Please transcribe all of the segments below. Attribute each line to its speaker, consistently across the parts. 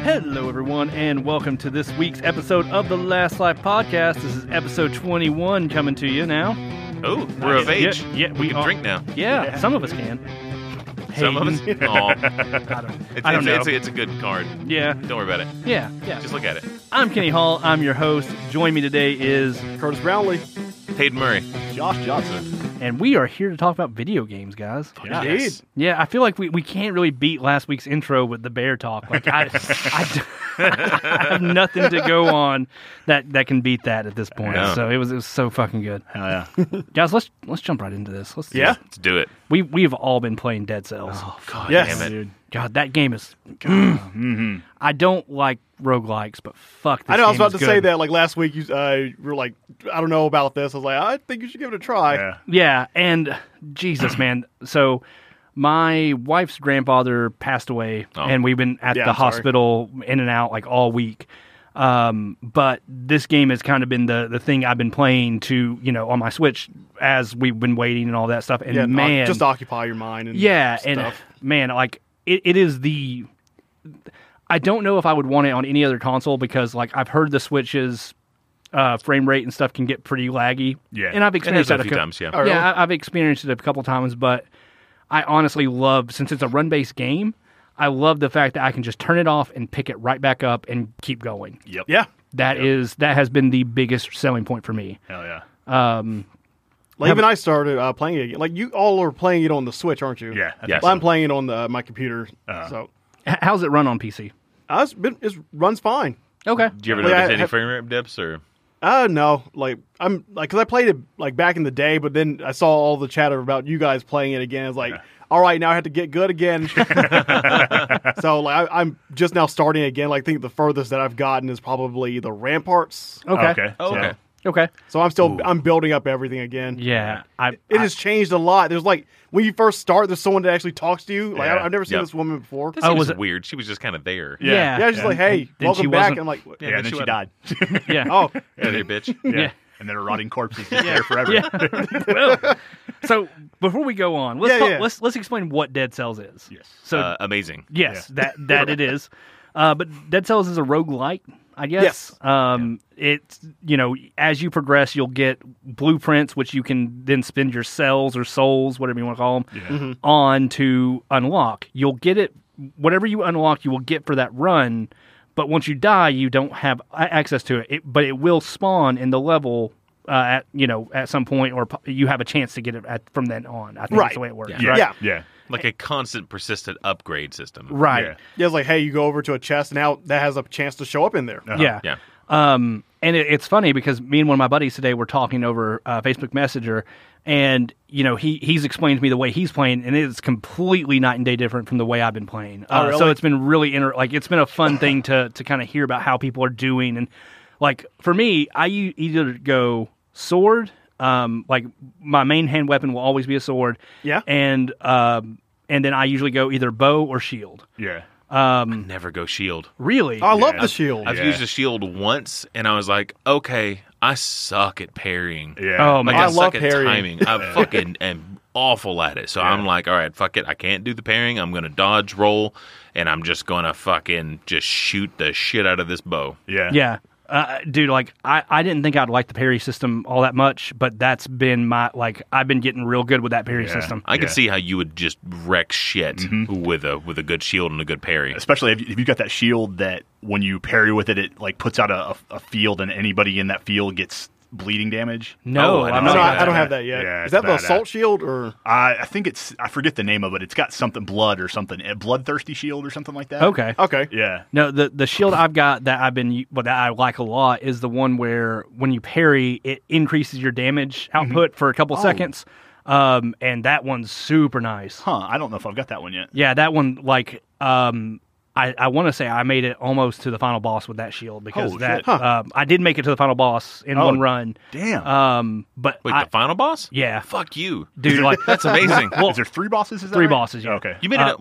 Speaker 1: Hello, everyone, and welcome to this week's episode of the Last Life Podcast. This is episode 21 coming to you now.
Speaker 2: Oh, we're of
Speaker 1: Yeah,
Speaker 2: age.
Speaker 1: yeah, we
Speaker 2: we can
Speaker 1: are.
Speaker 2: drink now.
Speaker 1: Yeah,
Speaker 3: Yeah.
Speaker 1: some of us can.
Speaker 2: Some of us.
Speaker 1: Hayden.
Speaker 2: Aw.
Speaker 3: I don't
Speaker 2: It's,
Speaker 1: I don't
Speaker 2: it's,
Speaker 1: know.
Speaker 2: It's, a, it's a good card.
Speaker 1: Yeah,
Speaker 2: Don't worry about it.
Speaker 1: yeah, yeah.
Speaker 2: Just look at it.
Speaker 1: I'm Kenny Hall. I'm your host. Join me today is,
Speaker 3: Curtis Brownlee,
Speaker 2: Hayden Murray.
Speaker 3: Josh Johnson.
Speaker 1: and we are here to talk about video games, guys.
Speaker 3: Yeah.
Speaker 2: Yes.
Speaker 1: Yeah, I feel like we, we can't really beat last week's intro with the bear talk. Like I, I d- I have nothing to go on that, that can beat that at this point.
Speaker 2: Yeah.
Speaker 1: So it was it was so fucking good,
Speaker 3: Hell yeah.
Speaker 1: guys. Let's let's jump right into this. Let's
Speaker 3: Yeah?
Speaker 2: Let's do it.
Speaker 1: We we've all been playing Dead Cells.
Speaker 3: Oh,
Speaker 2: God
Speaker 3: yes.
Speaker 2: damn it.
Speaker 3: Dude.
Speaker 1: God, that game is. mm. I don't like roguelikes, but fuck. This
Speaker 3: Mm-hmm. I know I was
Speaker 1: game
Speaker 3: about to
Speaker 1: is
Speaker 3: say
Speaker 1: good.
Speaker 3: that like last week you uh, you were like, I don't know about this. I was like, I think you should give it a try.
Speaker 4: Yeah.
Speaker 1: Yeah, and Jesus, man. So my wife's grandfather passed away,
Speaker 2: Oh.
Speaker 1: and we've been at
Speaker 3: Yeah,
Speaker 1: the
Speaker 3: I'm sorry.
Speaker 1: hospital in and out like all week. Um, but this game has kind of been the the thing I've been playing to you know on my Switch as we've been waiting and all that stuff. And
Speaker 3: Yeah, and, uh,
Speaker 1: man,
Speaker 3: just occupy your mind and
Speaker 1: yeah,
Speaker 3: stuff.
Speaker 1: and man, like it, it is the. I don't know if I would want it on any other console because like I've heard the Switch's uh, frame rate and stuff can get pretty laggy.
Speaker 4: Yeah.
Speaker 1: and I've
Speaker 2: It
Speaker 1: experienced
Speaker 2: has
Speaker 1: that
Speaker 2: a few
Speaker 1: cou-
Speaker 2: times, yeah.
Speaker 3: Oh, really?
Speaker 1: yeah, I, I've experienced it a couple times, but I honestly love since it's a run based game. I love the fact that I can just turn it off and pick it right back up and keep going.
Speaker 4: Yep.
Speaker 3: yeah.
Speaker 1: That is that has been the biggest selling point for me.
Speaker 4: Hell yeah.
Speaker 3: Like, even I started uh, playing it. again. Like you all are playing it on the Switch, aren't you?
Speaker 4: Yeah. I
Speaker 2: Yes.
Speaker 4: think
Speaker 3: Well, I'm playing it on the, uh, my computer, so
Speaker 1: H- how's it run on PC?
Speaker 3: uh, it's been, it runs fine.
Speaker 1: Okay,
Speaker 2: Do you ever
Speaker 3: Wait,
Speaker 2: notice
Speaker 3: I
Speaker 2: any
Speaker 3: have-
Speaker 2: frame rate dips or?
Speaker 3: Uh no, like I'm like because I played it like back in the day, but then I saw all the chatter about you guys playing it again. It's like, all right, now I have to get good again. so like I, I'm just now starting again. Like I think the furthest that I've gotten is probably the ramparts.
Speaker 4: so.
Speaker 1: okay,
Speaker 4: Okay.
Speaker 2: Oh,
Speaker 4: So,
Speaker 2: okay.
Speaker 1: okay.
Speaker 3: So I'm still I'm building up everything again.
Speaker 1: Yeah, I,
Speaker 3: It
Speaker 1: I-
Speaker 3: has changed a lot. There's like when you first start, there's someone that actually talks to you. Like
Speaker 4: Yeah.
Speaker 3: I, have never seen
Speaker 2: Yep.
Speaker 3: this woman before.
Speaker 2: This
Speaker 1: Oh,
Speaker 2: seems
Speaker 1: was it-
Speaker 2: weird. She was just kind of there.
Speaker 4: Yeah.
Speaker 1: Yeah.
Speaker 3: yeah, she's like, hey,
Speaker 1: then she
Speaker 3: welcome back.
Speaker 1: wasn't-
Speaker 3: I'm like,
Speaker 2: Yeah,
Speaker 4: Yeah, and then she died.
Speaker 1: Yeah.
Speaker 3: oh,
Speaker 2: Yeah, there, bitch.
Speaker 4: yeah.
Speaker 1: Yeah.
Speaker 4: And then her rotting corpse is just there forever.
Speaker 1: well, so before we go on, let's
Speaker 3: Yeah,
Speaker 1: talk-
Speaker 3: yeah.
Speaker 1: let's let's explain what Dead Cells is.
Speaker 4: Yes.
Speaker 1: So
Speaker 2: Uh, amazing.
Speaker 1: yes, that that it is. Uh, but Dead Cells is a roguelike, I guess.
Speaker 3: Yes.
Speaker 1: Um, It's you know as you progress, you'll get blueprints which you can then spend your cells or souls, whatever you want to call them,
Speaker 4: Yeah.
Speaker 1: on to unlock. You'll get it whatever you unlock, you will get for that run. But once you die, you don't have a- access to it. it but it will spawn in the level uh, at you know at some point, or po- you have a chance to get it at, from then on. I think that's
Speaker 3: Right.
Speaker 1: the way it works.
Speaker 4: Yeah.
Speaker 1: Right.
Speaker 3: Yeah.
Speaker 4: Yeah.
Speaker 2: Like a constant, persistent upgrade system.
Speaker 1: Right.
Speaker 4: Yeah.
Speaker 3: yeah, it's like hey, you go over to a chest now that has a chance to show up in there.
Speaker 4: Uh-huh.
Speaker 1: Yeah.
Speaker 2: Yeah.
Speaker 1: Um, and it, it's funny because me and one of my buddies today were talking over uh, Facebook Messenger, and you know he he's explained to me the way he's playing, and it's completely night and day different from the way I've been playing. Uh, So
Speaker 3: Oh, really?
Speaker 1: it's been really inter- like it's been a fun thing to to kind of hear about how people are doing, and like for me, I u- either go sword, um, like my main hand weapon will always be a sword,
Speaker 3: Yeah.
Speaker 1: and um, and then I usually go either bow or shield.
Speaker 4: Yeah.
Speaker 2: Never go shield.
Speaker 1: Really,
Speaker 3: I love the shield.
Speaker 2: I've
Speaker 4: Yeah.
Speaker 2: used a shield once, and I was like, okay, I suck at parrying.
Speaker 4: Yeah.
Speaker 1: Oh, my
Speaker 2: Like
Speaker 1: God.
Speaker 2: I,
Speaker 3: I love
Speaker 2: suck at
Speaker 3: parrying.
Speaker 2: timing. I fucking am awful at it. So I'm like, all right, fuck it. I can't do the pairing. I'm gonna dodge roll, and I'm just gonna fucking just shoot the shit out of this bow.
Speaker 4: Yeah.
Speaker 1: Yeah. Uh, dude, like I, I didn't think I'd like the parry system all that much, but that's been my like I've been getting real good with that parry
Speaker 4: Yeah.
Speaker 1: system.
Speaker 2: I can
Speaker 4: Yeah.
Speaker 2: see how you would just wreck shit
Speaker 1: Mm-hmm.
Speaker 2: with a with a good shield and a good parry.
Speaker 4: Especially if, if you've got that shield that when you parry with it, it like puts out a, a, a field, and anybody in that field gets bleeding damage.
Speaker 1: No,
Speaker 2: Oh, I
Speaker 1: I'm
Speaker 2: know.
Speaker 3: No,
Speaker 1: not.
Speaker 3: no,
Speaker 4: Yeah.
Speaker 3: I don't have that yet.
Speaker 4: Yeah,
Speaker 3: Is that the
Speaker 4: it's badass.
Speaker 3: assault shield or?
Speaker 4: I, I think it's I forget the name of it. It's got something blood or something, a bloodthirsty shield or something like that.
Speaker 1: Okay.
Speaker 3: Okay.
Speaker 4: Yeah.
Speaker 1: No, the the shield I've got that I've been well, that I like a lot is the one where when you parry, it increases your damage output for a couple seconds. Um, and that one's super nice.
Speaker 4: Huh. I don't know if I've got that one yet.
Speaker 1: Yeah, that one like um I, I want to say I made it almost to the final boss with that shield because
Speaker 4: Oh,
Speaker 1: that
Speaker 4: shit. Huh.
Speaker 1: um, I did make it to the final boss in
Speaker 4: Oh,
Speaker 1: one run.
Speaker 4: Damn.
Speaker 1: Um, but
Speaker 2: Wait,
Speaker 1: I-
Speaker 2: the final boss?
Speaker 1: Yeah.
Speaker 2: Fuck you,
Speaker 1: dude. Like
Speaker 2: That's amazing.
Speaker 1: well, uh,
Speaker 4: is there three bosses? Is that
Speaker 1: three
Speaker 4: right?
Speaker 1: bosses, yeah.
Speaker 4: Okay.
Speaker 2: you made it.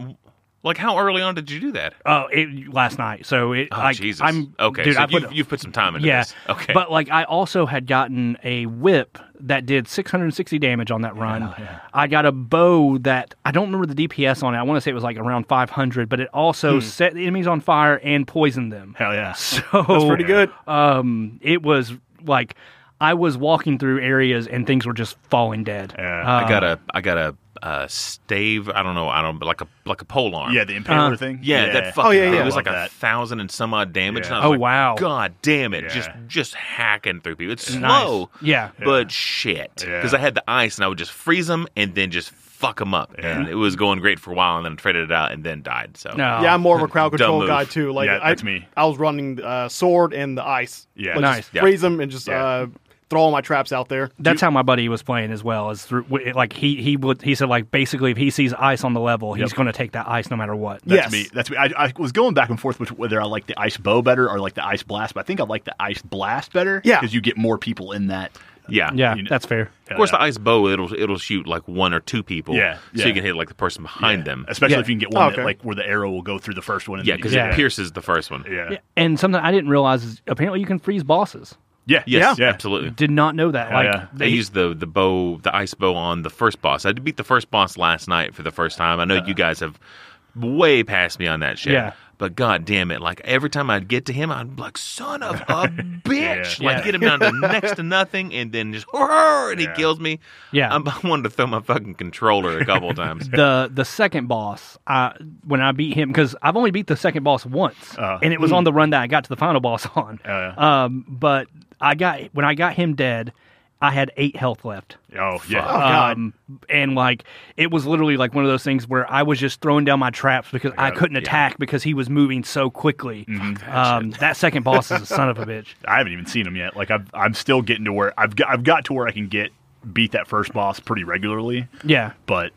Speaker 2: Like, how early on did you do that?
Speaker 1: Oh, it last night. So it
Speaker 2: Oh,
Speaker 1: like
Speaker 2: Jesus.
Speaker 1: I'm
Speaker 2: okay,
Speaker 1: Dude,
Speaker 2: so
Speaker 1: I
Speaker 2: you've,
Speaker 1: put
Speaker 2: you've put some time into
Speaker 1: yeah.
Speaker 2: this. Okay.
Speaker 1: But like I also had gotten a whip that did 660 damage on that run. I got a bow that I don't remember the DPS on it. I want to say it was like around 500, but it
Speaker 2: Hmm.
Speaker 1: also set the enemies on fire and poisoned them.
Speaker 4: Hell yeah.
Speaker 1: So
Speaker 3: That's pretty good.
Speaker 1: Um, it was like I was walking through areas and things were just falling dead.
Speaker 4: Yeah.
Speaker 2: I got a I got a uh, stave. I don't know. I don't like a like a pole arm.
Speaker 4: Yeah, the impaler thing.
Speaker 2: Yeah, that fucking
Speaker 3: Oh, yeah,
Speaker 2: thing.
Speaker 3: yeah.
Speaker 2: It was
Speaker 4: I
Speaker 2: like
Speaker 4: love
Speaker 2: a
Speaker 4: that.
Speaker 2: thousand and some odd damage.
Speaker 4: Yeah.
Speaker 2: And I was
Speaker 1: Oh,
Speaker 2: like,
Speaker 1: wow.
Speaker 2: God damn it!
Speaker 4: Yeah.
Speaker 2: Just just hacking through people. It's
Speaker 1: Nice.
Speaker 2: slow,
Speaker 1: Yeah.
Speaker 2: but shit.
Speaker 4: Yeah.
Speaker 2: Because I had the ice and I would just freeze them and then just fuck them up. And it was going great for a while, and then I traded it out and then died. So
Speaker 1: No.
Speaker 3: yeah, I'm more of a crowd
Speaker 2: Dumb
Speaker 3: control
Speaker 2: move.
Speaker 3: guy too. Like
Speaker 4: Yeah,
Speaker 3: I,
Speaker 4: that's me.
Speaker 3: I was running uh, sword and the ice.
Speaker 4: Yeah.
Speaker 3: Like,
Speaker 1: Nice.
Speaker 3: just
Speaker 2: Yeah.
Speaker 3: freeze them and just
Speaker 4: Yeah.
Speaker 3: uh, throw all my traps out there.
Speaker 1: That's how my buddy was playing as well. Is through w- like he he would he said like basically if he sees ice on the level, he's going to take that ice no matter what.
Speaker 3: Yeah.
Speaker 4: That's
Speaker 3: Yes.
Speaker 4: me. That's me. I, I was going back and forth with whether I like the ice bow better or like the ice blast, but I think I like the ice blast better.
Speaker 3: Yeah.
Speaker 4: Because you get more people in that. uh,
Speaker 2: yeah,
Speaker 1: yeah,
Speaker 4: You know-
Speaker 1: that's fair.
Speaker 2: Of course, the ice bow it'll it'll shoot like one or two people.
Speaker 4: Yeah,
Speaker 2: so
Speaker 4: yeah.
Speaker 2: you can hit like the person behind them.
Speaker 4: Especially
Speaker 1: Yeah.
Speaker 4: if you can get one
Speaker 3: Oh,
Speaker 4: that,
Speaker 3: okay.
Speaker 4: like where the arrow will go through the first one. And
Speaker 2: Yeah,
Speaker 4: then-
Speaker 2: because
Speaker 1: Yeah.
Speaker 2: it pierces the first one.
Speaker 4: yeah.
Speaker 1: Yeah, And something I didn't realize is apparently you can freeze bosses.
Speaker 4: Yeah.
Speaker 2: Yes,
Speaker 4: Yeah.
Speaker 2: absolutely.
Speaker 1: Did not know that.
Speaker 4: Oh,
Speaker 1: like
Speaker 4: yeah.
Speaker 2: They used the the bow, the ice bow on the first boss. I beat the first boss last night for the first time. I know you guys have way past me on that shit.
Speaker 1: Uh-huh. Yeah.
Speaker 2: But god damn it, like every time I'd get to him, I'd be like, son of a bitch.
Speaker 4: Yeah.
Speaker 2: Like
Speaker 1: Yeah.
Speaker 2: get him down to next to nothing and then just "Roar," and he
Speaker 4: Yeah.
Speaker 2: kills me.
Speaker 1: Yeah.
Speaker 2: I'm, I wanted to throw my fucking controller a couple of times.
Speaker 1: the the second boss, I when I beat him because I've only beat the second boss once,
Speaker 4: Uh,
Speaker 1: and it was on the run that I got to the final boss on.
Speaker 4: yeah.
Speaker 1: um, but I got when I got him dead, I had eight health left.
Speaker 4: Oh, yeah.
Speaker 3: Oh, God.
Speaker 1: Um, and like it was literally like one of those things where I was just throwing down my traps because I couldn't attack because he was moving so quickly. Um, that second boss is a son of a bitch.
Speaker 4: I haven't even seen them yet. Like I've, I'm still getting to where I've got, I've got to where I can get beat that first boss pretty regularly,
Speaker 1: Yeah.
Speaker 4: but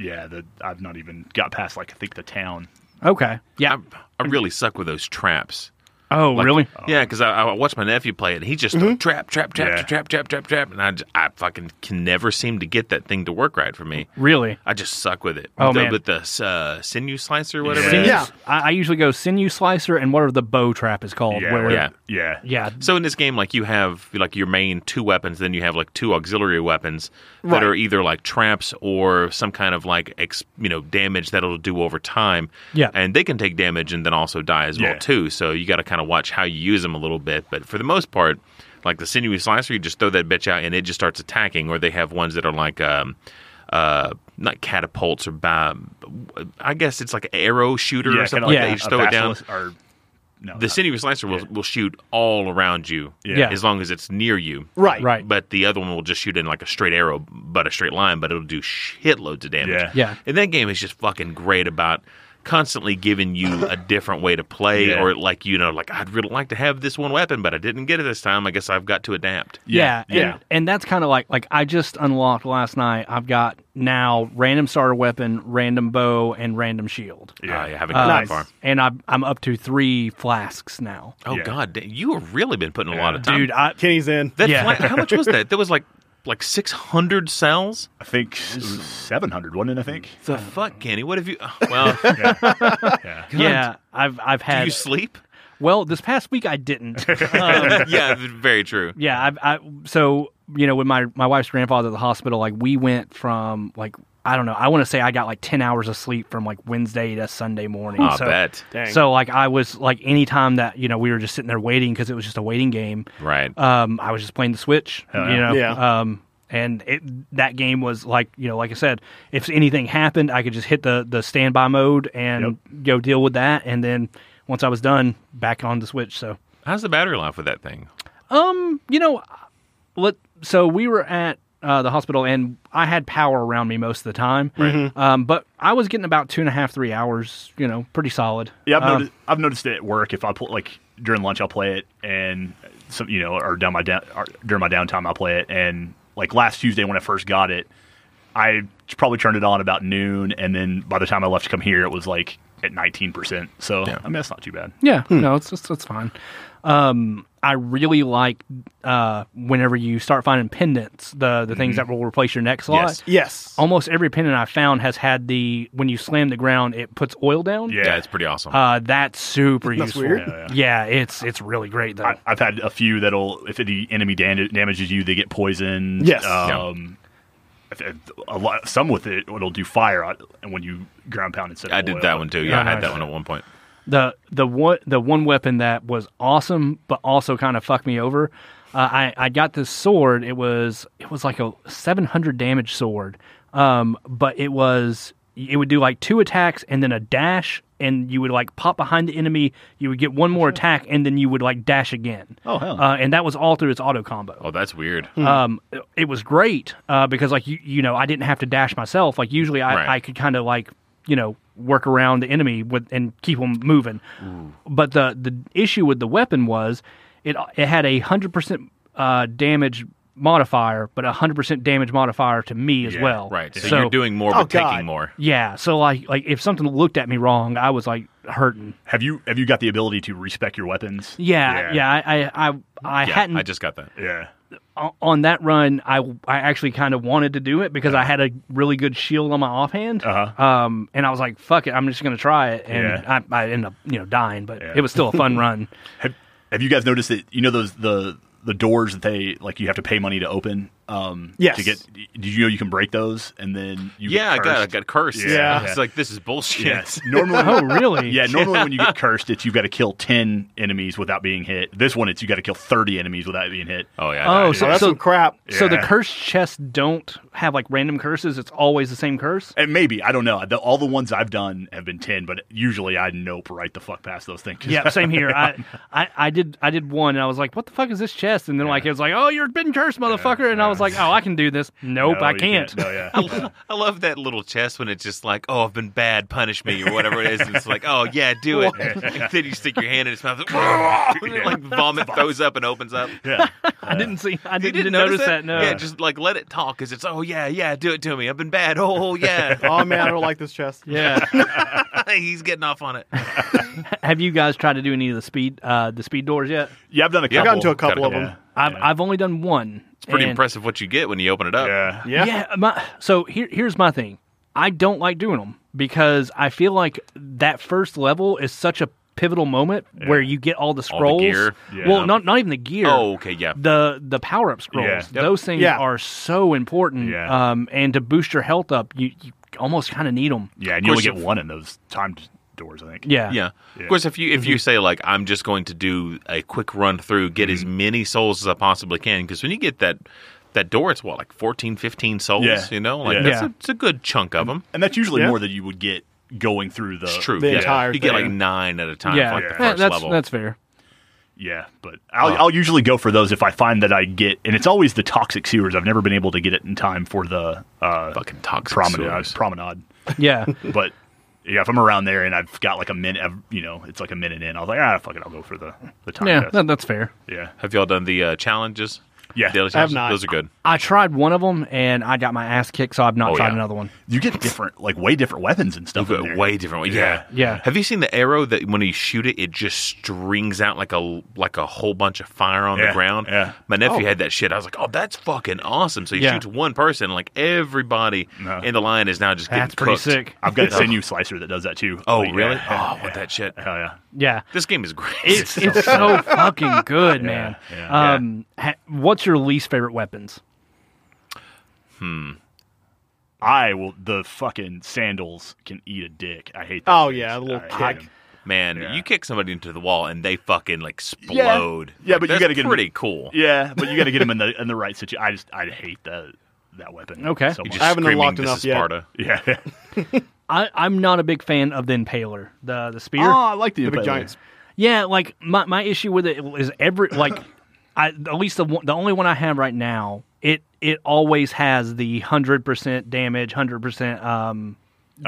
Speaker 4: yeah, the, I've not even got past like I think the town.
Speaker 1: Okay. Yeah.
Speaker 2: I, I really suck with those traps.
Speaker 1: Oh, Mm-hmm.
Speaker 2: Like-
Speaker 1: really?
Speaker 2: Yeah, because I, I watched my nephew play it. And he just threw trap, trap, trap,
Speaker 4: Yeah.
Speaker 2: trap, trap, trap, trap, and I, j- I fucking can never seem to get that thing to work right for me.
Speaker 1: Really?
Speaker 2: I just suck with it.
Speaker 1: Oh,
Speaker 2: the,
Speaker 1: man.
Speaker 2: with the uh, sinew slicer, or whatever.
Speaker 4: Yeah.
Speaker 2: It is.
Speaker 3: Yeah.
Speaker 1: I, I usually go sinew slicer and whatever the bow trap is called.
Speaker 4: Yeah,
Speaker 1: where-
Speaker 4: yeah, yeah,
Speaker 1: Yeah.
Speaker 2: So in this game, like you have like your main two weapons, then you have like two auxiliary weapons that
Speaker 3: Right.
Speaker 2: are either like traps or some kind of like ex, you know damage that it'll do over time.
Speaker 1: Yeah.
Speaker 2: and they can take damage and then also die as
Speaker 4: Yeah.
Speaker 2: well too. So you got to kind of watch how you use them a little bit. But for the most part, like the sinewy slicer, you just throw that bitch out and it just starts attacking. Or they have ones that are like um, uh, not catapults or bomb. I guess it's like arrow shooter
Speaker 4: yeah.
Speaker 2: or
Speaker 4: kinda
Speaker 2: something like
Speaker 1: yeah,
Speaker 2: that.
Speaker 4: a-
Speaker 2: You just
Speaker 4: a
Speaker 2: throw it down.
Speaker 4: basilisk Or, no,
Speaker 2: The sinewy slicer will, will shoot all around you,
Speaker 1: Yeah.
Speaker 2: as long as it's near you,
Speaker 3: Right.
Speaker 1: Right.
Speaker 2: But the other one will just shoot in like a straight arrow, but a straight line, but it'll do shitloads of damage.
Speaker 4: Yeah.
Speaker 1: Yeah.
Speaker 2: And that game is just fucking great about constantly giving you a different way to play,
Speaker 4: Yeah.
Speaker 2: or like you know, like I'd really like to have this one weapon, but I didn't get it this time. I guess I've got to adapt.
Speaker 1: Yeah, and,
Speaker 4: Yeah, yeah.
Speaker 1: and that's kind of like like I just unlocked last night. I've got now random starter weapon, random bow, and random shield,
Speaker 4: Yeah.
Speaker 2: Uh, I haven't gone that
Speaker 3: Nice.
Speaker 2: far.
Speaker 1: and I'm I'm up to three flasks now.
Speaker 2: Oh
Speaker 4: Yeah.
Speaker 2: god, da- you have really been putting a lot of time.
Speaker 1: Dude, I
Speaker 3: Kenny's in.
Speaker 2: that
Speaker 1: yeah.
Speaker 2: fla- how much was that? That was like like six hundred cells.
Speaker 4: I think seven hundred, wasn't it? I think.
Speaker 2: The fuck, Kenny? What have you? oh, Well,
Speaker 4: Yeah.
Speaker 1: yeah, I've I've
Speaker 2: do
Speaker 1: had
Speaker 2: you sleep?
Speaker 1: well this past week I didn't. um,
Speaker 2: yeah, very true.
Speaker 1: yeah, I've I so you know when my my wife's grandfather at the hospital, like we went from like. I don't know. I want to say I got like ten hours of sleep from like Wednesday to Sunday morning.
Speaker 2: I
Speaker 1: so,
Speaker 2: bet.
Speaker 3: Dang.
Speaker 1: So like I was like anytime that you know we were just sitting there waiting because it was just a waiting game.
Speaker 2: Right.
Speaker 1: Um, I was just playing the Switch.
Speaker 4: Hell
Speaker 1: You
Speaker 4: yeah.
Speaker 1: know.
Speaker 3: Yeah.
Speaker 1: Um, and it, that game was like you know like I said, if anything happened, I could just hit the the standby mode and go deal with that, and then once I was done, back on the Switch. So
Speaker 2: How's the battery life with that thing?
Speaker 1: um, you know, let so we were at. Uh, the hospital and I had power around me most of the time, um, but I was getting about two and a half, three hours. You know, pretty solid.
Speaker 4: Yeah, I've,
Speaker 1: Um,
Speaker 4: noticed, I've noticed it at work. If I pull like during lunch, I'll play it, and some you know, or down my down or during my downtime, I'll play it. And like last Tuesday when I first got it, I probably turned it on about noon, and then by the time I left to come here, it was like at 19%. So, I mean, that's not too bad.
Speaker 1: Yeah, no, it's it's, it's fine. Um, I really like uh, whenever you start finding pendants, the the things that will replace your neck slot.
Speaker 4: Yes.
Speaker 3: Yes. Oh,
Speaker 1: Almost every pendant I found has had the when you slam the ground, it puts oil down.
Speaker 4: Yeah.
Speaker 2: Yeah, it's pretty awesome.
Speaker 1: uh, that's super
Speaker 3: That's
Speaker 1: useful.
Speaker 3: weird.
Speaker 1: Yeah, it's it's really great though.
Speaker 4: I, I've had a few that'll, if the enemy dan- damages you, they get poisoned.
Speaker 3: Yes.
Speaker 4: Um, if- if a lot, some with it, it'll do fire uh, and when you ground pound instead of
Speaker 2: I did
Speaker 4: oil.
Speaker 2: that one too. Yeah,
Speaker 1: Yeah,
Speaker 2: I had
Speaker 1: nice.
Speaker 2: that one at one point.
Speaker 1: the the one the one weapon that was awesome, but also kind of fucked me over. Uh, I I got this sword. It was it was like a 700 damage sword. Um, but it was it would do like two attacks and then a dash, and you would like pop behind the enemy. You would get one more attack, and then you would like dash again.
Speaker 4: Oh, hell.
Speaker 1: Uh, and that was all through its auto combo.
Speaker 2: Oh, that's weird.
Speaker 1: Um,
Speaker 2: Mm-hmm.
Speaker 1: it was great uh, because like you you know I didn't have to dash myself. Like usually I,
Speaker 2: Right.
Speaker 1: I could kind of like you know work around the enemy with and keep them moving. But the the issue with the weapon was it it had a hundred percent uh, damage modifier, but a hundred percent damage modifier to me as
Speaker 4: Yeah,
Speaker 1: well.
Speaker 2: Right. So, you're doing more
Speaker 3: Oh,
Speaker 2: but
Speaker 3: God.
Speaker 2: taking more.
Speaker 1: yeah. So like like if something looked at me wrong, I was like hurting.
Speaker 4: Have you, have you got the ability to respec your weapons?
Speaker 1: Yeah, yeah. I I I, I
Speaker 2: Yeah,
Speaker 1: hadn't
Speaker 2: I just got that.
Speaker 4: Yeah.
Speaker 1: o- on that run, I I actually kind of wanted to do it because I had a really good shield on my offhand.
Speaker 4: Uh-huh.
Speaker 1: Um, and I was like, "Fuck it, I'm just gonna try it," and
Speaker 4: Yeah.
Speaker 1: I, I ended up you know dying, but
Speaker 4: Yeah.
Speaker 1: it was still a fun run.
Speaker 4: Have, have you guys noticed that you know those the the doors that they like you have to pay money to open? Um,
Speaker 3: Yes.
Speaker 4: To get, did you know you can break those and then you
Speaker 2: Yeah, I
Speaker 4: get
Speaker 2: got I
Speaker 4: cursed?
Speaker 2: got cursed.
Speaker 3: Yeah.
Speaker 2: It's like this is bullshit.
Speaker 4: Yes. Normally,
Speaker 1: oh, really?
Speaker 4: yeah. Normally, when you get cursed, it's you've got to kill ten enemies without being hit. This one, it's you got to kill thirty enemies without being hit.
Speaker 2: Oh yeah. I
Speaker 1: Oh,
Speaker 2: died.
Speaker 1: so,
Speaker 3: Oh, that's
Speaker 1: so,
Speaker 3: some crap.
Speaker 1: so the
Speaker 4: Yeah.
Speaker 1: cursed chests don't have like random curses. It's always the same curse.
Speaker 4: And maybe I don't know. The, all the ones I've done have been ten, but usually I nope right the fuck past those things.
Speaker 1: Yeah, same here. I, I, I did I did one and I was like, what the fuck is this chest? And then like it was like, oh, you're been cursed, motherfucker. and I was like, oh, I can do this. Nope,
Speaker 4: No,
Speaker 1: I
Speaker 4: you
Speaker 1: can't.
Speaker 4: No, yeah.
Speaker 2: I love, I love that little chest when it's just like, oh, I've been bad, punish me, or whatever it is. And it's like, oh, yeah, do it. And then you stick your hand in its mouth, like, like vomit throws up and opens up.
Speaker 4: yeah.
Speaker 1: I didn't see. I
Speaker 2: You
Speaker 1: didn't, notice that. No.
Speaker 2: Yeah, just like let it talk because it's, oh, yeah, yeah, do it to me. I've been bad. Oh, yeah.
Speaker 3: Oh man, I don't like this chest.
Speaker 1: yeah.
Speaker 2: He's getting off on it.
Speaker 1: Have you guys tried to do any of the speed uh, the speed doors yet?
Speaker 4: Yeah, I've done a couple.
Speaker 3: I got into a
Speaker 2: Got
Speaker 3: couple
Speaker 2: it.
Speaker 3: of them.
Speaker 1: I've I've only done one.
Speaker 2: It's pretty impressive what you get when you open it up.
Speaker 4: Yeah.
Speaker 3: Yeah.
Speaker 1: Yeah. My, so here here's my thing. I don't like doing them because I feel like that first level is such a pivotal moment where you get all the scrolls.
Speaker 2: gear.
Speaker 4: Yeah.
Speaker 1: Well, not not even the gear.
Speaker 2: Oh, okay, yeah.
Speaker 1: The the power up scrolls.
Speaker 4: Yeah. Yep.
Speaker 1: Those things
Speaker 3: Yeah.
Speaker 1: are so important.
Speaker 4: Yeah.
Speaker 1: Um, and to boost your health up, you, you almost kind of need them.
Speaker 4: Yeah, and you only
Speaker 2: Question
Speaker 4: get one in those timed doors, I think.
Speaker 1: Yeah.
Speaker 2: Yeah. Of course, if you if you say like I'm just going to do a quick run through, get as many souls as I possibly can, because when you get that that door, it's what like 14, 15 souls.
Speaker 4: Yeah.
Speaker 2: You know, like
Speaker 4: Yeah.
Speaker 2: that's
Speaker 1: Yeah.
Speaker 2: a, it's a good chunk of them.
Speaker 4: And that's usually
Speaker 3: Yeah.
Speaker 4: more than you would get going through the
Speaker 2: It's true.
Speaker 3: The
Speaker 2: yeah.
Speaker 3: entire
Speaker 2: you get like
Speaker 3: thing.
Speaker 2: nine at a time.
Speaker 1: Yeah.
Speaker 2: for, like the
Speaker 1: Eh,
Speaker 2: first
Speaker 1: that's
Speaker 2: level.
Speaker 1: that's fair.
Speaker 4: Yeah, but I'll,
Speaker 3: Uh.
Speaker 4: I'll usually go for those if I find that I get, and it's always the toxic sewers. I've never been able to get it in time for the uh,
Speaker 2: fucking toxic.
Speaker 4: promenade.
Speaker 2: sewers.
Speaker 4: Promenade,
Speaker 1: Yeah.
Speaker 4: but yeah, if I'm around there and I've got like a minute, I've- you know, it's like a minute in. I was like, ah, fuck it, I'll go for the the time.
Speaker 1: yeah.
Speaker 4: test.
Speaker 1: that- that's fair.
Speaker 4: yeah,
Speaker 2: Have y'all done the uh, challenges?
Speaker 4: Yeah.
Speaker 2: Daily
Speaker 3: I have
Speaker 2: challenges?
Speaker 3: not.
Speaker 2: Those are good.
Speaker 1: I tried one of them and I got my ass kicked, so I've not
Speaker 2: Oh,
Speaker 1: tried
Speaker 2: yeah.
Speaker 1: another one.
Speaker 4: you get different, like way different weapons and stuff.
Speaker 2: You've
Speaker 4: in
Speaker 2: got
Speaker 4: there.
Speaker 2: way different. Yeah.
Speaker 1: Yeah.
Speaker 2: Have you seen the arrow that when you shoot it, it just strings out like a like a whole bunch of fire on
Speaker 4: Yeah,
Speaker 2: the ground?
Speaker 4: yeah.
Speaker 2: My nephew
Speaker 3: Oh.
Speaker 2: had that shit. I was like, oh, that's fucking awesome. So he
Speaker 1: Yeah.
Speaker 2: shoots one person, like everybody
Speaker 4: No.
Speaker 2: in the line is now just getting
Speaker 1: That's pretty
Speaker 2: cooked.
Speaker 1: sick.
Speaker 4: I've got a sinew slicer that does that too.
Speaker 2: Oh,
Speaker 4: Like,
Speaker 2: really?
Speaker 4: Yeah.
Speaker 2: Oh, with that shit.
Speaker 4: Hell yeah.
Speaker 1: Yeah.
Speaker 2: This game is great.
Speaker 1: It's it's so fucking good, man.
Speaker 4: yeah.
Speaker 1: um, Ha, what's your least favorite weapons?
Speaker 4: I will. The fucking sandals can eat a dick. I hate.
Speaker 3: Oh,
Speaker 4: those things.
Speaker 3: yeah, the little
Speaker 4: I hate
Speaker 3: kick.
Speaker 4: them.
Speaker 2: Man,
Speaker 4: Yeah.
Speaker 2: you kick somebody into the wall and they fucking like explode.
Speaker 4: Yeah,
Speaker 2: Like,
Speaker 4: but you
Speaker 2: that's
Speaker 4: gotta get 'em-
Speaker 2: pretty cool.
Speaker 4: Yeah, but you got to get them in the in the right situation. I just I hate that that weapon.
Speaker 1: Okay.
Speaker 4: so
Speaker 1: You
Speaker 4: much.
Speaker 2: Just
Speaker 3: I haven't
Speaker 2: screaming,
Speaker 3: unlocked
Speaker 2: this
Speaker 3: enough
Speaker 2: is
Speaker 3: yet.
Speaker 2: Sparta.
Speaker 4: yeah.
Speaker 1: I, I'm not a big fan of the impaler, the Oh, the spear.
Speaker 4: like
Speaker 3: The big giants.
Speaker 1: Yeah, like my, my issue with it is every like, I at least the one, the only one I have right now. It it always has the hundred percent damage, hundred percent um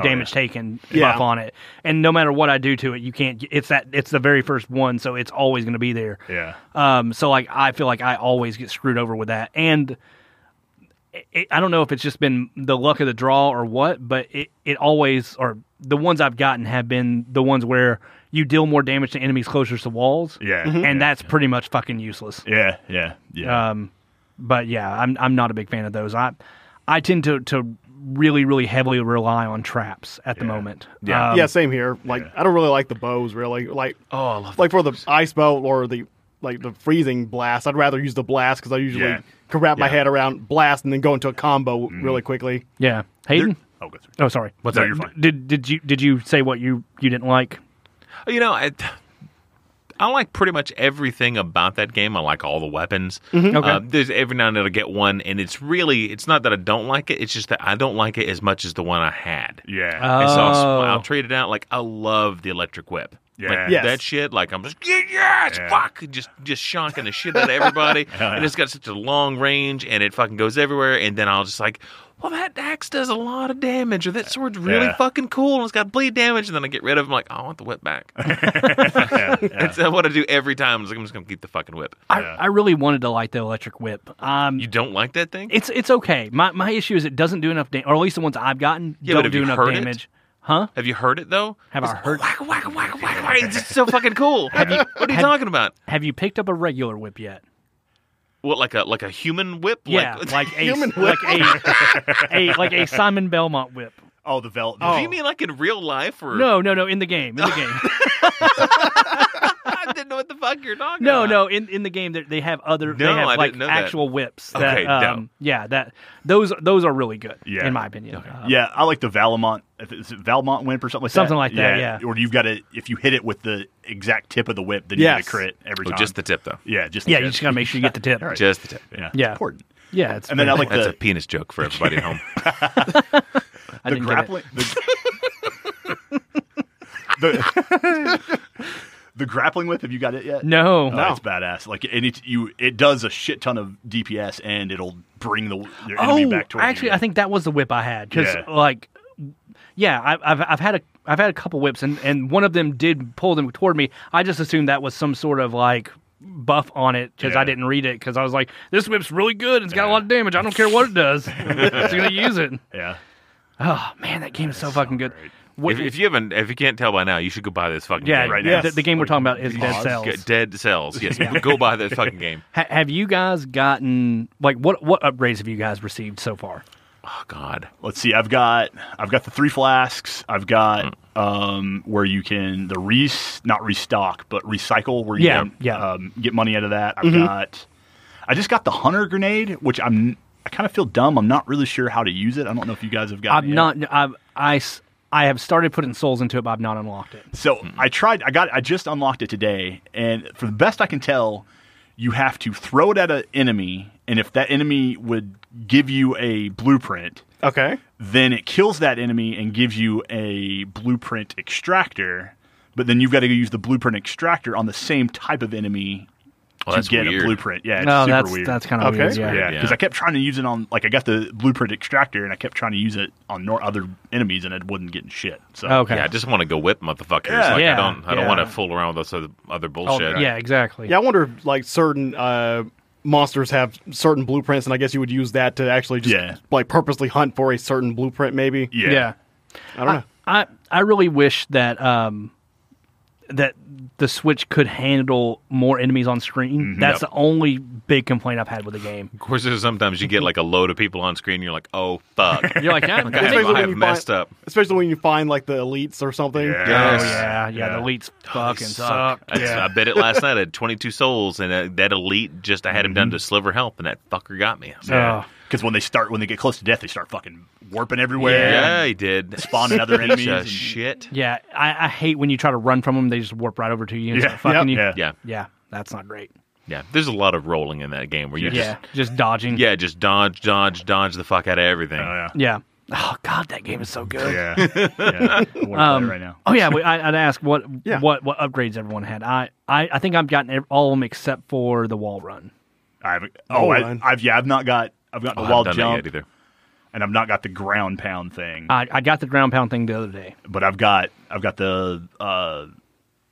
Speaker 1: damage taken
Speaker 3: Oh, Yeah.
Speaker 1: buff on it, and no matter what I do to it, you can't. get- It's that it's the very first one, so it's always going to be there.
Speaker 4: Yeah.
Speaker 1: Um, so like I feel like I always get screwed over with that, and it, I don't know if it's just been the luck of the draw or what, but it it always or the ones I've gotten have been the ones where you deal more damage to enemies closer to walls.
Speaker 4: Yeah.
Speaker 3: Mm-hmm.
Speaker 4: yeah,
Speaker 1: And that's pretty much fucking useless.
Speaker 4: Yeah, yeah, yeah.
Speaker 1: Um, but yeah, I'm I'm not a big fan of those. I I tend to to really really heavily rely on traps at the moment.
Speaker 4: Yeah.
Speaker 1: Um,
Speaker 3: yeah, same here. Like I don't really like the bows really. Like
Speaker 2: Oh, I love
Speaker 3: like for the ice bow or the like the freezing blast. I'd rather use the blast because I usually
Speaker 4: Yeah.
Speaker 3: can wrap my
Speaker 4: Yeah. Mm.
Speaker 3: head around blast and then go into a combo really quickly.
Speaker 1: Yeah. Hayden.
Speaker 4: oh, go through.
Speaker 1: Oh, sorry.
Speaker 4: What's
Speaker 2: No,
Speaker 4: that?
Speaker 2: you're
Speaker 4: You're
Speaker 2: fine.
Speaker 4: fine.
Speaker 1: Did did you did you say what you you didn't like?
Speaker 2: You know, I, I like pretty much everything about that game. I like all the weapons.
Speaker 1: Okay.
Speaker 2: Uh, there's every now and then I'll get one, and it's really it's not that I don't like it. It's just that I don't like it as much as the one I had.
Speaker 4: Yeah.
Speaker 2: And so I'll,
Speaker 1: Oh.
Speaker 2: I'll trade it out. Like I love the electric whip.
Speaker 4: Yeah.
Speaker 2: Like,
Speaker 3: Yes.
Speaker 2: that shit. Like I'm just yeah, yes,
Speaker 4: Yeah.
Speaker 2: fuck, just just shonking the shit out of everybody, and it's got such a long range, and it fucking goes everywhere. And then I'll just like, well, that axe does a lot of damage, or that sword's really
Speaker 4: Yeah.
Speaker 2: fucking cool, and it's got bleed damage. And then I get rid of them. Like "Oh, I want the whip back. That's what I do every time. It's like, I'm just gonna keep the fucking whip.
Speaker 1: I, I really wanted to like the electric whip. Um,
Speaker 2: You don't like that thing?
Speaker 1: it's it's okay. My my issue is it doesn't do enough damage, or at least the ones I've gotten
Speaker 2: Yeah, but
Speaker 1: don't
Speaker 2: have
Speaker 1: do
Speaker 2: you
Speaker 1: enough
Speaker 2: heard it?
Speaker 1: damage. Huh?
Speaker 2: Have you heard it though?
Speaker 1: Have I
Speaker 2: It's
Speaker 1: heard-
Speaker 2: Whack whack whack whack. whack. It's just so fucking cool. what are you talking about?
Speaker 1: Have you picked up a regular whip yet?
Speaker 2: What like a like a human whip?
Speaker 1: Yeah, like
Speaker 2: Like,
Speaker 1: a like a, a like a Simon Belmont whip.
Speaker 4: Oh, the velvet.
Speaker 2: Do you mean like in real life or
Speaker 1: No, no, no, in the game, in the game.
Speaker 2: I didn't know what the fuck you're talking
Speaker 1: No,
Speaker 2: about.
Speaker 1: no, in, in the game they they have other they
Speaker 2: No,
Speaker 1: have
Speaker 2: I
Speaker 1: like
Speaker 2: didn't know that.
Speaker 1: actual whips.
Speaker 2: Okay,
Speaker 1: that,
Speaker 2: no.
Speaker 1: um, yeah, that those those are really good
Speaker 4: Yeah.
Speaker 1: in my opinion. Um,
Speaker 4: Yeah, I like the Valamont. if it's Valmont whip or something like
Speaker 1: Something
Speaker 4: that.
Speaker 1: like that, yeah.
Speaker 4: Or you've got to if you hit it with the exact tip of the whip, then you
Speaker 3: Yes.
Speaker 4: get a crit every
Speaker 2: Oh,
Speaker 4: time.
Speaker 2: just the tip though.
Speaker 4: yeah, just the
Speaker 1: yeah,
Speaker 4: tip.
Speaker 1: you just gotta make sure you get the tip.
Speaker 2: Just the tip.
Speaker 4: yeah,
Speaker 1: Yeah.
Speaker 4: It's important.
Speaker 1: Yeah, it's
Speaker 4: And then I like
Speaker 2: That's
Speaker 4: the
Speaker 2: a penis joke for everybody at home.
Speaker 1: I
Speaker 4: the
Speaker 1: didn't get it.
Speaker 4: grappling the, the, the grappling whip. Have you got it yet?
Speaker 1: No,
Speaker 4: Oh, that's badass. Like, and it you it does a shit ton of DPS, and it'll bring the your enemy
Speaker 1: oh,
Speaker 4: back towards you.
Speaker 1: actually, I think that was the whip I had because
Speaker 4: Yeah.
Speaker 1: like, yeah, I, I've I've had a I've had a couple whips and and one of them did pull them toward me. I just assumed that was some sort of like buff on it because I
Speaker 4: Yeah.
Speaker 1: didn't read it because I was like, this whip's really good. It's got a lot of damage. I don't care what it does. it's gonna use it.
Speaker 4: Yeah.
Speaker 1: Oh man, that game is so fucking good. What-
Speaker 2: if, if you haven't, if you can't tell by now, you should go buy this fucking
Speaker 1: yeah,
Speaker 2: game.
Speaker 4: right
Speaker 1: yeah,
Speaker 4: now.
Speaker 1: the, the game we're talking about is Dead
Speaker 4: Pause.
Speaker 1: Cells.
Speaker 2: Get dead cells. Yes, go buy this fucking game.
Speaker 1: Ha- have you guys gotten like what what upgrades have you guys received so far?
Speaker 2: Oh God.
Speaker 4: Let's see. I've got I've got the three flasks. I've got
Speaker 1: Hmm.
Speaker 4: um, where you can the re not restock but recycle where you
Speaker 1: Yeah,
Speaker 4: can
Speaker 1: yeah. Mm-hmm.
Speaker 4: Um, get money out of that. I've got I just got the hunter grenade, which I'm I kind of feel dumb. I'm not really sure how to use it. I don't know if you guys have got.
Speaker 1: I've not. I've I s- I have started putting souls into it, but I've not unlocked it.
Speaker 4: So
Speaker 2: Mm-hmm.
Speaker 4: I tried. I got. I just unlocked it today, and for the best I can tell, you have to throw it at an enemy, and if that enemy would give you a blueprint,
Speaker 3: Okay.
Speaker 4: then it kills that enemy and gives you a blueprint extractor. But then you've got to go use the blueprint extractor on the same type of
Speaker 2: Well,
Speaker 4: enemy to
Speaker 2: Oh, that's
Speaker 4: get
Speaker 2: weird.
Speaker 4: a blueprint. Yeah, it's
Speaker 1: no,
Speaker 4: super
Speaker 1: Oh, that's
Speaker 4: weird.
Speaker 1: that's kind of
Speaker 3: Okay.
Speaker 1: weird. Yeah.
Speaker 4: yeah,
Speaker 2: Yeah.
Speaker 4: because I kept trying to use it on like I got the blueprint extractor and I kept trying to use it on nor- other enemies and it wasn't getting shit. So
Speaker 1: Okay.
Speaker 2: Yeah, I just want to go whip motherfuckers.
Speaker 4: Yeah.
Speaker 2: like,
Speaker 1: Yeah.
Speaker 2: I don't. I don't
Speaker 1: Yeah.
Speaker 2: want to fool around with this other, other
Speaker 1: Oh,
Speaker 2: bullshit.
Speaker 1: yeah, exactly.
Speaker 3: Yeah, I wonder if like certain uh, monsters have certain blueprints, and I guess you would use that to actually just
Speaker 4: Yeah.
Speaker 3: like purposely hunt for a certain blueprint. Maybe
Speaker 4: yeah,
Speaker 1: Yeah.
Speaker 3: I don't know.
Speaker 1: I I really wish that um that the Switch could handle more enemies on screen. That's
Speaker 4: Yep.
Speaker 1: the only big complaint I've had with the game.
Speaker 2: Of course, there's sometimes you get like a load of people on screen. and You're like, oh fuck.
Speaker 1: You're like, yeah, yeah,
Speaker 2: I have,
Speaker 3: Especially
Speaker 2: I
Speaker 3: when
Speaker 2: have
Speaker 3: you
Speaker 2: messed
Speaker 3: find-
Speaker 2: up.
Speaker 3: Especially when you find like the elites or something.
Speaker 4: Yeah.
Speaker 1: oh,
Speaker 2: Yes.
Speaker 1: yeah, yeah, the elites fucking suck.
Speaker 2: I,
Speaker 1: Yeah.
Speaker 2: I bet it last night. I had 22 souls, and uh, that elite just I had him done to sliver health, and that fucker got me. I was like,
Speaker 1: Oh.
Speaker 4: Because when they start, when they get close to death, they start fucking warping everywhere.
Speaker 2: yeah.
Speaker 4: and
Speaker 2: he did.
Speaker 4: spawning other
Speaker 2: Piece
Speaker 4: enemies.
Speaker 2: of
Speaker 4: and-
Speaker 2: shit.
Speaker 1: Yeah, I, I hate when you try to run from them; they just warp right over to you and
Speaker 4: Yeah.
Speaker 1: start fucking
Speaker 4: Yep.
Speaker 1: you.
Speaker 2: Yeah,
Speaker 1: yeah, that's not great.
Speaker 2: yeah. There's a lot of rolling in that game where you
Speaker 1: Yeah,
Speaker 2: just
Speaker 1: just dodging.
Speaker 2: yeah just dodge, dodge, dodge the fuck out of everything.
Speaker 4: Oh yeah, Oh,
Speaker 1: yeah. Oh God, that game is so good.
Speaker 4: yeah. yeah. I wanna play it right now.
Speaker 1: Oh yeah, wait, I, I'd ask what
Speaker 3: Yeah.
Speaker 1: what what upgrades everyone had. I, I, I think I've gotten ev- all of them except for the wall run.
Speaker 4: I haven't. Oh, I,
Speaker 3: Ryan.
Speaker 4: I've yeah. I've not got. I've got the
Speaker 2: Oh, I
Speaker 4: wall
Speaker 2: haven't done that
Speaker 4: jump,
Speaker 2: yet either.
Speaker 4: and I've not got the ground pound thing.
Speaker 1: I, I got the ground pound thing the other day.
Speaker 4: but I've got. I've got the uh,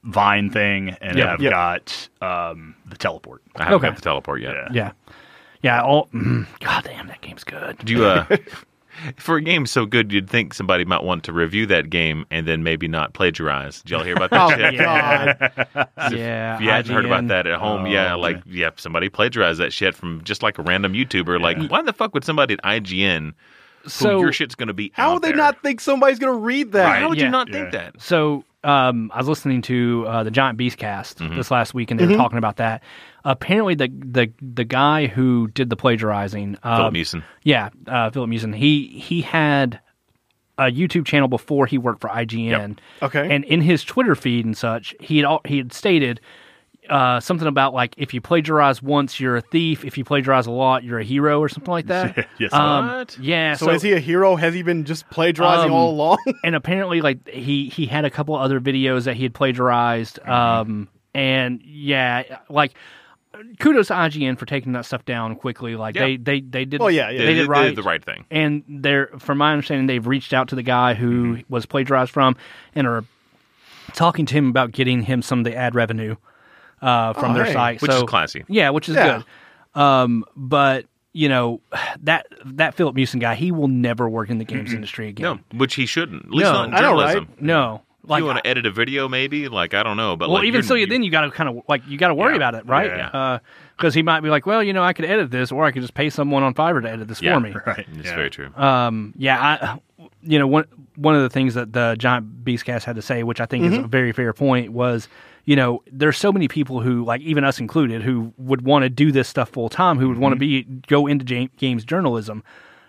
Speaker 4: vine thing, and
Speaker 1: Yeah.
Speaker 4: I've
Speaker 3: Yeah.
Speaker 4: got um, the teleport.
Speaker 2: I haven't
Speaker 1: Okay.
Speaker 2: got the teleport yet.
Speaker 4: Yeah.
Speaker 1: Yeah, yeah. All mm, God damn, that game's good.
Speaker 2: Do you uh, For a game so good, you'd think somebody might want to review that game and then maybe not plagiarize. Did y'all hear about that
Speaker 3: Oh
Speaker 2: shit?
Speaker 3: God!
Speaker 1: yeah,
Speaker 2: If you hadn't heard about
Speaker 1: IGN.
Speaker 2: that at home, yeah,
Speaker 4: Oh,
Speaker 2: like, yeah, somebody plagiarized that shit from just like a random YouTuber. Like, why the fuck would somebody at IGN
Speaker 1: So
Speaker 2: who your shit's going to be
Speaker 3: How
Speaker 2: out
Speaker 3: would they
Speaker 2: there?
Speaker 3: not think somebody's going to read
Speaker 2: Right,
Speaker 3: that?
Speaker 2: How would
Speaker 1: Yeah.
Speaker 2: you not
Speaker 4: Yeah.
Speaker 2: think that?
Speaker 1: So um, I was listening to uh, the Giant Beast cast
Speaker 2: Mm-hmm.
Speaker 1: this last week, and they were talking about that. Apparently, the the the guy who did the plagiarizing,
Speaker 2: Philip
Speaker 1: um,
Speaker 2: Mewson.
Speaker 1: yeah, uh, Philip Mewson, he he had a YouTube channel before he worked for IGN.
Speaker 3: Okay.
Speaker 1: and in his Twitter feed and such, he had al- he had stated. Uh, something about like if you plagiarize once, you're a thief. If you plagiarize a lot, you're a hero, or something like that.
Speaker 4: Yes.
Speaker 2: What?
Speaker 1: um, Yeah.
Speaker 3: So, is he a hero? Has he been just plagiarizing
Speaker 1: Um,
Speaker 3: all along?
Speaker 1: and apparently like he he had a couple other videos that he had plagiarized
Speaker 3: Mm-hmm.
Speaker 1: um and yeah like kudos to IGN for taking that stuff down quickly like
Speaker 2: Yeah.
Speaker 1: they they they did
Speaker 3: Well, yeah, yeah.
Speaker 1: they, did right
Speaker 2: the right thing.
Speaker 1: and they're from my understanding they've reached out to the guy who was plagiarized from and are talking to him about getting him some of the ad revenue uh, from
Speaker 3: Oh,
Speaker 1: their
Speaker 3: hey.
Speaker 1: site
Speaker 2: Which
Speaker 1: so,
Speaker 2: is classy.
Speaker 1: yeah which is
Speaker 3: Yeah.
Speaker 1: good um but you know that that Philip Mewson guy he will never work in the games industry again
Speaker 2: No, which he shouldn't. At least
Speaker 1: No.
Speaker 2: not in
Speaker 3: I know, right?
Speaker 2: journalism.
Speaker 1: no like
Speaker 2: you want to edit a video, maybe? Like I don't know, but
Speaker 1: well,
Speaker 2: like,
Speaker 1: even
Speaker 2: you're-
Speaker 1: so, you, then you got to kind of like you got to worry
Speaker 2: Yeah.
Speaker 1: about it, right?
Speaker 4: Yeah.
Speaker 1: Because he might be like, well, you know, I could edit this, or I could just pay someone on Fiverr to edit this
Speaker 2: Yeah.
Speaker 1: for me.
Speaker 4: Right.
Speaker 2: It's
Speaker 4: yeah.
Speaker 2: very true.
Speaker 1: Um, yeah, I, you know, one one of the things that the giant beastcast had to say, which I think is
Speaker 3: Mm-hmm.
Speaker 1: a very fair point, was you know, there's so many people who, like even us included, who would want to do this stuff full time, who would want to be
Speaker 3: Mm-hmm.
Speaker 1: go into ja- games journalism.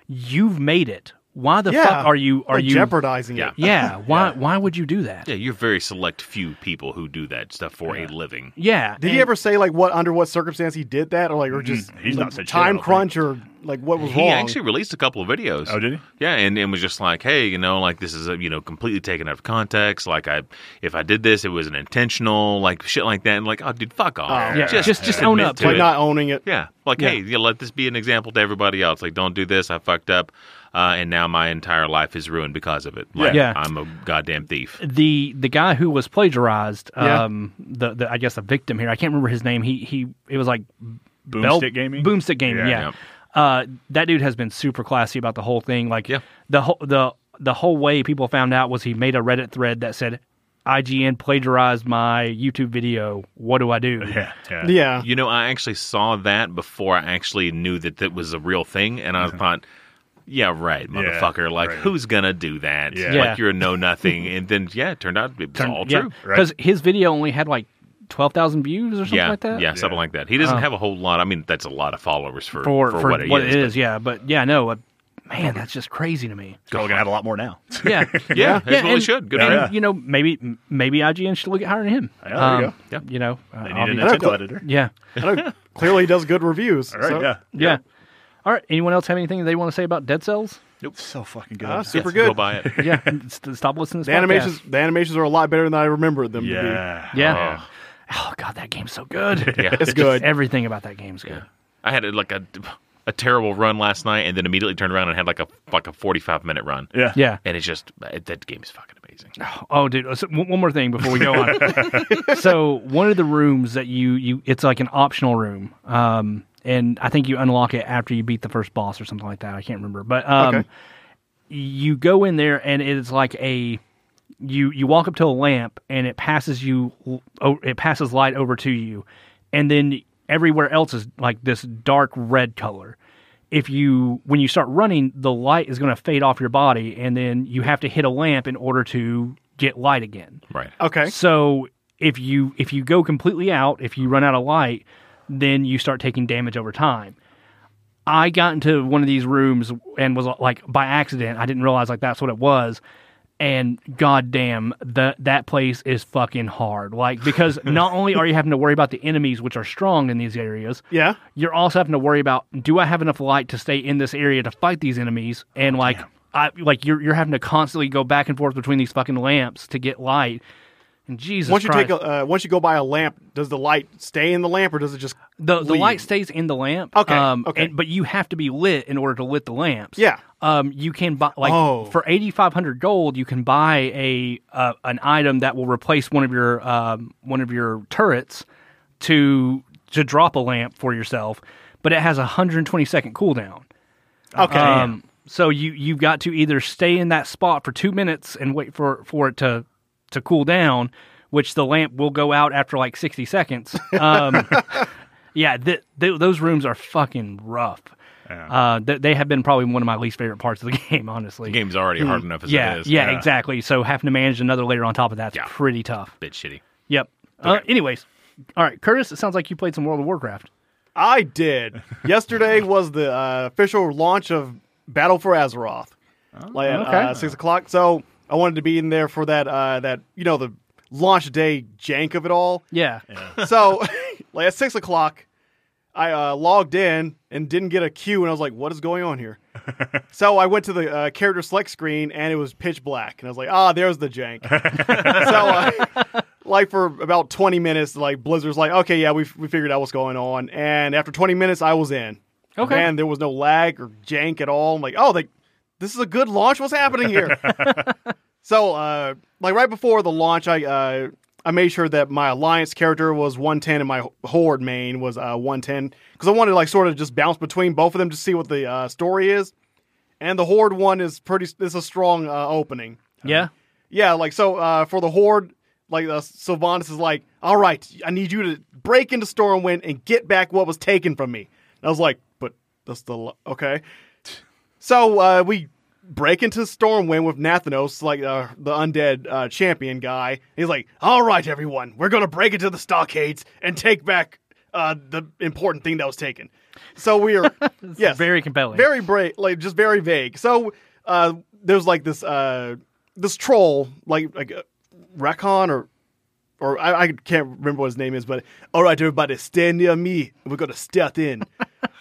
Speaker 1: You've made it. Why the
Speaker 3: yeah.
Speaker 1: fuck are you are
Speaker 3: Like,
Speaker 1: you
Speaker 3: jeopardizing
Speaker 2: Yeah.
Speaker 3: it?
Speaker 1: Yeah, why why would you do that?
Speaker 2: yeah, you're very select few people who do that stuff for a living.
Speaker 1: Yeah.
Speaker 3: Did he
Speaker 1: and-
Speaker 3: ever say like what under what circumstance he did that, or like or just
Speaker 4: He's not
Speaker 3: like,
Speaker 4: said shit, I don't
Speaker 3: time
Speaker 4: think.
Speaker 3: crunch or like what was
Speaker 2: He
Speaker 3: wrong?
Speaker 2: actually released a couple of videos.
Speaker 4: Oh, did he?
Speaker 2: Yeah, and, and was just like, hey, you know, like this is a, you know completely taken out of context. Like I, if I did this, it was an intentional, like shit like that. And like, oh, dude, fuck off.
Speaker 3: Oh,
Speaker 1: yeah, just just own
Speaker 2: admit
Speaker 1: up
Speaker 2: to
Speaker 1: to
Speaker 3: like
Speaker 2: it.
Speaker 3: not owning it.
Speaker 2: Yeah, like
Speaker 1: Yeah.
Speaker 2: hey, you let this be an example to everybody else. Like, don't do this. I fucked up, uh, and now my entire life is ruined because of it. Like,
Speaker 1: Yeah.
Speaker 2: I'm a goddamn thief.
Speaker 1: the the guy who was plagiarized,
Speaker 3: Yeah.
Speaker 1: um, the, the I guess the victim here, I can't remember his name. He he, it was like
Speaker 4: Boomstick
Speaker 1: Bell-
Speaker 4: gaming.
Speaker 1: Boomstick gaming,
Speaker 4: Yeah.
Speaker 1: yeah. Uh, that dude has been super classy about the whole thing. Like
Speaker 2: Yeah.
Speaker 1: the whole the the whole way people found out was he made a Reddit thread that said, "IGN plagiarized my YouTube video. What do I do?"
Speaker 4: Yeah. Yeah.
Speaker 3: Yeah.
Speaker 2: You know, I actually saw that before I actually knew that that was a real thing, and I thought, yeah, right, motherfucker. like,
Speaker 4: right.
Speaker 2: who's gonna do that?
Speaker 4: Yeah.
Speaker 1: Yeah.
Speaker 2: Like, you're a know nothing. and then, yeah, it turned out it was all true.
Speaker 4: right?
Speaker 1: Because his video only had like twelve thousand views or something
Speaker 2: Yeah,
Speaker 1: like that.
Speaker 2: yeah, something like that. He doesn't have a whole lot. I mean, that's a lot of followers for
Speaker 1: for for,
Speaker 2: what,
Speaker 1: what it is, yeah. But yeah, no, uh, man, that's just crazy to me.
Speaker 4: Go gonna have a lot more now.
Speaker 1: Yeah,
Speaker 2: Yeah, that's what
Speaker 1: and-
Speaker 2: we should. Good
Speaker 1: and,
Speaker 2: for him.
Speaker 1: you know, maybe maybe IGN should look at hiring him. Um,
Speaker 4: Yeah, there you go.
Speaker 2: Yeah.
Speaker 1: You know, uh, obvi-
Speaker 4: They need a
Speaker 3: I don't
Speaker 4: Nintendo
Speaker 3: know.
Speaker 4: editor.
Speaker 1: yeah,
Speaker 3: I know, clearly, he does good reviews.
Speaker 4: All right.
Speaker 3: so-
Speaker 4: yeah.
Speaker 1: yeah. All right. Anyone else have anything they want to say about Dead Cells?
Speaker 4: So fucking good.
Speaker 3: Ah,
Speaker 2: Yeah,
Speaker 3: super good.
Speaker 2: Go buy it.
Speaker 1: Yeah. st- stop listening. to this
Speaker 3: The
Speaker 1: podcast.
Speaker 3: animations, the animations are a lot better than I remembered them. to
Speaker 4: yeah.
Speaker 1: Yeah. Oh god, that game's so good.
Speaker 2: Yeah.
Speaker 3: be. it's good.
Speaker 1: Everything about that game's good.
Speaker 2: I had like a, a terrible run last night, and then immediately turned around and had like a like a forty five minute run.
Speaker 4: Yeah.
Speaker 1: Yeah.
Speaker 2: and it's just it, that game is fucking amazing.
Speaker 1: Oh, dude. uh, So, one one more thing before we go on. so, one of the rooms that you you it's like an optional room, um, and I think you unlock it after you beat the first boss or something like that. I can't remember, but um,
Speaker 3: Okay.
Speaker 1: you go in there and it's like a you you walk up to a lamp and it passes you o- it passes light over to you, and then everywhere else is like this dark red color. If you when you start running, the light is going to fade off your body, and then you have to hit a lamp in order to get light again.
Speaker 2: Right.
Speaker 3: Okay.
Speaker 1: So if you if you go completely out, if you run out of light, then you start taking damage over time. I got into one of these rooms and was like by accident. I didn't realize like that's what it was. And goddamn, that that place is fucking hard. Like because not only are you having to worry about the enemies which are strong in these areas,
Speaker 3: Yeah.
Speaker 1: you're also having to worry about do I have enough light to stay in this area to fight these enemies
Speaker 3: Oh,
Speaker 1: and like I like you're you're having to constantly go back and forth between these fucking lamps to get light. And Jesus
Speaker 3: Once you
Speaker 1: Christ,
Speaker 3: take a, uh, once you go by a lamp, does the light stay in the lamp or does it just?
Speaker 1: the the
Speaker 3: leave.
Speaker 1: light stays in the lamp. um,
Speaker 3: Okay, okay.
Speaker 1: and- but you have to be lit in order to lit the lamps.
Speaker 3: Yeah.
Speaker 1: Um, you can buy like
Speaker 3: Oh.
Speaker 1: for eighty five hundred gold, you can buy a uh, an item that will replace one of your um, one of your turrets to to
Speaker 4: Uh,
Speaker 1: drop a lamp for yourself. But it has a hundred twenty second cooldown.
Speaker 3: Okay.
Speaker 1: Um, So you you've got to either stay in that spot for two minutes and wait for for it to to cool down, which the lamp will go out after like sixty seconds. Um, yeah, th- th- those rooms are fucking rough. Uh, th- they have been probably one of my least favorite parts of the game, honestly.
Speaker 2: The game's already hard enough as
Speaker 1: Mm. yeah,
Speaker 2: it is.
Speaker 1: yeah, exactly. So having to manage another layer on top of that's
Speaker 2: Yeah.
Speaker 1: pretty tough.
Speaker 2: Bit shitty.
Speaker 1: Yep. Uh, anyways, all right, Curtis. It sounds like you played some World of Warcraft.
Speaker 3: I did. Yesterday was the uh, official launch of Battle for Azeroth, like at
Speaker 1: okay.
Speaker 3: uh, six o'clock. So I wanted to be in there for that. Uh, that you know the launch day jank of it all.
Speaker 1: Yeah.
Speaker 3: so like at six o'clock i uh, logged in and didn't get a queue and i was like what is going on here so i went to the uh, character select screen and it was pitch black and i was like ah there's the jank so uh, like for about 20 minutes like blizzard's like okay yeah we, we figured out what's going on and after 20 minutes i was in
Speaker 1: Okay.
Speaker 3: and there was no lag or jank at all i'm like oh they this is a good launch what's happening here so, uh, like right before the launch, I uh, I made sure that my alliance character was 110 and my horde main was uh, 110 because I wanted to like sort of just bounce between both of them to see what the uh, story is. And the horde one is pretty. It's a strong uh, opening.
Speaker 1: Yeah.
Speaker 3: Yeah, like so uh, for the horde, like uh, Sylvanas is like, all right, I need you to break into Stormwind and get back what was taken from me. And I was like, but that's the lo- okay. So uh, we break into Stormwind with Nathanos, like uh, the undead uh, champion guy. He's like, all right, everyone, we're gonna break into the stockades and take back uh, the important thing that was taken. So we are yes,
Speaker 1: Very compelling.
Speaker 3: very bra- like just very vague. So uh, there's like this uh, this troll, like like uh, Rakon or or I, I can't remember what his name is, but all right, everybody, stand near me. We're gonna stealth in.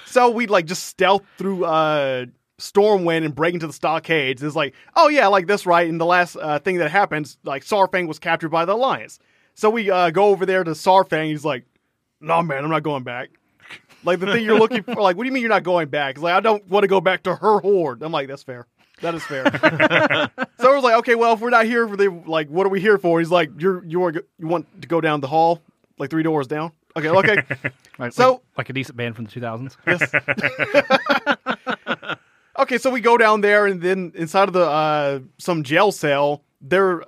Speaker 3: so we like just stealth through uh, Stormwind and break into the stockades. It's like, oh yeah, like that's right. And the last uh, thing that happens, like Sarfang was captured by the Alliance. So we uh, go over there to Sarfang. He's like, no man, I'm not going back. Like the thing you're looking for, like, what do you mean you're not going back? It's like I don't want to go back to her horde. I'm like, that's fair. That is fair. so I was like, okay, well, if we're not here for the like, what are we here for? He's like, you're you are you want to go down the hall, like three doors down. Okay, okay.
Speaker 1: Like, like,
Speaker 3: So-
Speaker 1: like a decent band from the 2000s.
Speaker 3: yes. okay, so we go down there, and then inside of the uh, some jail cell, there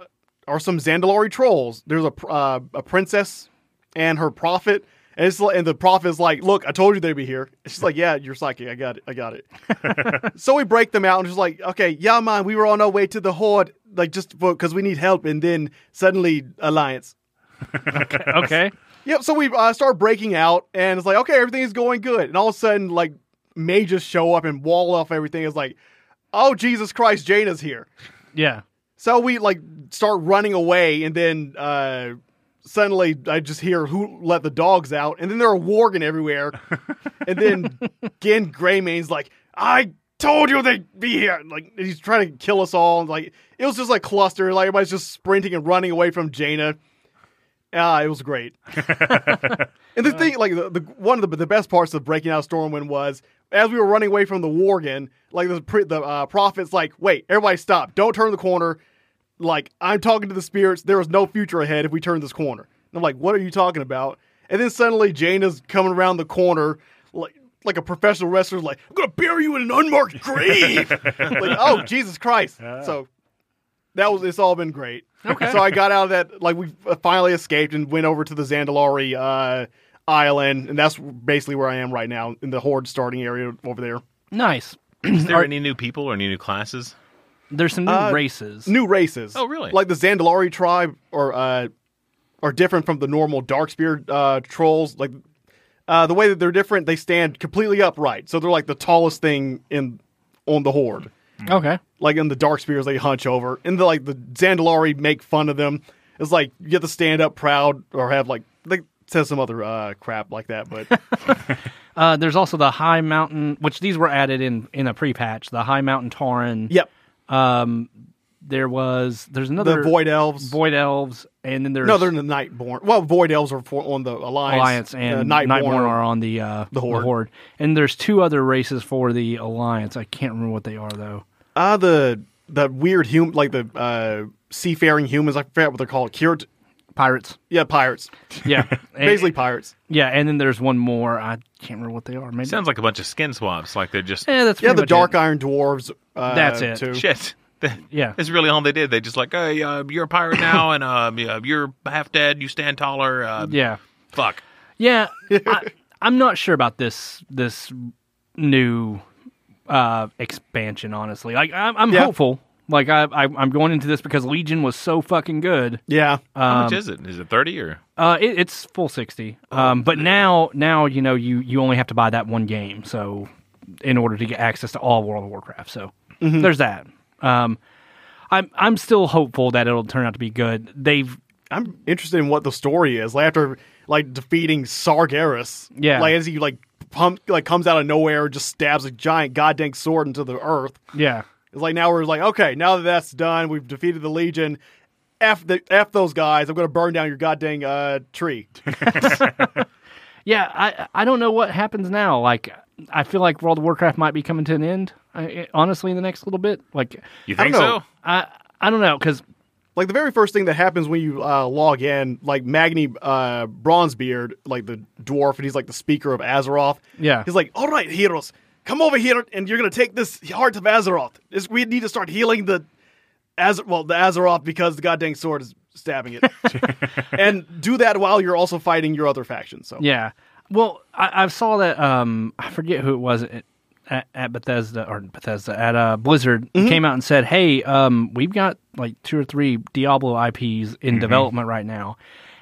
Speaker 3: are some Zandalari trolls. There's a pr- uh, a princess and her prophet. And, it's, li- and the prophet is like, "Look, I told you they'd be here." And she's like, "Yeah, you're psychic. I got it. I got it." so we break them out and just like, "Okay, yeah, man, we were on our way to the horde, like just because we need help." And then suddenly, alliance.
Speaker 1: Okay.
Speaker 3: Yep. So we uh, start breaking out, and it's like, okay, everything's going good, and all of a sudden, like, May just show up and wall off everything. It's like, oh Jesus Christ, Jaina's here.
Speaker 1: Yeah.
Speaker 3: So we like start running away, and then uh, suddenly I just hear who let the dogs out, and then there are Worgen everywhere, and then Gen Greymane's like, I told you they'd be here. Like he's trying to kill us all. And, like it was just like cluster. Like everybody's just sprinting and running away from Jaina. Ah, it was great. and the thing, like the, the one of the, the best parts of breaking out Stormwind was as we were running away from the Worgen, like the pri- the uh, prophet's like, wait, everybody stop, don't turn the corner. Like I'm talking to the spirits, there is no future ahead if we turn this corner. And I'm like, what are you talking about? And then suddenly Jaina's coming around the corner, like like a professional wrestler's like, I'm gonna bury you in an unmarked grave. like, oh Jesus Christ! So that was it's all been great. Okay. So I got out of that like we finally escaped and went over to the Zandalari uh, island, and that's basically where I am right now in the Horde starting area over there.
Speaker 1: Nice.
Speaker 2: Is there any new people or any new classes?
Speaker 1: There's some new
Speaker 3: Uh,
Speaker 1: races.
Speaker 3: New races.
Speaker 2: Oh, really?
Speaker 3: Like the Zandalari tribe are uh, are different from the normal Darkspear uh, trolls. Like uh, the way that they're different, they stand completely upright, so they're like the tallest thing in on the Horde.
Speaker 1: okay.
Speaker 3: like in the dark spears they hunch over and the like the Zandalari make fun of them. It's like you have to stand up proud or have like they says some other uh, crap like that, but
Speaker 1: Uh, there's also the High Mountain, which these were added in in a pre-patch. The High Mountain Tauren.
Speaker 3: yep,
Speaker 1: There was. There's
Speaker 3: the
Speaker 1: another
Speaker 3: void elves.
Speaker 1: Void elves, and then there's
Speaker 3: no, they're in the Nightborn. Well, void elves are for, on the alliance.
Speaker 1: Alliance
Speaker 3: the
Speaker 1: and
Speaker 3: Nightborn.
Speaker 1: Nightborn, are on the uh, the,
Speaker 3: Horde.
Speaker 1: And there's two other races for the Alliance. I can't remember what they are though.
Speaker 3: Ah, the the weird human, like the uh, seafaring humans. I forget what they're called. Cured,
Speaker 1: Pirates.
Speaker 3: yeah, pirates.
Speaker 1: Yeah. And-
Speaker 3: Basically, pirates.
Speaker 1: Yeah, and then there's one more. I can't remember what they are. Maybe.
Speaker 2: Sounds like a bunch of skin swaps. Like they're just
Speaker 1: yeah, that's
Speaker 3: Yeah,
Speaker 1: pretty
Speaker 3: the
Speaker 1: much
Speaker 3: dark
Speaker 1: It.
Speaker 3: iron dwarves Uh,
Speaker 1: That's it.
Speaker 3: To,
Speaker 2: Shit. That-
Speaker 1: Yeah.
Speaker 2: That's really all they did. They just like, hey, uh, you're a pirate now, and uh, yeah, you're half dead. You stand taller. Uh,
Speaker 1: Yeah.
Speaker 2: Fuck.
Speaker 1: Yeah, I, I'm not sure about this this new uh, expansion. Honestly, like I'm, I'm
Speaker 3: Yeah.
Speaker 1: hopeful. Like I, I I'm going into this because Legion was so fucking good.
Speaker 3: yeah.
Speaker 1: Um,
Speaker 2: How much is it? Is it thirty or?
Speaker 1: Uh, it, it's full sixty. Um, but now now you know you you only have to buy that one game. So in order to get access to all World of Warcraft, so there's that. Um, I'm I'm still hopeful that it'll turn out to be good. They've
Speaker 3: I'm interested in what the story is. Like after like defeating Sargeras,
Speaker 1: Yeah.
Speaker 3: like as he like pump like comes out of nowhere, just stabs a giant goddamn sword into the earth.
Speaker 1: yeah
Speaker 3: It's like now we're like, okay, now that that's done, we've defeated the Legion. F the f those guys. I'm gonna burn down your goddamn uh, tree.
Speaker 1: Yeah, I I don't know what happens now. Like I feel like World of Warcraft might be coming to an end. I, eh, honestly, in the next little bit, like
Speaker 2: You
Speaker 3: I
Speaker 2: think
Speaker 3: don't know.
Speaker 2: so?
Speaker 1: I I don't know because
Speaker 3: Like the very first thing that happens when you uh, log in, like Magni uh, Bronzebeard, like the dwarf, and he's like the speaker of Azeroth.
Speaker 1: Yeah.
Speaker 3: he's like, all right, heroes, come over here, and you're gonna take this heart of Azeroth. This, we need to start healing the Az well the Azeroth because the goddamn sword is stabbing it, and do that while you're also fighting your other faction. So
Speaker 1: yeah. Well, I, I saw that um I forget who it was at, at, at Bethesda or Bethesda at uh, Blizzard came out and said, hey, um we've got like two or three Diablo IPs in development right now,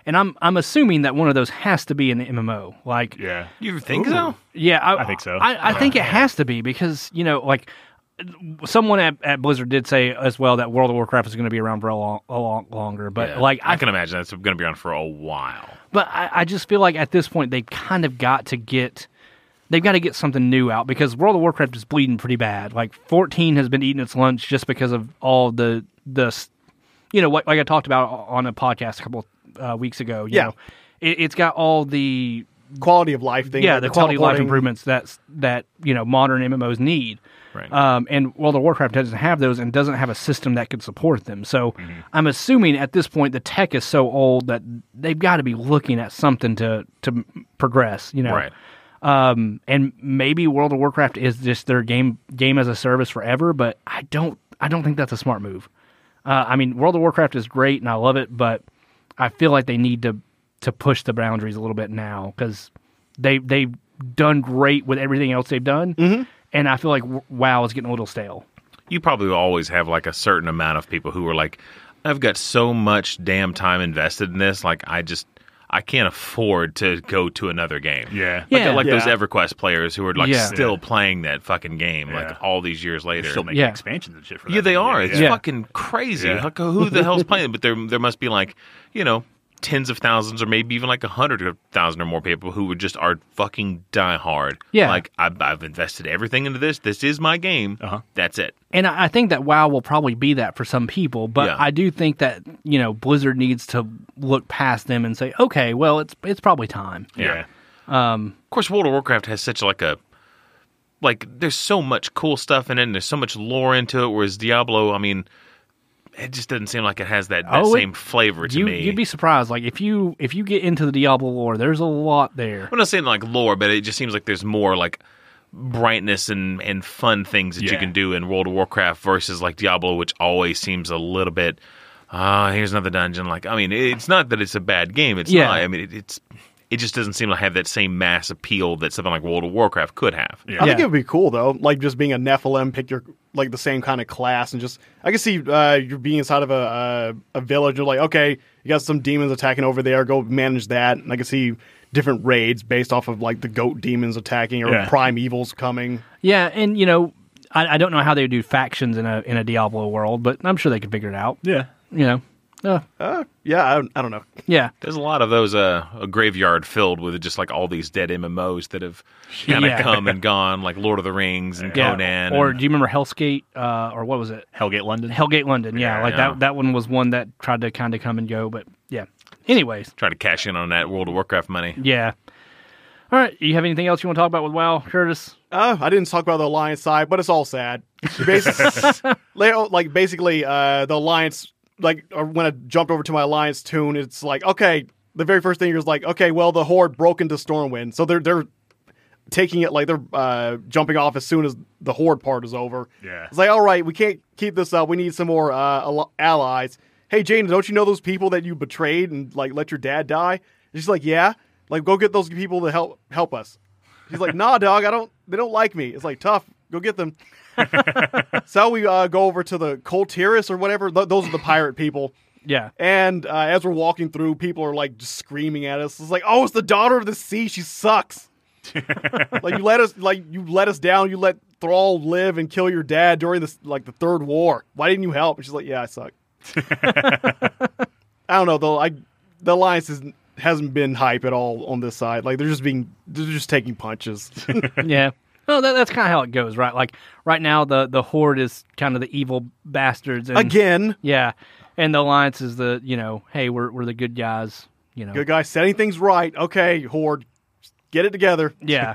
Speaker 1: and I'm I'm assuming that one of those has to be an MMO. Like
Speaker 4: Yeah.
Speaker 2: You think so?
Speaker 1: Yeah, I,
Speaker 4: I think so.
Speaker 1: I, I think it has to be because you know, like someone at, at Blizzard did say as well that World of Warcraft is going to be around for a long, a long longer. But like,
Speaker 2: I
Speaker 1: I,
Speaker 2: can imagine that's going to be on for a while.
Speaker 1: but I, I just feel like at this point they've kind of got to get. They've got to get something new out because World of Warcraft is bleeding pretty bad. Like 14 has been eating its lunch just because of all the the, s- you know, like, like I talked about on a podcast a couple uh, weeks ago. You
Speaker 3: Yeah.
Speaker 1: know, it, it's got all the
Speaker 3: quality of life thing.
Speaker 1: yeah,
Speaker 3: like
Speaker 1: the quality of life
Speaker 3: teleporting.
Speaker 1: improvements that's that you know modern MMOs need.
Speaker 2: Right.
Speaker 1: Um, and World of Warcraft doesn't have those and doesn't have a system that could support them. So I'm assuming at this point the tech is so old that they've got to be looking at something to to progress. You know,
Speaker 2: Right.
Speaker 1: Um, and maybe World of Warcraft is just their game game as a service forever. But I don't I don't think that's a smart move. Uh, I mean, World of Warcraft is great and I love it, but I feel like they need to to push the boundaries a little bit now because they they've done great with everything else they've done,
Speaker 2: Mm-hmm.
Speaker 1: and I feel like w- WoW is getting a little stale.
Speaker 2: you probably will always have like a certain amount of people who are like, I've got so much damn time invested in this, like I just I can't afford to go to another game.
Speaker 4: Yeah.
Speaker 2: Like,
Speaker 1: Yeah.
Speaker 2: like those
Speaker 3: Yeah.
Speaker 2: EverQuest players who are like
Speaker 1: Yeah.
Speaker 2: still playing that fucking game
Speaker 4: Yeah.
Speaker 2: like all these years later.
Speaker 4: Still making
Speaker 1: Yeah.
Speaker 4: expansions and shit for that.
Speaker 2: yeah, they
Speaker 4: thing.
Speaker 2: are. It's
Speaker 1: Yeah.
Speaker 2: fucking crazy.
Speaker 4: Yeah.
Speaker 2: Like, who the hell's playing? it? But there, there must be like, you know, tens of thousands, or maybe even like a hundred of thousand or more people who would just are fucking diehard.
Speaker 1: Yeah.
Speaker 2: like I've, I've invested everything into this. This is my game.
Speaker 4: Uh-huh.
Speaker 2: That's it.
Speaker 1: And I I think that WoW will probably be that for some people, but
Speaker 2: Yeah.
Speaker 1: I do think that you know Blizzard needs to look past them and say, okay, well, it's it's probably time.
Speaker 4: Yeah.
Speaker 2: Of course, World of Warcraft has such like a like. There's so much cool stuff in it, and there's so much lore into it. Whereas Diablo, I mean, it just doesn't seem like it has that, that
Speaker 1: Oh, it-
Speaker 2: same flavor to
Speaker 1: You,
Speaker 2: me.
Speaker 1: you'd be surprised. Like if you if you get into the Diablo lore, there's a lot there.
Speaker 2: I'm not saying like lore, but it just seems like there's more like brightness and and fun things that you
Speaker 4: Yeah.
Speaker 2: can do in World of Warcraft versus like Diablo, which always seems a little bit. Ah, here's another dungeon. Like, I mean, it's not that it's a bad game. It's
Speaker 1: Yeah.
Speaker 2: not. I mean, it, it's it just doesn't seem to have that same mass appeal that something like World of Warcraft could have.
Speaker 4: Yeah.
Speaker 3: I think
Speaker 1: Yeah.
Speaker 3: it would be cool though, like just being a Nephilim, pick your like the same kind of class, and just I can see uh, you're being inside of a uh, a village. You're like, okay, you got some demons attacking over there, go manage that. And I can see different raids based off of like the goat demons attacking or
Speaker 4: Yeah.
Speaker 3: prime evils coming.
Speaker 1: Yeah, and you know, I, I don't know how they do factions in a in a Diablo world, but I'm sure they could figure it out.
Speaker 4: Yeah.
Speaker 1: You know, uh,
Speaker 3: Uh, yeah, I, I don't know.
Speaker 1: yeah,
Speaker 2: There's a lot of those uh, a graveyard filled with just like all these dead MMOs that have kind of
Speaker 1: Yeah.
Speaker 2: come and gone, like Lord of the Rings and
Speaker 1: yeah.
Speaker 2: Conan.
Speaker 1: Or
Speaker 2: and-
Speaker 1: do you remember Hellsgate? Uh, or what was it?
Speaker 4: Hellgate London.
Speaker 1: Hellgate London. Yeah,
Speaker 2: Yeah,
Speaker 1: like
Speaker 2: yeah.
Speaker 1: that. That one was one that tried to kind of come and go, but yeah. Anyways,
Speaker 2: try to cash in on that World of Warcraft money.
Speaker 1: yeah. All right, you have anything else you want to talk about with WoW, Curtis?
Speaker 3: Uh, I didn't talk about the alliance side, but it's all sad. Basically, oh, like basically, uh, the alliance. Like uh, when I jumped over to my alliance tune, it's like okay, the very first thing is like okay, well the horde broke into Stormwind, so they're they're taking it like they're uh, jumping off as soon as the horde part is over.
Speaker 5: Yeah.
Speaker 3: It's like, all right, we can't keep this up. We need some more uh, al- allies. Hey, Jane, don't you know those people that you betrayed and like let your dad die? And she's like, yeah. Like, go get those people to help help us. She's like, nah, dog, I don't. They don't like me. It's like tough. Go get them. so we uh, go over to the Coltiris or whatever. Th- those are the pirate people.
Speaker 1: Yeah.
Speaker 3: And uh, as we're walking through, people are like just screaming at us. It's like, oh, it's the daughter of the sea. She sucks. like you let us, like you let us down. You let Thrall live and kill your dad during this, like the third war. Why didn't you help? And she's like, yeah, I suck. I don't know though. I the alliance is, hasn't been hype at all on this side. Like they're just being, they're just taking punches.
Speaker 1: yeah. No, that, that's kind of how it goes, right? Like right now, the the horde is kind of the evil bastards. And,
Speaker 3: Again,
Speaker 1: Yeah, and the alliance is the you know, hey, we're we're the good guys. You know.
Speaker 3: good guy setting things right. Okay, Horde, get it together.
Speaker 1: Yeah.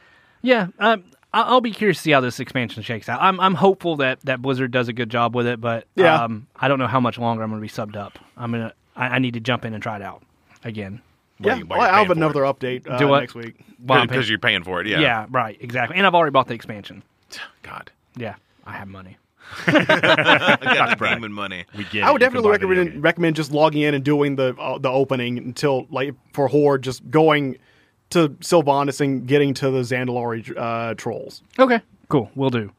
Speaker 1: yeah. Um, I- I'll be curious to see how this expansion shakes out. I'm I'm hopeful that, that Blizzard does a good job with it, but
Speaker 3: Yeah.
Speaker 1: um, I don't know how much longer I'm going to be subbed up. I'm gonna I, I need to jump in and try it out again.
Speaker 2: While
Speaker 3: yeah,
Speaker 2: you- while
Speaker 3: well,
Speaker 2: you're
Speaker 3: I'll have
Speaker 2: paying for
Speaker 3: another update uh,
Speaker 1: Do what?
Speaker 3: next week.
Speaker 1: While I'm
Speaker 2: because
Speaker 1: paying-
Speaker 2: you're paying for it. Yeah.
Speaker 1: yeah, right, exactly. And I've already bought the expansion.
Speaker 2: God.
Speaker 1: Yeah, I have money.
Speaker 2: I got the demon money.
Speaker 4: We get it.
Speaker 3: I would
Speaker 4: You can
Speaker 3: definitely
Speaker 4: buy the
Speaker 3: recommend
Speaker 4: video game.
Speaker 3: recommend just logging in and doing the uh, the opening until like for Horde, just going to Sylvanas and getting to the Zandalari uh, trolls.
Speaker 1: Okay, cool, we'll do.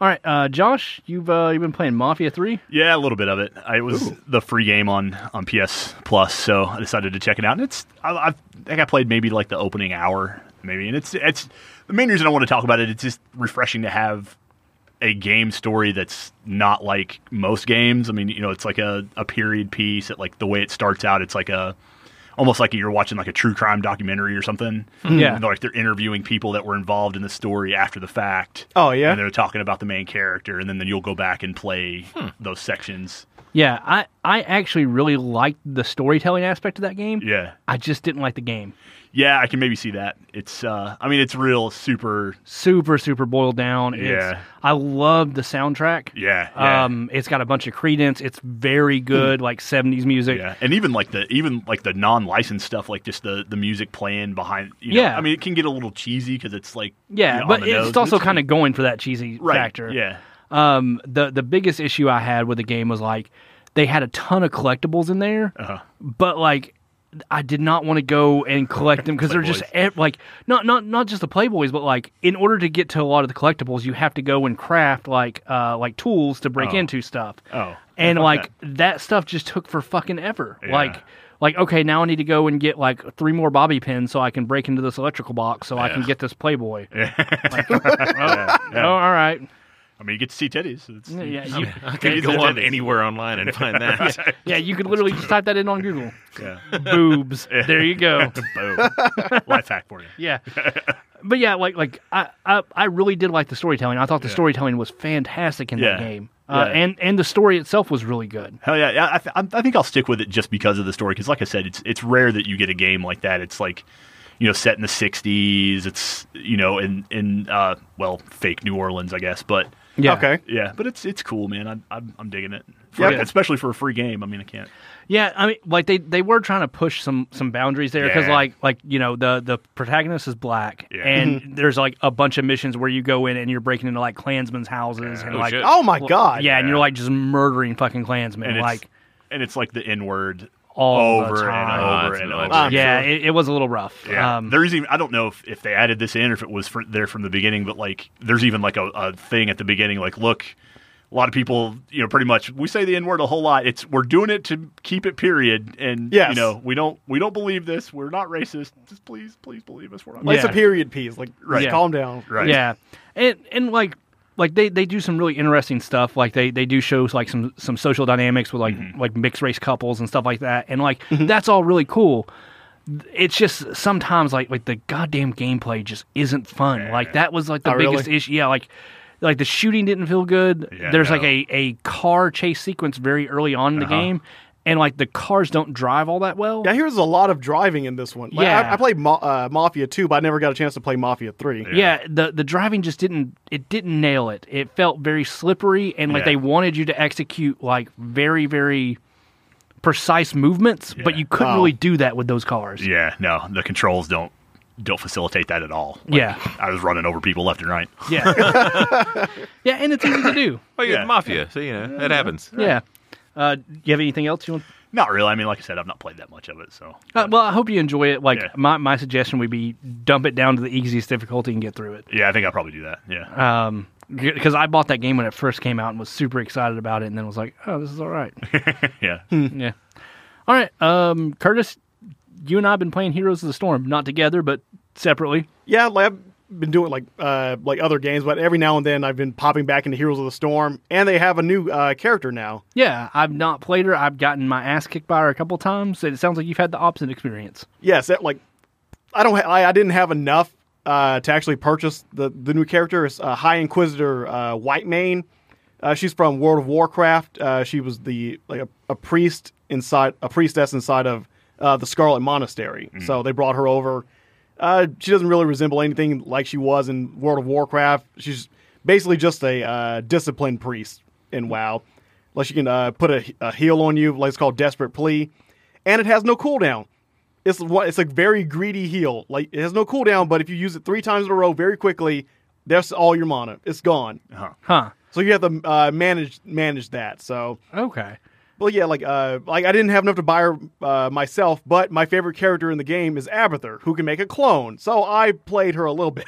Speaker 1: All right, uh, Josh, you've uh, you've been playing Mafia Three.
Speaker 4: Yeah, a little bit of it. I, it was the free game on, on PS Plus, so I decided to check it out. And it's I, I think I played maybe like the opening hour, maybe. And it's it's the main reason I want to talk about it. It's just refreshing to have a game story that's not like most games. I mean, you know, it's like a, a period piece. It, like the way it starts out, it's like a almost like you're watching like a true crime documentary or something.
Speaker 1: Yeah.
Speaker 4: And they're, like they're interviewing people that were involved in the story after the fact.
Speaker 3: Oh, yeah?
Speaker 4: And they're talking about the main character, and then, then you'll go back and play
Speaker 1: Hmm.
Speaker 4: those sections.
Speaker 1: Yeah, I I actually really liked the storytelling aspect of that game.
Speaker 4: Yeah.
Speaker 1: I just didn't like the game.
Speaker 4: Yeah, I can maybe see that. It's uh I mean it's real super
Speaker 1: super super boiled down.
Speaker 4: Yeah.
Speaker 1: It's, I love the soundtrack.
Speaker 4: Yeah. yeah.
Speaker 1: Um, it's got a bunch of credence. It's very good, like seventies music.
Speaker 4: yeah, and even like the even like the non-licensed stuff, like just the the music playing behind. You know,
Speaker 1: Yeah.
Speaker 4: I mean it can get a little cheesy because it's like
Speaker 1: Yeah,
Speaker 4: you know, on
Speaker 1: but
Speaker 4: the
Speaker 1: it's
Speaker 4: nose, but
Speaker 1: also kind of going for that cheesy
Speaker 4: right,
Speaker 1: factor.
Speaker 4: Yeah,
Speaker 1: Um, the the biggest issue I had with the game was like they had a ton of collectibles in there,
Speaker 4: Uh-huh.
Speaker 1: but like I did not want to go and collect them because they're just ev- like not not not just the playboys, but like in order to get to a lot of the collectibles, you have to go and craft like uh like tools to break into stuff.
Speaker 4: Oh.
Speaker 1: and like that. stuff just took for fucking ever.
Speaker 4: Yeah.
Speaker 1: Like. Like okay, now I need to go and get like three more bobby pins so I can break into this electrical box so I can get this Playboy. Like, oh, oh, all right.
Speaker 4: I mean you get to see titties. so It's,
Speaker 1: Yeah, you,
Speaker 2: I could go on anywhere online and find that.
Speaker 1: yeah, you could literally just type that in on Google.
Speaker 4: yeah.
Speaker 1: Boobs. There you go.
Speaker 4: Boom. Life hack for you.
Speaker 1: Yeah. But yeah, like like I, I I really did like the storytelling. I thought the storytelling was fantastic in that
Speaker 4: Yeah.
Speaker 1: game. Uh,
Speaker 4: Yeah.
Speaker 1: and and the story itself was really good.
Speaker 4: Hell yeah, yeah. I, th- I'm- I think I'll stick with it just because of the story. Because, like I said, it's it's rare that you get a game like that. It's like, you know, set in the '60s. It's you know, in in uh, well, fake New Orleans, I guess. But
Speaker 1: Yeah.
Speaker 3: Okay,
Speaker 4: yeah, but it's it's cool, man. I'm I'm, I'm digging it. For,
Speaker 3: Yeah.
Speaker 4: especially for a free game. I mean, I can't.
Speaker 1: Yeah, I mean like they, they were trying to push some some boundaries there cuz
Speaker 4: Yeah.
Speaker 1: like like you know the the protagonist is black
Speaker 4: Yeah.
Speaker 1: and there's like a bunch of missions where you go in and you're breaking into like Klansmen's houses and
Speaker 2: Oh,
Speaker 1: like
Speaker 2: shit.
Speaker 3: Oh my God!
Speaker 1: yeah, and you're like just murdering fucking Klansmen
Speaker 4: And it's
Speaker 1: like
Speaker 4: and it's like the N word
Speaker 1: all the
Speaker 4: over
Speaker 1: time.
Speaker 2: Oh,
Speaker 4: and over
Speaker 2: it's
Speaker 4: and
Speaker 2: an
Speaker 4: over.
Speaker 2: legend.
Speaker 3: I'm
Speaker 1: yeah,
Speaker 3: sure.
Speaker 1: it, it was a little rough.
Speaker 4: Yeah.
Speaker 1: Um,
Speaker 4: there's even I don't know if, if they added this in or if it was fr there from the beginning, but like there's even like a, a thing at the beginning like look, a lot of people you know pretty much we say the n word a whole lot. It's we're doing it to keep it period, and
Speaker 3: Yes.
Speaker 4: you know we don't we don't believe this. We're not racist. Just please please believe us. We're not.
Speaker 3: like it's
Speaker 1: Yeah.
Speaker 3: a period piece. Like,
Speaker 4: Right.
Speaker 3: just calm down.
Speaker 4: Right.
Speaker 1: Yeah, and and like like they, they do some really interesting stuff. Like they, they do shows like some some social dynamics with like
Speaker 4: Mm-hmm.
Speaker 1: like mixed race couples and stuff like that. And like that's all really cool. It's just sometimes like like the goddamn gameplay just isn't fun. Like that was like the
Speaker 3: Oh, really?
Speaker 1: biggest issue. Yeah, like. Like the shooting didn't feel good.
Speaker 4: Yeah,
Speaker 1: There's like
Speaker 4: no. Uh-huh.
Speaker 1: a, a car chase sequence very early on in the game, and like the cars don't drive all that well.
Speaker 3: Yeah, here's a lot of driving in this one. Like,
Speaker 1: Yeah.
Speaker 3: I, I played Ma- uh, Mafia 2, but I never got a chance to play Mafia 3.
Speaker 1: yeah the the driving just didn't it didn't nail it it felt very slippery and like
Speaker 4: Yeah.
Speaker 1: they wanted you to execute like very very precise movements but you couldn't
Speaker 3: Oh.
Speaker 1: really do that with those cars
Speaker 4: Yeah, no, the controls don't don't facilitate that at all.
Speaker 1: Yeah.
Speaker 4: I was running over people left and right.
Speaker 1: Yeah. yeah, and it's easy to do.
Speaker 2: Well, you're
Speaker 4: Yeah.
Speaker 2: the mafia, so you know that happens.
Speaker 1: Yeah. Uh, do you have anything else you want?
Speaker 4: Not really. I mean, like I said, I've not played that much of it, so
Speaker 1: Uh, well, I hope you enjoy it. Like
Speaker 4: Yeah.
Speaker 1: my, my suggestion would be dump it down to the easiest difficulty and get through it.
Speaker 4: yeah, I think I'll probably do that. Yeah.
Speaker 1: Uh, Because I bought that game when it first came out and was super excited about it, and then was like, "Oh, this is all right."
Speaker 4: yeah.
Speaker 1: yeah. All right, um, Curtis, you and I have been playing Heroes of the Storm, not together but separately.
Speaker 3: Yeah, like, I've been doing like uh, like other games, but every now and then I've been popping back into Heroes of the Storm, and they have a new uh, character now.
Speaker 1: Yeah, I've not played her. I've gotten my ass kicked by her a couple times, and it sounds like you've had the opposite experience.
Speaker 3: Yes, that, like I don't, ha- I, I didn't have enough uh, to actually purchase the the new character. It's uh, High Inquisitor uh, Whitemane. Uh, she's from World of Warcraft. Uh, she was the like a, a priest inside a priestess inside of uh, the Scarlet Monastery. So they brought her over. Uh, she doesn't really resemble anything like she was in World of Warcraft. She's basically just a uh, disciplined priest in WoW. Unless you can uh, put a, a heal on you, like it's called Desperate Plea, and it has no cooldown. It's what it's a very greedy heal. Like it has no cooldown, but if you use it three times in a row very quickly, that's all your mana. It's gone.
Speaker 4: Huh.
Speaker 1: Huh.
Speaker 3: So you have to uh, manage manage that. So,
Speaker 1: Okay.
Speaker 3: well, yeah, like uh, like I didn't have enough to buy her, uh, myself, but my favorite character in the game is Abathur, who can make a clone. So I played her a little bit,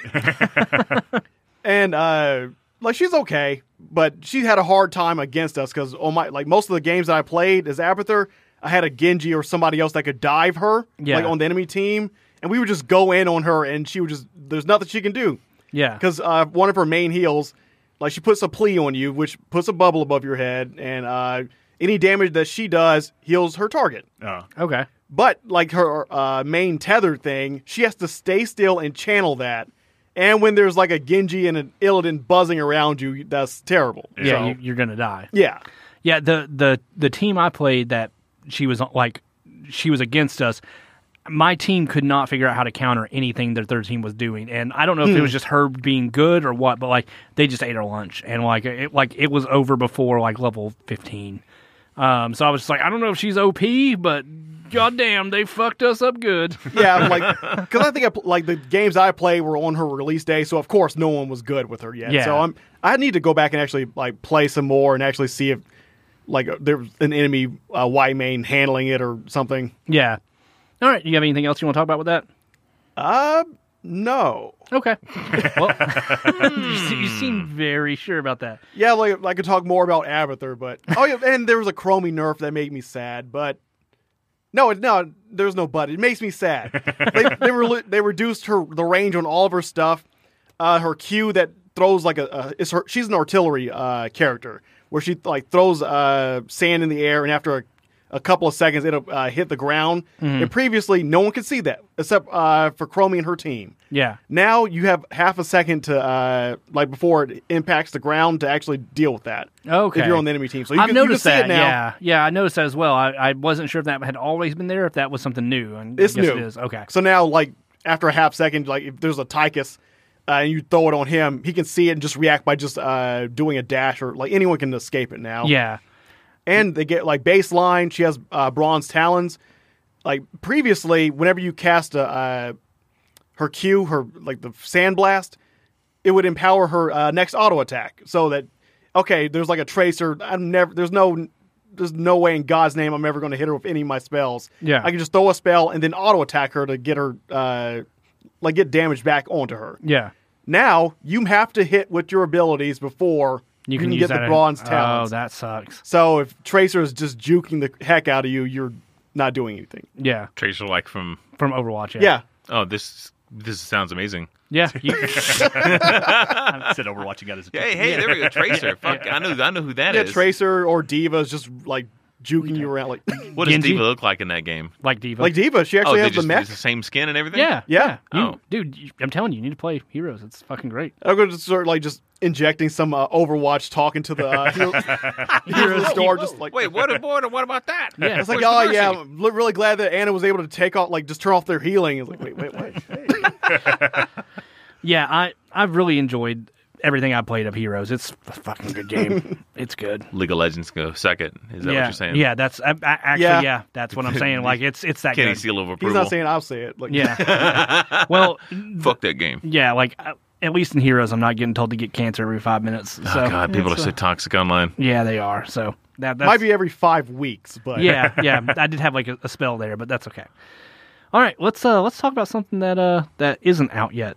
Speaker 3: and uh, like she's okay, but she had a hard time against us because on my like most of the games that I played as Abathur, I had a Genji or somebody else that could dive her,
Speaker 1: Yeah.
Speaker 3: like on the enemy team, and we would just go in on her, and she would just there's nothing she can do
Speaker 1: Yeah.
Speaker 3: because uh, one of her main heals, like she puts a plea on you, which puts a bubble above your head, and uh, any damage that she does heals her target.
Speaker 4: Uh,
Speaker 1: Okay.
Speaker 3: But like her uh, main tether thing, she has to stay still and channel that. And when there's like a Genji and an Illidan buzzing around you, that's terrible.
Speaker 1: Yeah,
Speaker 3: So,
Speaker 1: you, you're gonna die.
Speaker 3: yeah,
Speaker 1: Yeah, the the the team I played that she was like she was against us. My team could not figure out how to counter anything that their team was doing, and I don't know if it was just her being good or what, but like they just ate her lunch, and like it like it was over before like level fifteen. Um, so I was just like, I don't know if she's OP, but goddamn, they fucked us up good.
Speaker 3: yeah. I'm like, because I think I, pl- like the games I play were on her release day, so of course no one was good with her yet.
Speaker 1: Yeah.
Speaker 3: So I'm I need to go back and actually like play some more and actually see if like uh, there was an enemy uh, Y main handling it or something.
Speaker 1: yeah. All right, you have anything else you want to talk about with that?
Speaker 3: Uh, no.
Speaker 1: Okay. well, you, se- you seem very sure about that.
Speaker 3: Yeah, like I could talk more about Abathur, but oh yeah, and there was a Chromie nerf that made me sad, but no, it, no, there's no but. It makes me sad. they they, re- they reduced her the range on all of her stuff. Uh, her Q that throws like a, a is her she's an artillery uh, character where she like throws uh, sand in the air and after a, a couple of seconds it'll uh, hit the ground. And previously, no one could see that except uh, for Chromie and her team.
Speaker 1: Yeah.
Speaker 3: Now you have half a second to uh, like before it impacts the ground to actually deal with that.
Speaker 1: Okay.
Speaker 3: if you're on the enemy team, so you
Speaker 1: I've
Speaker 3: can, you can
Speaker 1: noticed
Speaker 3: see
Speaker 1: that.
Speaker 3: it now.
Speaker 1: Yeah, yeah, I noticed that as well. I, I wasn't sure if that had always been there, if that was something new. And I
Speaker 3: It's
Speaker 1: guess
Speaker 3: new.
Speaker 1: It is. Okay.
Speaker 3: So now, like after a half second, like if there's a Tychus uh, and you throw it on him, he can see it and just react by just uh, doing a dash or like anyone can escape it now.
Speaker 1: Yeah.
Speaker 3: and they get like baseline. She has uh, bronze talons. Like previously, whenever you cast a uh, her Q, her like the sandblast, it would empower her uh, next auto attack. So that okay, there's like a tracer. I'm never. There's no. There's no way in God's name I'm ever going to hit her with any of my spells.
Speaker 1: Yeah.
Speaker 3: I can just throw a spell and then auto attack her to get her uh, like get damage back onto her.
Speaker 1: Yeah.
Speaker 3: Now you have to hit with your abilities before
Speaker 1: You can, use
Speaker 3: get
Speaker 1: that
Speaker 3: the
Speaker 1: in-
Speaker 3: bronze talons.
Speaker 1: Oh, that sucks.
Speaker 3: So if Tracer is just juking the heck out of you, you're not doing anything.
Speaker 1: Yeah.
Speaker 2: Tracer like from
Speaker 1: From Overwatch. Yeah.
Speaker 3: Yeah.
Speaker 2: oh this this sounds amazing.
Speaker 1: Yeah. you-
Speaker 4: I said Overwatch, you got his
Speaker 2: Hey,
Speaker 4: attention.
Speaker 2: hey, there we go. Tracer. Fuck, I know, I know who that
Speaker 3: Yeah,
Speaker 2: is.
Speaker 3: Tracer or Diva is just like juking you around. Like,
Speaker 2: What does
Speaker 1: Genji?
Speaker 2: Diva look like in that game?
Speaker 1: like Diva.
Speaker 3: like Diva, she
Speaker 2: Oh,
Speaker 3: actually
Speaker 2: they
Speaker 3: has the
Speaker 2: just
Speaker 3: mech.
Speaker 2: it's the same skin and everything.
Speaker 1: yeah.
Speaker 3: Yeah.
Speaker 1: You-
Speaker 2: Oh.
Speaker 1: Dude, you, I'm telling you, you need to play Heroes. It's fucking great.
Speaker 3: I'm going to start like just injecting some uh, Overwatch talking to the uh, hero, hero store. Just like,
Speaker 2: Wait, what about what about that?
Speaker 1: Yeah.
Speaker 3: it's like,
Speaker 2: Where's
Speaker 3: oh
Speaker 2: the
Speaker 3: yeah,
Speaker 2: mercy?
Speaker 3: I'm li- really glad that Anna was able to take off, like just turn off their healing. It's like, wait, wait, wait.
Speaker 1: Yeah, I I've really enjoyed everything I played of Heroes. It's a fucking good game. it's good.
Speaker 2: League of Legends go second. Is that
Speaker 1: yeah,
Speaker 2: what you're saying?
Speaker 1: yeah, that's I, I, actually
Speaker 3: Yeah.
Speaker 1: yeah. that's what I'm saying. Like it's it's that
Speaker 2: Kenny
Speaker 1: good.
Speaker 2: seal of approval.
Speaker 3: He's not saying I'll say it. Like,
Speaker 1: Yeah. well,
Speaker 2: Fuck that game.
Speaker 1: yeah, like I- at least in Heroes, I'm not getting told to get cancer every five minutes. So uh,
Speaker 2: oh God, people are so toxic online.
Speaker 1: yeah, they are. So that that's,
Speaker 3: might be every five weeks, but
Speaker 1: yeah, yeah. I did have like a, a spell there, but that's okay. All right, let's uh let's talk about something that uh that isn't out yet.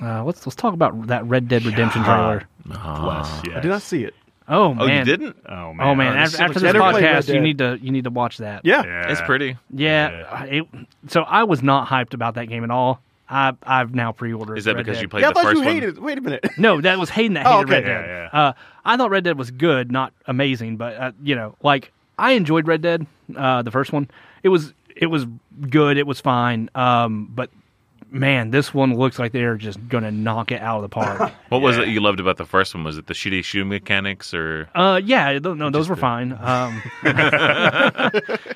Speaker 1: Uh, let's let's talk about that Red Dead Redemption trailer.
Speaker 4: Bless. Yes.
Speaker 3: I did not see it.
Speaker 1: Oh
Speaker 2: Oh,
Speaker 1: man,
Speaker 2: you didn't?
Speaker 4: Oh man.
Speaker 1: Oh man,
Speaker 2: this
Speaker 1: after, after
Speaker 2: looks
Speaker 1: this
Speaker 3: better. Play Red
Speaker 1: podcast, you
Speaker 3: Dead.
Speaker 1: need to you need to watch that.
Speaker 3: Yeah.
Speaker 4: Yeah.
Speaker 1: Uh,
Speaker 2: It's pretty.
Speaker 1: yeah. It, so I was not hyped about that game at all. I I've now pre-ordered.
Speaker 2: Is that
Speaker 1: Red
Speaker 2: because
Speaker 1: Dead.
Speaker 2: you played
Speaker 3: yeah I
Speaker 2: the
Speaker 3: thought
Speaker 2: first
Speaker 3: you
Speaker 2: one?
Speaker 3: hated it. Wait a minute.
Speaker 1: No, that was Hayden that
Speaker 3: Oh,
Speaker 1: hated Red
Speaker 3: okay.
Speaker 1: Dead.
Speaker 4: Yeah,
Speaker 1: Uh, I thought Red Dead was good, not amazing, but uh, you know, like I enjoyed Red Dead, uh, the first one. It was it was good, it was fine, um, but man, this one looks like they're just gonna knock it out of the park.
Speaker 2: What was it you loved about the first one? Was it the shooty shooting mechanics or
Speaker 1: Uh, yeah, th- no, those were fine. Um,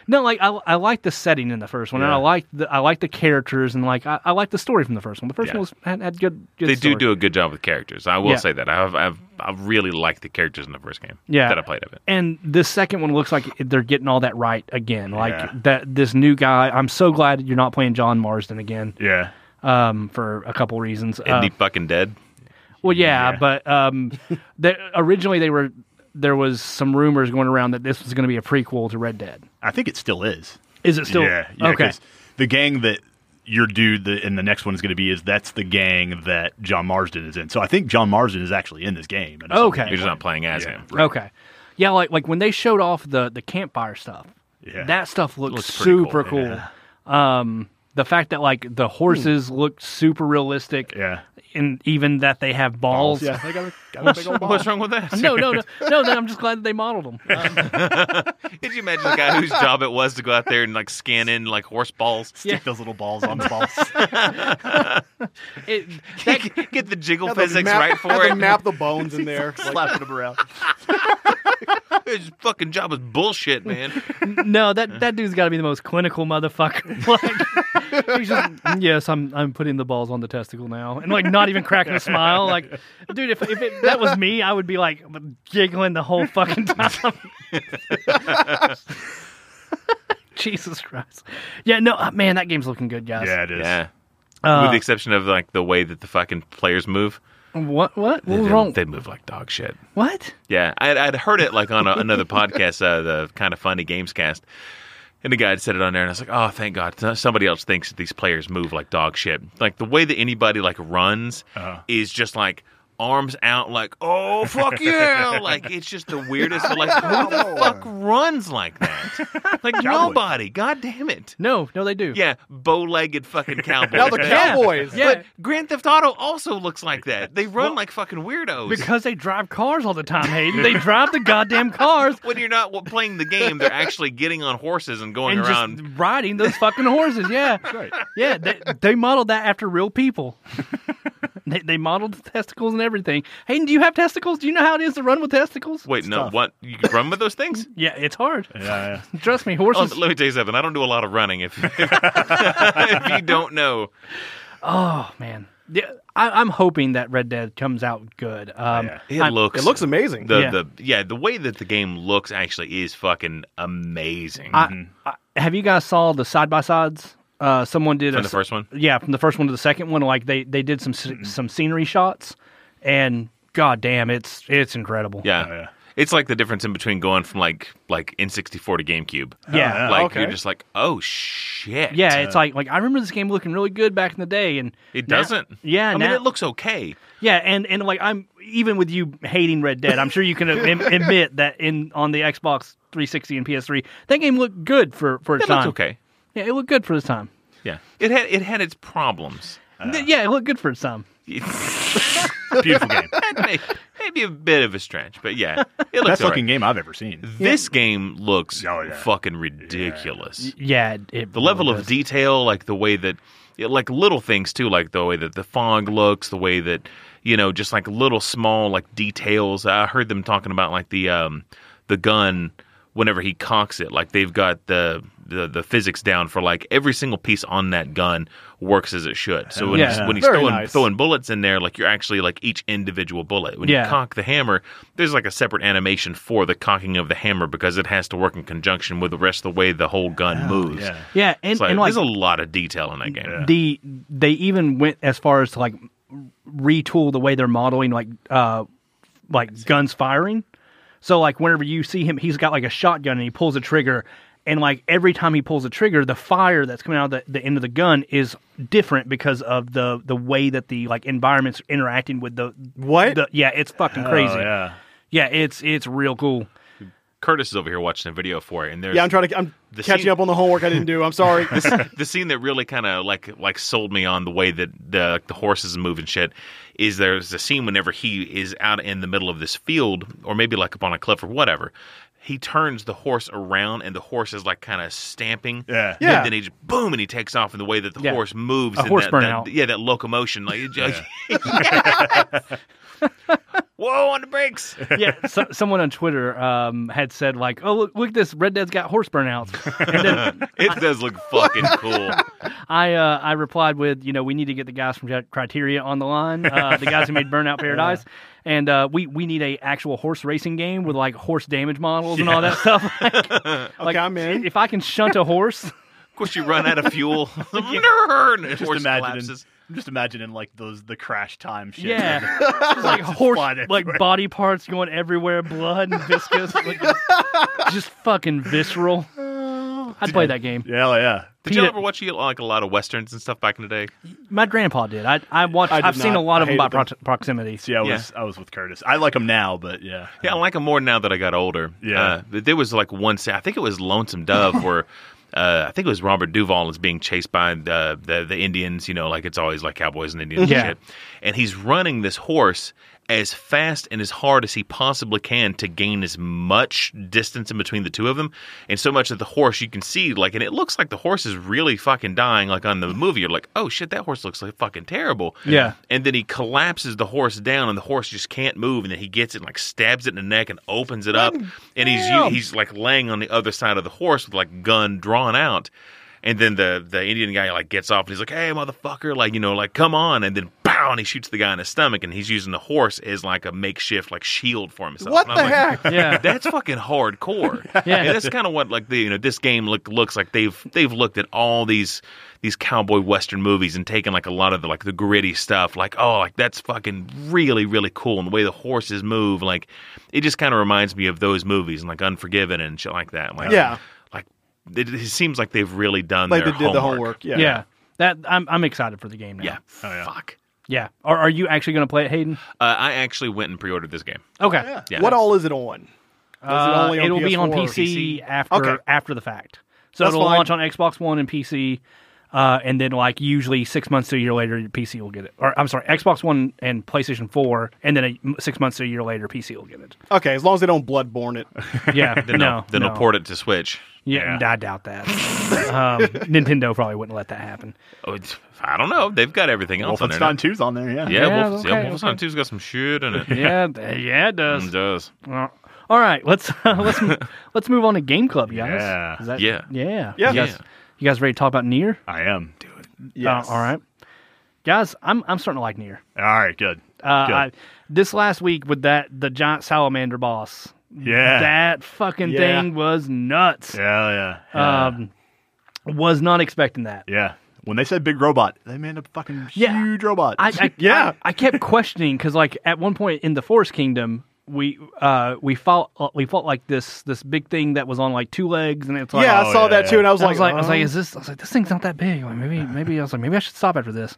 Speaker 1: no, like I, I like the setting in the first one, and I like the I like the characters, and like I, I like the story from the first one. The first
Speaker 2: Yeah.
Speaker 1: one was had, had good. good
Speaker 2: they do
Speaker 1: story.
Speaker 2: do a good job with characters. I will
Speaker 1: Yeah.
Speaker 2: say that I've I've I really liked the characters in the first game.
Speaker 1: Yeah.
Speaker 2: that I played of it.
Speaker 1: and the second one looks like they're getting all that right again. Like
Speaker 4: Yeah.
Speaker 1: that, this new guy. I'm so glad you're not playing John Marsden again.
Speaker 4: Yeah.
Speaker 1: Um, for a couple reasons.
Speaker 2: And
Speaker 1: Uh,
Speaker 2: Deep Fucking Dead.
Speaker 1: well, yeah, but um, they, originally they were there was some rumors going around that this was going to be a prequel to Red Dead.
Speaker 4: I think it still is.
Speaker 1: Is it still
Speaker 4: yeah, yeah,
Speaker 1: okay?
Speaker 4: 'cause The gang that your dude the, in the next one is going to be is that's the gang that John Marsden is in. So I think John Marsden is actually in this game. I just don't
Speaker 1: Okay.
Speaker 4: think
Speaker 2: You're
Speaker 4: he
Speaker 2: just not playing as
Speaker 4: Yeah.
Speaker 2: him.
Speaker 1: Okay. Yeah, like like when they showed off the the campfire stuff.
Speaker 4: Yeah.
Speaker 1: That stuff looked
Speaker 2: Looks pretty
Speaker 1: super
Speaker 2: cool,
Speaker 1: cool. Um the fact that like the horses looked super realistic
Speaker 4: Yeah.
Speaker 1: and even that they have balls.
Speaker 3: yeah, they got a, got a big old
Speaker 2: What's wrong with that?
Speaker 1: No, no, no, no. Then I'm just glad that they modeled them.
Speaker 2: Did you imagine the guy whose job it was to go out there and like scan in like horse balls?
Speaker 4: Stick those little balls on the balls.
Speaker 1: It, that,
Speaker 2: Get the jiggle
Speaker 3: Had to
Speaker 2: physics
Speaker 3: map,
Speaker 2: right for
Speaker 3: had to
Speaker 2: it.
Speaker 3: map the bones in there. Like,
Speaker 4: Slapping them around.
Speaker 2: His fucking job was bullshit, man.
Speaker 1: no, that that dude's got to be the most clinical motherfucker. Like, he's just yes, I'm I'm putting the balls on the testicle now, and like not even cracking a smile. Like, dude, if if it, that was me, I would be like giggling the whole fucking time. Jesus Christ! Yeah, no, uh, man, that game's looking good, guys.
Speaker 4: Yeah, it is.
Speaker 2: Yeah.
Speaker 3: Uh,
Speaker 2: With the exception of like the way that the fucking players move,
Speaker 1: What? What? What
Speaker 2: they,
Speaker 1: was wrong?
Speaker 2: they move like dog shit.
Speaker 1: What?
Speaker 2: Yeah, I'd, I'd heard it like on a, another podcast, uh, the kind of funny games cast, and the guy had said it on there, and I was like, oh, thank God, So- somebody else thinks that these players move like dog shit. Like the way that anybody like runs
Speaker 3: Uh-huh.
Speaker 2: is just like arms out, like oh fuck yeah, like it's just the weirdest. Like who the fuck runs like that? Like nobody. God damn it.
Speaker 1: No, no, they do.
Speaker 2: Yeah, bow-legged fucking cowboys.
Speaker 3: now the Cowboys.
Speaker 1: Yeah.
Speaker 2: But Grand Theft Auto also looks like that. They run like fucking weirdos.
Speaker 1: Because they drive cars all the time, Hayden. They drive the goddamn cars
Speaker 2: when you're not w- playing the game, they're actually getting on horses and going
Speaker 1: and
Speaker 2: around.
Speaker 1: just riding those fucking horses. Yeah,
Speaker 4: right.
Speaker 1: yeah. They, they modeled that after real people. they, they modeled the testicles and everything. Hayden, do you have testicles? Do you know how it is to run with testicles?
Speaker 2: Wait, no,
Speaker 4: tough.
Speaker 2: what? You can run with those things?
Speaker 1: Yeah, it's hard.
Speaker 4: Yeah, yeah.
Speaker 1: Trust me,
Speaker 2: Oh,
Speaker 1: horses.
Speaker 2: let me tell you something. I don't do a lot of running. If if you don't know,
Speaker 1: Oh man, yeah, I, I'm hoping that Red Dead comes out good. Um,
Speaker 4: yeah.
Speaker 2: it
Speaker 1: I'm-
Speaker 2: looks
Speaker 3: It looks amazing.
Speaker 2: the
Speaker 1: Yeah.
Speaker 2: the yeah the way that the game looks actually is fucking amazing.
Speaker 1: I,
Speaker 4: Mm-hmm.
Speaker 1: I, have you guys saw the side by sides? Uh, someone did
Speaker 2: From
Speaker 1: a
Speaker 2: the
Speaker 1: s-
Speaker 2: first one?
Speaker 1: Yeah, from the first one to the second one, like they they did some s
Speaker 4: Mm-hmm.
Speaker 1: some scenery shots, and god damn, it's it's incredible.
Speaker 2: yeah.
Speaker 4: Oh, yeah.
Speaker 2: It's like the difference in between going from like like N64 to GameCube.
Speaker 1: yeah.
Speaker 4: yeah.
Speaker 2: Like
Speaker 3: okay.
Speaker 2: you're just like, oh shit.
Speaker 1: Yeah, it's like like I remember this game looking really good back in the day, and
Speaker 2: It
Speaker 1: now-
Speaker 2: doesn't.
Speaker 1: yeah,
Speaker 2: I mean
Speaker 1: now-
Speaker 2: it looks okay.
Speaker 1: yeah, and and like I'm even with you hating Red Dead, I'm sure you can am- admit that in on the Xbox 360 and PS3, that game looked good for for its
Speaker 2: It
Speaker 1: time.
Speaker 2: looks okay.
Speaker 1: Yeah, it looked good for its time.
Speaker 2: Yeah. It had it had its problems.
Speaker 1: Th- yeah, it looked good for its time.
Speaker 4: Beautiful game.
Speaker 2: that may, maybe a bit of a stretch, but yeah, it looks
Speaker 4: Best
Speaker 2: all
Speaker 4: looking
Speaker 2: right.
Speaker 4: game I've ever seen.
Speaker 2: This game looks
Speaker 4: Oh, yeah.
Speaker 2: fucking ridiculous.
Speaker 1: Yeah, it, it
Speaker 2: The level
Speaker 1: really
Speaker 2: of
Speaker 1: does.
Speaker 2: detail, like the way that, yeah, like little things too, like the way that the fog looks, the way that you know, just like little small like details. I heard them talking about like the um the gun whenever he cocks it, like they've got the the, the physics down for like every single piece on that gun works as it should. So when,
Speaker 1: Yeah.
Speaker 2: he's, when he's
Speaker 3: Very
Speaker 2: throwing,
Speaker 3: nice.
Speaker 2: throwing bullets in there, like you're actually like each individual bullet. When
Speaker 1: Yeah.
Speaker 2: you cock the hammer, there's like a separate animation for the cocking of the hammer because it has to work in conjunction with the rest of the way the whole gun moves.
Speaker 4: yeah.
Speaker 1: Yeah, and,
Speaker 2: It's like,
Speaker 1: and like
Speaker 2: there's a lot of detail in that game.
Speaker 1: the they even went as far as to like retool the way they're modeling like uh like guns firing. So like whenever you see him, he's got like a shotgun and he pulls a trigger, and like every time he pulls a trigger, the fire that's coming out of the, the end of the gun is different because of the the way that the like environment's interacting with the
Speaker 3: What?
Speaker 1: the- yeah, it's fucking crazy.
Speaker 4: Oh, yeah.
Speaker 1: Yeah, it's it's real cool.
Speaker 2: Curtis is over here watching a video for it, and there's
Speaker 3: Yeah, I'm trying to. I'm
Speaker 2: The
Speaker 3: catching
Speaker 2: scene-
Speaker 3: up on the homework I didn't do. I'm sorry.
Speaker 2: the scene that really kind of like like sold me on the way that the the horses move and shit is there's a scene whenever he is out in the middle of this field or maybe like up on a cliff or whatever. He turns the horse around and the horse is like kind of stamping.
Speaker 4: Yeah.
Speaker 2: And
Speaker 3: Yeah.
Speaker 2: then he just boom and he takes off in the way that the
Speaker 1: Yeah.
Speaker 2: horse moves.
Speaker 1: A
Speaker 2: and
Speaker 1: horse
Speaker 2: that,
Speaker 1: burnout.
Speaker 2: that- yeah, that locomotion. Like, it just- whoa on the brakes.
Speaker 1: yeah, so, someone on Twitter um, had said like, "Oh look, look at this! Red Dead's got horse burnouts." And then
Speaker 2: It does look fucking cool.
Speaker 1: I uh, I replied with, "You know, we need to get the guys from Cri- Criteria on the line. Uh, the guys who made Burnout Paradise." And uh, we we need a actual horse racing game with like horse damage models and all that stuff. Like, like,
Speaker 3: I'm in.
Speaker 1: If I can shunt a horse,
Speaker 2: Of course, you run out of fuel. Nerd. And the
Speaker 4: Just
Speaker 2: horse
Speaker 4: imagining,
Speaker 2: collapses.
Speaker 4: I'm just imagining like those the crash time shit.
Speaker 1: yeah, Just, like horse
Speaker 4: flying everywhere.
Speaker 1: like body parts going everywhere, blood and viscous, like, just, just fucking visceral.
Speaker 3: Oh.
Speaker 1: I'd play that game.
Speaker 4: Yeah, hell yeah.
Speaker 2: Did you
Speaker 1: Peter-
Speaker 2: ever watch like a lot of westerns and stuff back in the day?
Speaker 1: My grandpa did. I I watched.
Speaker 3: I did
Speaker 1: I've seen a
Speaker 3: not.
Speaker 1: lot of
Speaker 3: I
Speaker 1: them by
Speaker 3: hated them.
Speaker 1: prox proximity.
Speaker 4: See, I was
Speaker 2: Yeah.
Speaker 4: I was with Curtis. I like him now, but yeah.
Speaker 2: Yeah, I like them more now that I got older.
Speaker 4: Yeah.
Speaker 2: uh, but there was like one. scene- I think it was Lonesome Dove, where uh, I think it was Robert Duvall is being chased by the, the the Indians. You know, like it's always like cowboys and Indians
Speaker 1: Yeah.
Speaker 2: and shit. And he's running this horse as fast and as hard as he possibly can to gain as much distance in between the two of them, and so much that the horse you can see like, and it looks like the horse is really fucking dying. Like on the movie, you're like, oh shit, that horse looks like fucking terrible.
Speaker 1: Yeah.
Speaker 2: And then he collapses the horse down, and the horse just can't move. And then he gets it and like stabs it in the neck and opens it up. And he's u- he's like laying on the other side of the horse with like gun drawn out. And then the the Indian guy like gets off and he's like, "Hey, motherfucker! Like you know, like come on!" And then pow, and he shoots the guy in the stomach. And he's using the horse as like a makeshift like shield for himself.
Speaker 3: what
Speaker 2: And
Speaker 3: the
Speaker 2: I'm like,
Speaker 3: heck?
Speaker 1: Yeah.
Speaker 2: that's fucking hardcore.
Speaker 1: Yeah.
Speaker 2: And that's kind of what like the you know this game look, looks like they've they've looked at all these these cowboy western movies and taken like a lot of the like the gritty stuff like oh like that's fucking really really cool and the way the horses move like it just kind of reminds me of those movies and like Unforgiven and shit like that. Like,
Speaker 3: Yeah.
Speaker 2: Like it, it seems like they've really done
Speaker 3: Like they
Speaker 2: their
Speaker 3: did the homework. Yeah.
Speaker 1: Yeah. That I'm I'm excited for the game now.
Speaker 2: Yeah.
Speaker 4: yeah.
Speaker 2: Fuck.
Speaker 1: Oh, Yeah. Are are you actually going to play it, Hayden?
Speaker 2: Uh, I actually went and pre-ordered this game.
Speaker 1: Okay.
Speaker 2: Yeah.
Speaker 3: What all is it on? Is
Speaker 1: Uh,
Speaker 3: it
Speaker 1: it'll be on
Speaker 3: PS4 or
Speaker 1: PC, after
Speaker 3: Okay.
Speaker 1: after the fact. So
Speaker 3: That's
Speaker 1: it'll
Speaker 3: fine.
Speaker 1: launch on Xbox One and PC, uh, and then like usually six months to a year later, your PC will get it. Or I'm sorry, Xbox One and PlayStation Four, and then a, six months to a year later, PC will get it.
Speaker 3: Okay, as long as they don't bloodborne it.
Speaker 1: Yeah.
Speaker 2: Then
Speaker 1: no.
Speaker 2: they'll, then
Speaker 1: no.
Speaker 2: they'll port it to Switch.
Speaker 1: Yeah, I doubt that. um, Nintendo probably wouldn't let that happen.
Speaker 2: Oh, it's- I don't know. They've got everything else on there. now.
Speaker 4: Wolfenstewn 2's on there, yeah.
Speaker 2: Yeah,
Speaker 1: Yeah,
Speaker 2: Wolf,
Speaker 1: okay,
Speaker 2: yeah Wolfenstein
Speaker 1: okay.
Speaker 2: 2's got some shit in it.
Speaker 1: Yeah. th- yeah. It does.
Speaker 2: It does.
Speaker 1: Uh, all right, let's let's mo- let's move on to Game Club, guys.
Speaker 4: Yeah.
Speaker 1: Is that-
Speaker 2: Yeah.
Speaker 1: yeah,
Speaker 3: Yeah.
Speaker 1: You guys, you guys ready to talk about Near?
Speaker 4: I am.
Speaker 3: Yes.
Speaker 1: Uh, Oh, all right, guys. I'm I'm starting to like Near.
Speaker 4: All right, good.
Speaker 1: Uh,
Speaker 4: good.
Speaker 1: I, this last week with that the giant salamander boss,
Speaker 4: yeah.
Speaker 1: that fucking
Speaker 3: Yeah.
Speaker 1: thing was nuts.
Speaker 4: yeah, yeah. Yeah.
Speaker 1: Um, was not expecting that.
Speaker 4: yeah. When they said big robot, they meant a fucking
Speaker 1: Yeah.
Speaker 4: huge robot.
Speaker 1: I, I
Speaker 3: Yeah.
Speaker 1: I, I kept questioning because like at one point in the Forest Kingdom we uh we fought we fought like this this big thing that was on like two legs and it's like
Speaker 3: Yeah,
Speaker 4: Oh,
Speaker 3: I saw
Speaker 4: yeah,
Speaker 3: that
Speaker 4: yeah.
Speaker 3: too, and I was
Speaker 1: I
Speaker 3: like,
Speaker 1: was like, I was like,
Speaker 4: Uh-huh.
Speaker 3: uh,
Speaker 1: is this? I was like, this thing's not that big. Like, maybe, maybe I was like, maybe I should stop after this,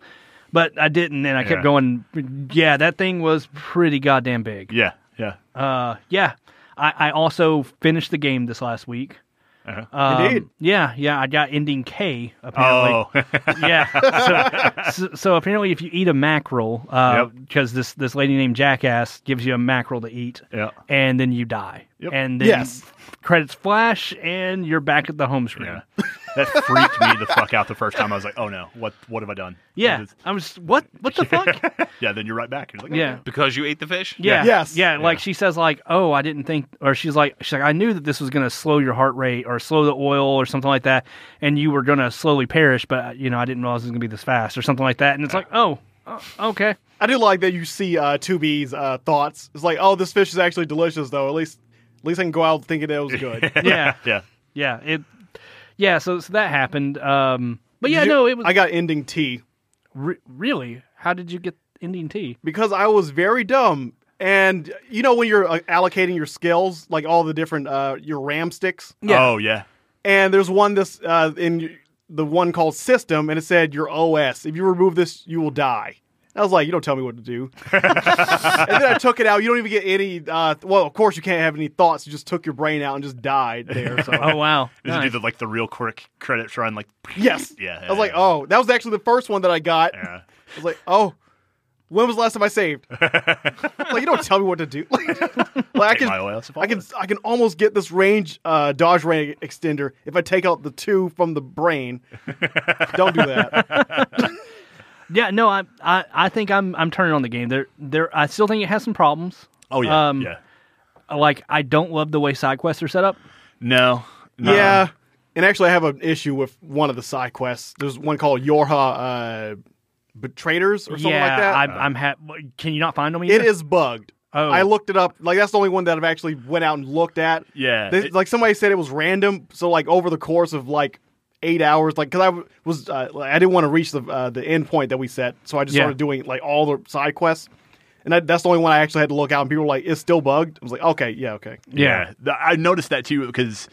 Speaker 1: but I didn't, and I kept
Speaker 4: Yeah.
Speaker 1: going. Yeah, that thing was pretty goddamn big.
Speaker 4: yeah, yeah.
Speaker 1: Uh, yeah. I, I also finished the game this last week.
Speaker 4: Uh-huh.
Speaker 1: Um,
Speaker 3: Indeed.
Speaker 1: Yeah, yeah. I got ending K apparently.
Speaker 4: Oh,
Speaker 1: Yeah. So, so, so apparently, if you eat a mackerel, uh, because
Speaker 4: Yep.
Speaker 1: this this lady named Jackass gives you a mackerel to eat,
Speaker 4: Yeah.
Speaker 1: and then you die.
Speaker 4: Yep.
Speaker 1: and then
Speaker 3: Yes.
Speaker 1: credits flash, and you're back at the home screen.
Speaker 4: Yeah. That freaked me the fuck out the first time. I was like, oh no, what what have I done?
Speaker 1: Yeah,
Speaker 4: It's-
Speaker 1: I was what? What the fuck?
Speaker 4: yeah, then you're right back. You're like,
Speaker 1: Yeah.
Speaker 2: because you ate the fish.
Speaker 1: Yeah.
Speaker 3: Yes.
Speaker 1: Yeah. Like
Speaker 4: Yeah.
Speaker 1: she says, like, oh, I didn't think, or she's like, she's like, I knew that this was going to slow your heart rate or slow the oil or something like that, and you were going to slowly perish, but you know, I didn't realize it was going to be this fast or something like that. And it's like, oh, uh, okay.
Speaker 3: I do like that you see uh, 2B's uh, thoughts. It's like, oh, this fish is actually delicious, though. At least, at least I can go out thinking that it was good. Did
Speaker 1: Yeah.
Speaker 4: Yeah.
Speaker 1: yeah. It. Yeah. So, so that happened. Um. But yeah,
Speaker 3: you-
Speaker 1: no, it was
Speaker 3: I got ending T
Speaker 1: re- really. How did you get Indian tea?
Speaker 3: because I was very dumb. And you know when you're uh, allocating your skills, like all the different uh, your ram sticks,
Speaker 1: Yeah.
Speaker 4: Oh yeah.
Speaker 3: and there's one this uh, in y- the one called system, and it said your OS. If you remove this, you will die. And I was like, you don't tell me what to do. and then I took it out. You don't even get any. Uh, well, of course you can't have any thoughts. You just took your brain out and just died there. So
Speaker 1: Oh wow.
Speaker 4: This
Speaker 1: Nice.
Speaker 4: is either like the real quick credits run, like
Speaker 3: yes,
Speaker 4: Yeah,
Speaker 3: I was like,
Speaker 4: yeah.
Speaker 3: oh, that was actually the first one that I got.
Speaker 4: yeah.
Speaker 3: I was like, oh, when was the last time I saved? like, you don't tell me what to do. like, I
Speaker 4: Take
Speaker 3: can,
Speaker 4: my OS if I
Speaker 3: I can,
Speaker 4: want.
Speaker 3: I can almost get this range uh, dodge range extender if I take out the two from the brain. don't do that.
Speaker 1: Yeah, no, I, I, I think I'm I'm turning on the game. There there I still think it has some problems.
Speaker 4: Oh yeah.
Speaker 1: Um,
Speaker 4: yeah.
Speaker 1: Like I don't love the way side quests are set up.
Speaker 4: No. no.
Speaker 3: yeah, and actually, I have an issue with one of the side quests. There's one called Yorha uh, Betrayers or something
Speaker 1: yeah,
Speaker 3: like
Speaker 4: Oh,
Speaker 3: that.
Speaker 1: I, I'm ha- can you not find them?
Speaker 3: it
Speaker 1: either?
Speaker 3: is bugged.
Speaker 1: Oh.
Speaker 3: I looked it up. Like that's the only one that I've actually went out and looked at.
Speaker 4: Yeah,
Speaker 3: They-
Speaker 4: it-
Speaker 3: like somebody said it was random. So like over the course of like eight hours, like because I w- was uh, like, I didn't want to reach the uh, the end point that we set, so I just
Speaker 1: Yeah.
Speaker 3: started doing like all the side quests. And I, that's the only one I actually had to look out. And people were like, "It's still bugged." I was like, "Okay, yeah, okay."
Speaker 1: Yeah.
Speaker 4: Th- I noticed that too because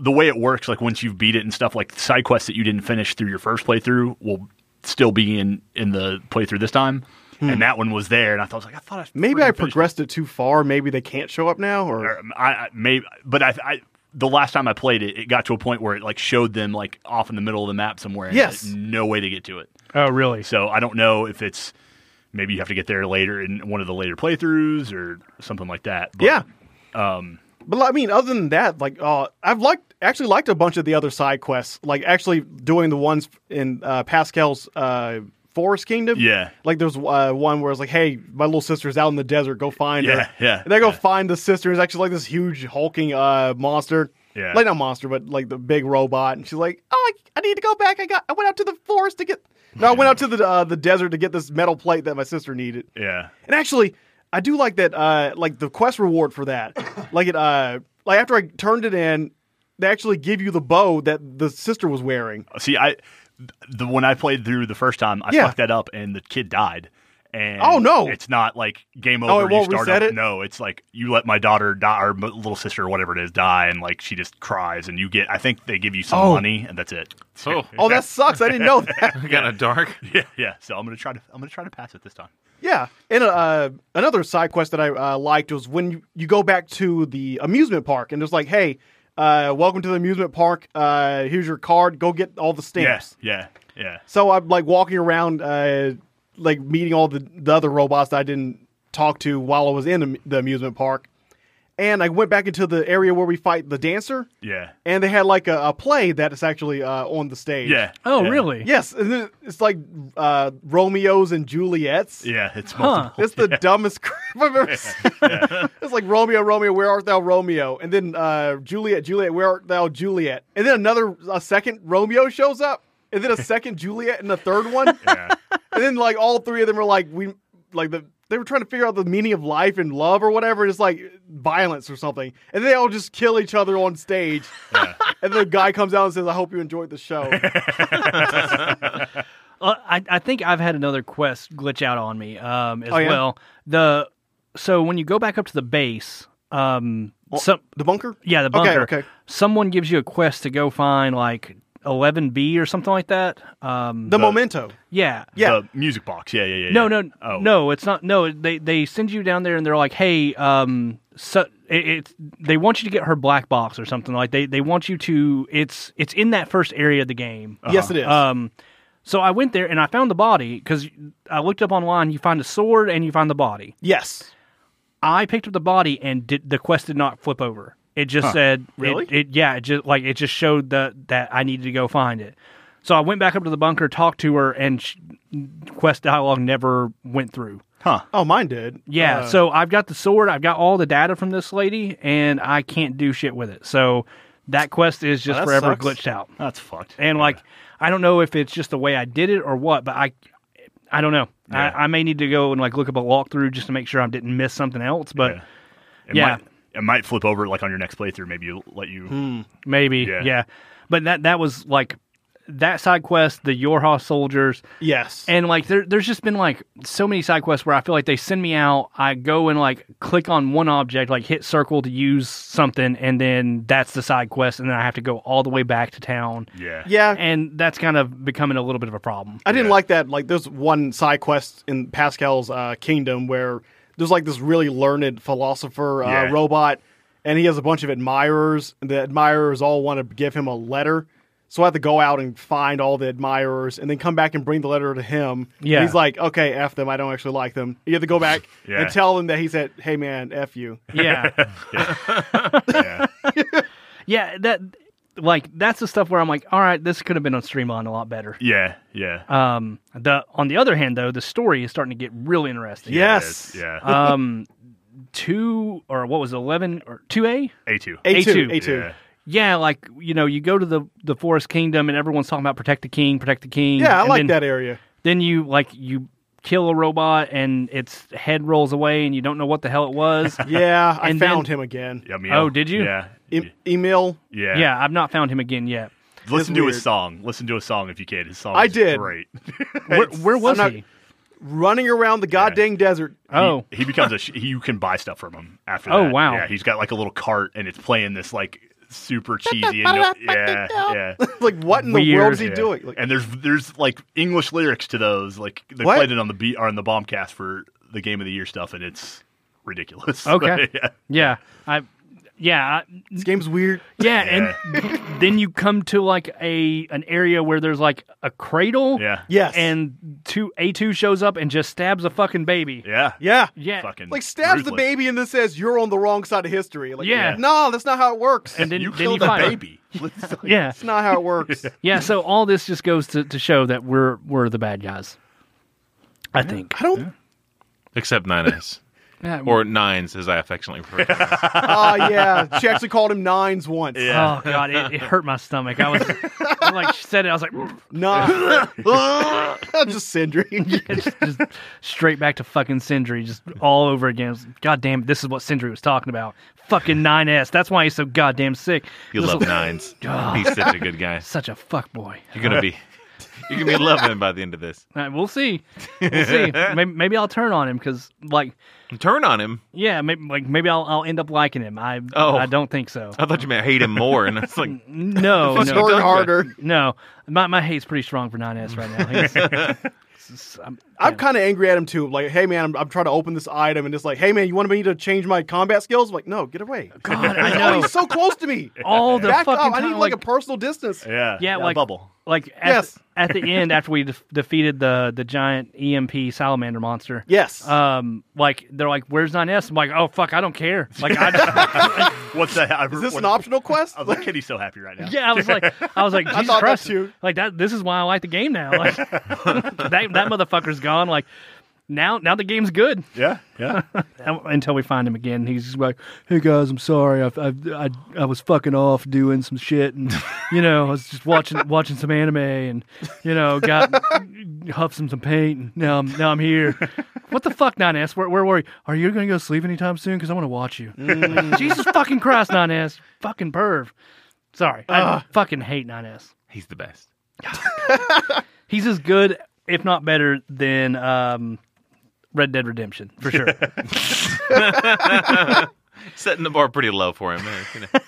Speaker 4: the way it works, like once you've beat it and stuff, like side quests that you didn't finish through your first playthrough will still be in in the playthrough this time. And that one was there, and I thought I was like, I thought I
Speaker 3: Hmm. Maybe I
Speaker 4: freaking finished
Speaker 3: progressed it too far. Maybe they can't show up now, or
Speaker 4: or I, I may, but I, I the last time I played it, it got to a point where it like showed them like off in the middle of the map somewhere. And
Speaker 3: Yes.
Speaker 4: like, no way to get to it.
Speaker 1: Oh really?
Speaker 4: So I don't know if it's maybe you have to get there later in one of the later playthroughs or something like that. But,
Speaker 3: yeah. Um, but I mean, other than that, like, uh, I've liked actually liked a bunch of the other side quests. Like actually doing the ones in uh, Pascal's uh, Forest Kingdom.
Speaker 4: Yeah.
Speaker 3: Like there's uh, one where it's like, hey, my little sister's out in the desert. Go find
Speaker 4: Yeah,
Speaker 3: her.
Speaker 4: yeah,
Speaker 3: And they go
Speaker 4: yeah.
Speaker 3: find the sister. It's actually like this huge hulking uh, monster.
Speaker 4: Yeah.
Speaker 3: Like not monster, but like the big robot. And she's like, oh, I, I need to go back. I got. I went out to the forest to get. No, I went out to the uh, the desert to get this metal plate that my sister needed.
Speaker 4: Yeah.
Speaker 3: And actually, I do like that. Uh, like the quest reward for that. like it. Uh, like after I turned it in, they actually give you the bow that the sister was wearing.
Speaker 4: See, I the when I played through the first time, I
Speaker 3: Yeah.
Speaker 4: fucked that up, and the kid died. And
Speaker 3: Oh, no.
Speaker 4: It's not like game over.
Speaker 3: Oh, it
Speaker 4: you
Speaker 3: won't
Speaker 4: start
Speaker 3: reset
Speaker 4: up-
Speaker 3: it?
Speaker 4: No, it's like you let my daughter die, or my little sister, or whatever it is, die, and like she just cries, and you get. I think they give you some
Speaker 3: Oh.
Speaker 4: money, and that's it.
Speaker 2: Oh,
Speaker 3: Oh, that sucks! I didn't know that.
Speaker 2: kind of dark.
Speaker 4: Yeah, yeah. So I'm gonna try to I'm gonna try to pass it this time.
Speaker 3: Yeah, and uh, another side quest that I uh, liked was when you, you go back to the amusement park and it's like, hey, uh, welcome to the amusement park. Uh, here's your card. Go get all the stamps.
Speaker 4: Yes. Yeah, yeah,
Speaker 3: So I'm like walking around, uh, like meeting all the, the other robots that I didn't talk to while I was in am- the amusement park. And I went back into the area where we fight the dancer,
Speaker 4: yeah,
Speaker 3: and they had like a, a play that is actually uh, on the stage.
Speaker 4: yeah.
Speaker 1: Oh
Speaker 4: yeah.
Speaker 1: really?
Speaker 3: Yes, and it- it's like uh, Romeo's and Juliet's.
Speaker 4: Yeah, it's
Speaker 1: Huh.
Speaker 4: multiple.
Speaker 3: It's the dumbest crap I've ever seen. it's like Romeo, Romeo, where art thou, Romeo? And then uh, Juliet, Juliet, where art thou, Juliet? And then another, a second Romeo shows up, and then a second Juliet, and a third one.
Speaker 4: Yeah.
Speaker 3: And then like all three of them are like we like the they were trying to figure out the meaning of life and love or whatever. And it's like violence or something, and they all just kill each other on stage. And the guy comes out and says, "I hope you enjoyed the show."
Speaker 1: Uh, I, I think I've had another quest glitch out on me um, as
Speaker 3: Oh, yeah?
Speaker 1: well. The so when you go back up to the base, um, some
Speaker 3: the bunker.
Speaker 1: yeah, the
Speaker 3: Okay,
Speaker 1: bunker.
Speaker 3: okay.
Speaker 1: Someone gives you a quest to go find like eleven B or something like that. Um,
Speaker 3: The, memento.
Speaker 1: yeah,
Speaker 3: Yeah.
Speaker 4: The music box. Yeah, yeah, yeah.
Speaker 1: No,
Speaker 4: yeah.
Speaker 1: no,
Speaker 4: Oh.
Speaker 1: no. It's not. No, they they send you down there and they're like, hey, um, so it, it's they want you to get her black box or something like they they want you to. It's it's in that first area of the game.
Speaker 3: Yes, it is.
Speaker 1: Um, so I went there and I found the body because I looked up online. You find a sword and you find the body.
Speaker 3: yes.
Speaker 1: I picked up the body and did, the quest did not flip over. It just said, it-
Speaker 3: Really?
Speaker 1: It, yeah, it just like it just showed the that I needed to go find it. So I went back up to the bunker, talked to her, and sh quest dialogue never went through.
Speaker 4: Huh.
Speaker 3: Oh, mine did.
Speaker 1: Yeah,
Speaker 3: Uh,
Speaker 1: so I've got the sword, I've got all the data from this lady, and I can't do shit with it. So that quest is just
Speaker 3: Oh, that
Speaker 1: forever
Speaker 3: sucks.
Speaker 1: glitched out.
Speaker 4: That's fucked.
Speaker 1: And like, I don't know if it's just the way I did it or what, but I, I don't know.
Speaker 4: Yeah.
Speaker 1: I, I may need to go and like look up a walkthrough just to make sure I didn't miss something else. But
Speaker 4: Yeah. it
Speaker 1: yeah.
Speaker 4: Might, it might flip over like on your next playthrough. Maybe you let you.
Speaker 3: Hmm.
Speaker 1: maybe,
Speaker 4: Yeah.
Speaker 1: yeah. But that that was like that side quest, the Yorha soldiers,
Speaker 3: yes.
Speaker 1: and like there, there's just been like so many side quests where I feel like they send me out. I go and like click on one object, like hit circle to use something, and then that's the side quest, and then I have to go all the way back to town.
Speaker 4: Yeah.
Speaker 3: yeah,
Speaker 1: And that's kind of becoming a little bit of a problem.
Speaker 3: I didn't
Speaker 4: Yeah.
Speaker 3: like that. Like, there's one side quest in Pascal's uh, kingdom where there's like this really learned philosopher uh,
Speaker 4: Yeah.
Speaker 3: robot, and he has a bunch of admirers. and The admirers all want to give him a letter, so I have to go out and find all the admirers, and then come back and bring the letter to him. And
Speaker 1: Yeah.
Speaker 3: he's like, "Okay, f them. I don't actually like them." You have to go back
Speaker 4: Yeah.
Speaker 3: and tell them that he said, "Hey, man, f you."
Speaker 1: Yeah.
Speaker 4: Yeah.
Speaker 1: Yeah, that like that's the stuff where I'm like, all right, this could have been on streamlined a lot better.
Speaker 4: Yeah. Yeah.
Speaker 3: Uh,
Speaker 1: Um, the on the other hand, though, the story is starting to get real interesting.
Speaker 3: Yes. Uh,
Speaker 4: Yeah.
Speaker 1: Um, two or what was it, eleven or two A?
Speaker 4: A two.
Speaker 3: A two.
Speaker 1: A2.
Speaker 3: A two.
Speaker 4: Yeah.
Speaker 1: Yeah, like you know, you go to the the Forest Kingdom and everyone's talking about protect the king, protect the king.
Speaker 3: Yeah, I
Speaker 1: and
Speaker 3: like
Speaker 1: then,
Speaker 3: that area.
Speaker 1: Then you like you kill a robot and its head rolls away and you don't know what the hell it was.
Speaker 3: Yeah, I
Speaker 1: And then-
Speaker 3: found him again.
Speaker 4: Yeah, Emil.
Speaker 1: Oh, did you?
Speaker 4: Yeah.
Speaker 3: E- Emil.
Speaker 4: yeah.
Speaker 1: yeah. I've not found him again yet.
Speaker 4: Listen
Speaker 3: It's
Speaker 4: to
Speaker 3: weird.
Speaker 4: his song. Listen to his song if you can. His song.
Speaker 3: I
Speaker 4: is
Speaker 3: did.
Speaker 4: Great.
Speaker 1: Where, where was
Speaker 3: I'm not-
Speaker 1: he?
Speaker 3: running around the goddamn desert.
Speaker 1: Oh,
Speaker 4: he, he becomes a. sh- he- you can buy stuff from him after.
Speaker 1: Oh,
Speaker 4: that.
Speaker 1: wow.
Speaker 4: Yeah, he's got like a little cart and it's playing this like super cheesy. and no- yeah, yeah.
Speaker 3: like, what in the
Speaker 1: Weird.
Speaker 3: world is he
Speaker 4: Yeah.
Speaker 3: doing? Like,
Speaker 4: and there's there's like English lyrics to those. Like they
Speaker 3: What?
Speaker 4: played it on the beat on the bombcast for the game of the year stuff, and it's ridiculous.
Speaker 1: Okay.
Speaker 4: yeah.
Speaker 1: yeah. I yeah, I-
Speaker 3: this game's weird.
Speaker 1: Yeah, and then you come to like a an area where there's like a cradle.
Speaker 4: Yeah.
Speaker 3: Yes.
Speaker 1: And two A two shows up and just stabs a fucking baby.
Speaker 4: Yeah.
Speaker 3: yeah.
Speaker 1: Yeah.
Speaker 4: Fucking
Speaker 3: Like stabs the
Speaker 4: ruthless.
Speaker 3: baby and then says you're on the wrong side of history. Like,
Speaker 1: Yeah.
Speaker 3: no, that's not how it works.
Speaker 1: And then
Speaker 4: you
Speaker 1: then
Speaker 4: killed
Speaker 1: you
Speaker 4: a
Speaker 1: find her.
Speaker 4: baby. It's like-
Speaker 1: Yeah.
Speaker 3: that's not how it works.
Speaker 1: Yeah. So all this just goes to, to show that we're we're the bad guys. I think.
Speaker 3: I don't.
Speaker 2: Except 9S.
Speaker 1: Yeah,
Speaker 2: or 9s, as I affectionately refer to them.
Speaker 3: Oh yeah, she actually called him nines once. Uh,
Speaker 4: Yeah.
Speaker 1: Oh god, it, it hurt my stomach. I was I, like said it. I was like "Mm."
Speaker 3: Nine. Just Sindri.
Speaker 1: It's just, straight back to fucking Sindri, just all over again. It was, God damn it, this is what Sindri was talking about. Fucking 9S. That's why he's so goddamn sick.
Speaker 2: You
Speaker 1: This
Speaker 2: love
Speaker 1: was
Speaker 2: 9s. He's such a good guy.
Speaker 1: Such a fuck boy.
Speaker 2: You're going to be. You're gonna be loving him by the end of this.
Speaker 1: Uh, we'll see. We'll see. maybe, maybe I'll turn on him because, like,
Speaker 2: Turn on him.
Speaker 1: yeah, maybe, like maybe I'll I'll end up liking him. I
Speaker 2: Oh.
Speaker 1: I don't think so.
Speaker 2: I thought you meant hate him more, and it's like
Speaker 1: No,
Speaker 2: Fuck
Speaker 1: no,
Speaker 2: you.
Speaker 3: Turn harder.
Speaker 1: no. My my hate's pretty strong for 9S right now. He's- it's just- I'm-
Speaker 3: I'm kind of angry at him too. Like, hey man, I'm, I'm trying to open this item, and it's like, hey man, you want me to change my combat skills? I'm like, no, get away.
Speaker 1: God, I
Speaker 3: Oh,
Speaker 1: know
Speaker 3: he's so close to me.
Speaker 1: all the
Speaker 3: Back
Speaker 1: fucking
Speaker 3: up. I
Speaker 1: time.
Speaker 3: need like,
Speaker 1: like,
Speaker 3: a personal distance.
Speaker 4: yeah.
Speaker 1: Yeah, like-
Speaker 4: bubble.
Speaker 1: like, at,
Speaker 3: Yes.
Speaker 1: at the end after we def- defeated the the giant EMP salamander monster.
Speaker 3: Yes.
Speaker 1: Um, like they're like, "Where's 9S?" I'm like, "Oh fuck, I don't care." Like I just,
Speaker 4: What's that? I,
Speaker 3: is this an optional quest?
Speaker 4: I was like, Kitty's so happy right now.
Speaker 1: Yeah, I was like, I was like, Jesus
Speaker 3: thought that
Speaker 1: Christ,
Speaker 3: too.
Speaker 1: like that. This is why I like the game now. Like that that motherfucker's gone. Like now, now the game's good
Speaker 4: Yeah. Yeah.
Speaker 1: until we find him again. He's just like, "Hey guys, I'm sorry. I I I, I was fucking off doing some shit, and you know, I was just watching watching some anime, and you know, got huffed some some paint, and now I'm now I'm here." What the fuck, 9S? Where, where were you? Are you going to go sleep anytime soon? Because I want to watch you. Like, Jesus fucking Christ, 9S. Fucking perv. Sorry. I fucking hate 9S.
Speaker 2: he's the best.
Speaker 1: He's as good, if not better, than um, Red Dead Redemption, for sure.
Speaker 2: Setting the bar pretty low for him. man, you know.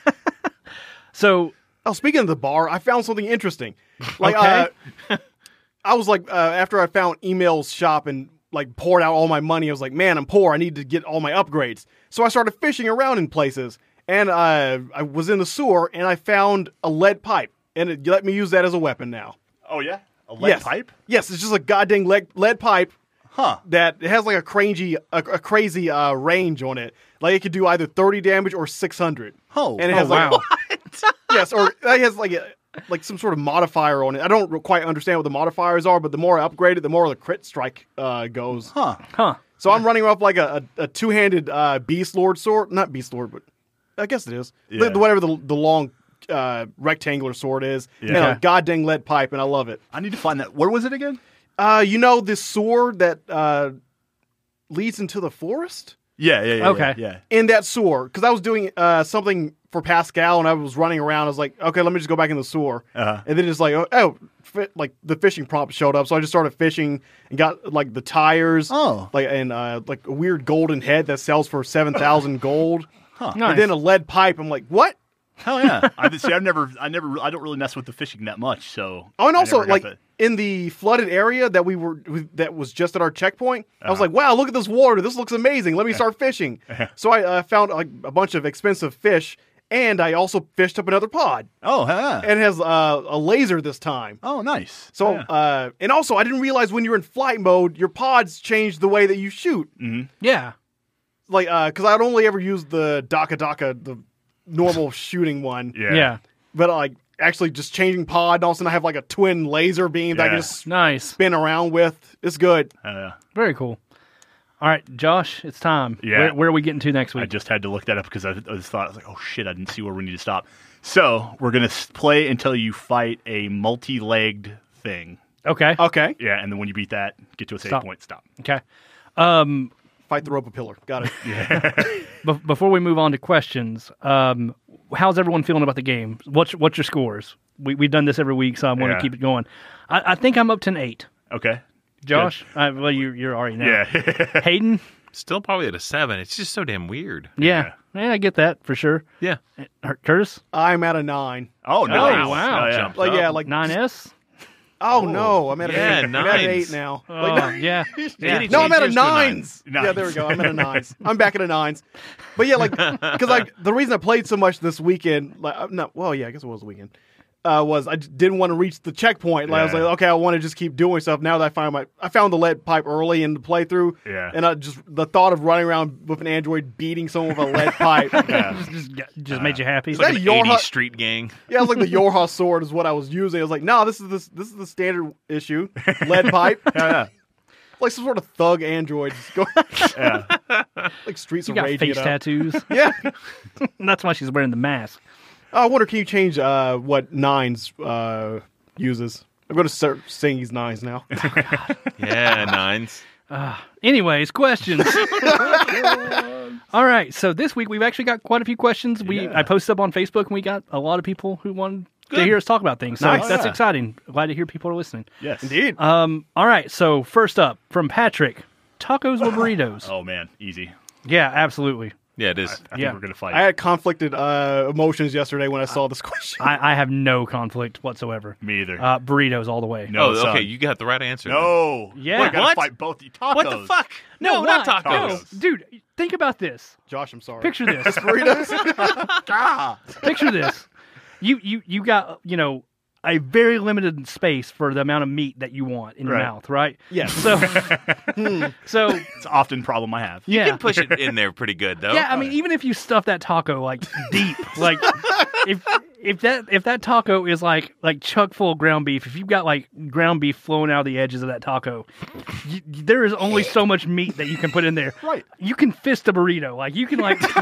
Speaker 1: so
Speaker 3: Oh, speaking of the bar, I found something interesting. Like, uh, I was like, uh, after I found Email's shop and like poured out all my money, I was like, man, I'm poor. I need to get all my upgrades. So I started fishing around in places, and uh, I was in the sewer and I found a lead pipe, and it let me use that as a weapon now.
Speaker 4: Oh yeah. A lead
Speaker 3: yes.
Speaker 4: pipe.
Speaker 3: Yes, it's just a goddamn lead, lead pipe.
Speaker 4: Huh.
Speaker 3: that it has like a crazy a, a crazy uh, range on it. Like it could do either thirty damage or six hundred.
Speaker 4: Oh.
Speaker 3: and it
Speaker 4: Oh,
Speaker 3: has like
Speaker 1: wow.
Speaker 3: yes, or it has like a, like some sort of modifier on it. I don't quite understand what the modifiers are, but the more I upgrade it, the more the crit strike uh, goes.
Speaker 4: Huh.
Speaker 1: Huh.
Speaker 3: So I'm running up like a, a, a two handed uh, beast lord sword, not beast lord, but I guess it is The-
Speaker 4: Yeah.
Speaker 3: the- whatever the the long uh, rectangular sword is, and
Speaker 4: Yeah.
Speaker 3: a goddamn lead pipe, and I love it.
Speaker 4: I need to find that. Where was it again?
Speaker 3: Uh, you know this sword that uh, leads into the forest.
Speaker 4: Yeah, yeah, yeah. yeah,
Speaker 1: Okay.
Speaker 4: Yeah.
Speaker 3: in that sewer because I was doing uh, something for Pascal and I was running around. I was like, okay, let me just go back in the sewer.
Speaker 4: Uh-huh.
Speaker 3: And then it's like, oh, oh fi- like the fishing prompt showed up, so I just started fishing and got like the tires,
Speaker 4: Oh.
Speaker 3: like and uh, like a weird golden head that sells for seven thousand gold. Huh.
Speaker 1: Nice.
Speaker 3: And then a lead pipe. I'm like, what?
Speaker 4: Hell yeah. I see. I've never. I never. I don't really mess with the fishing that much. So.
Speaker 3: Oh, and
Speaker 4: I
Speaker 3: also
Speaker 4: never got
Speaker 3: like
Speaker 4: the-
Speaker 3: in the flooded area that we were that was just at our checkpoint. I
Speaker 4: Uh-huh.
Speaker 3: was like, "Wow, look at this water! This looks amazing. Let me start fishing." so I uh, found like a bunch of expensive fish, and I also fished up another pod.
Speaker 4: Oh, hell yeah.
Speaker 3: And it has uh, a laser this time.
Speaker 4: oh, nice.
Speaker 3: So,
Speaker 4: Yeah.
Speaker 3: uh, and also, I didn't realize when you're in flight mode, your pods change the way that you shoot.
Speaker 4: Mm.
Speaker 1: Yeah.
Speaker 3: Like, because I'd only ever used the Daka Daka, the normal shooting one.
Speaker 4: yeah.
Speaker 1: Yeah.
Speaker 3: But like actually just changing pod, and all of a sudden I have like a twin laser beam that I can
Speaker 4: Yeah.
Speaker 3: just
Speaker 1: Nice.
Speaker 3: spin around with. It's good.
Speaker 4: Hell yeah.
Speaker 1: Very cool. All right, Josh, it's time.
Speaker 4: Yeah.
Speaker 1: Where, where are we getting to next
Speaker 4: I
Speaker 1: week?
Speaker 4: just had to look that up because I, I just thought I was like, oh shit, I didn't see where we need to stop. So we're gonna s- play until you fight a multi-legged thing.
Speaker 1: okay.
Speaker 3: Okay,
Speaker 4: Yeah, and then when you beat that, get to a save
Speaker 1: Stop.
Speaker 4: point. Stop.
Speaker 1: Okay.
Speaker 3: fight the rope pillar. Got it.
Speaker 1: Be- before we move on to questions, um, how's everyone feeling about the game? What's what's your scores? We we've done this every week, so I want
Speaker 4: Yeah.
Speaker 1: to keep it going. I, I think I'm up to an eight.
Speaker 4: Okay.
Speaker 1: Josh, I, well, you you're already now.
Speaker 4: Yeah.
Speaker 1: Hayden,
Speaker 2: Still probably at a seven. It's just so damn weird.
Speaker 1: yeah. yeah, I get that for sure.
Speaker 2: Yeah.
Speaker 1: Hurt- Curtis,
Speaker 3: I'm at a nine.
Speaker 4: oh nice.
Speaker 1: wow.
Speaker 4: Oh, yeah.
Speaker 2: Jump.
Speaker 3: Like yeah,
Speaker 2: Oh,
Speaker 3: like
Speaker 1: nine S.
Speaker 3: Oh no, I'm at
Speaker 2: Yeah,
Speaker 3: an eight. I'm at an
Speaker 2: nines.
Speaker 3: eight now.
Speaker 1: Oh,
Speaker 3: Like,
Speaker 1: yeah, yeah.
Speaker 2: Did he
Speaker 3: No, I'm at a
Speaker 2: change yours to a
Speaker 3: nines.
Speaker 4: nines?
Speaker 3: Yeah, there we go. I'm at a nines. I'm back at a nines. But yeah, like because like the reason I played so much this weekend, like I'm not well, yeah, I guess it was the weekend. Uh, was I j- didn't want to reach the checkpoint. Like I was
Speaker 4: Yeah.
Speaker 3: like, okay, I want to just keep doing stuff. Now that I find my, I found the lead pipe early in the playthrough.
Speaker 4: Yeah.
Speaker 3: And I just the thought of running around with an android beating someone with a lead pipe. yeah.
Speaker 1: Just, just,
Speaker 4: Uh,
Speaker 1: just made you happy.
Speaker 2: It's like
Speaker 3: that
Speaker 2: an
Speaker 3: your
Speaker 2: 80s
Speaker 3: hut?
Speaker 2: street gang.
Speaker 3: it was like the Yorha sword is what I was using. I was like, no, this is this this is the standard issue lead pipe.
Speaker 4: Yeah.
Speaker 3: like some sort of thug android just go
Speaker 4: Yeah.
Speaker 3: like streets
Speaker 1: you
Speaker 3: of
Speaker 1: got
Speaker 3: rage.
Speaker 1: face
Speaker 3: you know?
Speaker 1: tattoos.
Speaker 3: Yeah. Uh,
Speaker 1: That's why she's wearing the mask.
Speaker 3: I wonder, can you change uh, what nines uh, uses? I'm going to start saying he's nines now.
Speaker 2: Yeah, nines.
Speaker 1: Anyways, questions. All right, so this week we've actually got quite a few questions. We I posted up on Facebook and we got a lot of people who wanted to hear us talk about things. So
Speaker 4: Nice.
Speaker 1: that's
Speaker 4: Yeah.
Speaker 1: exciting. Glad to hear people are listening.
Speaker 4: Yes.
Speaker 3: Indeed.
Speaker 1: Um, all right, so first up from Patrick, tacos or burritos?
Speaker 4: Oh man, easy.
Speaker 1: Yeah, absolutely.
Speaker 2: Yeah, it is.
Speaker 4: I
Speaker 1: Yeah.
Speaker 4: think we're gonna fight.
Speaker 3: I had conflicted uh, emotions yesterday when I saw this question.
Speaker 1: I, I have no conflict whatsoever.
Speaker 4: Me either.
Speaker 1: Uh, burritos all the way.
Speaker 4: no.
Speaker 2: oh,
Speaker 4: son.
Speaker 2: okay. You got the right answer. then.
Speaker 4: No.
Speaker 1: Yeah.
Speaker 4: We're gonna
Speaker 2: What?
Speaker 4: fight both the tacos.
Speaker 2: What the fuck? No, not
Speaker 1: why?
Speaker 2: tacos.
Speaker 1: No, dude, think about this.
Speaker 3: Josh, I'm sorry.
Speaker 1: Picture this.
Speaker 3: burritos.
Speaker 4: Ah.
Speaker 1: picture this you you you got you know a very limited space for the amount of meat that you want in your
Speaker 4: Right.
Speaker 1: mouth right
Speaker 3: Yeah.
Speaker 1: so so
Speaker 4: It's often a problem I have.
Speaker 1: yeah
Speaker 2: Hmm. You can push it in there pretty good, though.
Speaker 1: yeah i mean even if you stuff that taco like deep like if if that if that taco is like like chuck full of ground beef if you've got like ground beef flowing out of the edges of that taco you, there is only so much meat that you can put in there
Speaker 4: Right.
Speaker 1: you can fist a burrito like you can like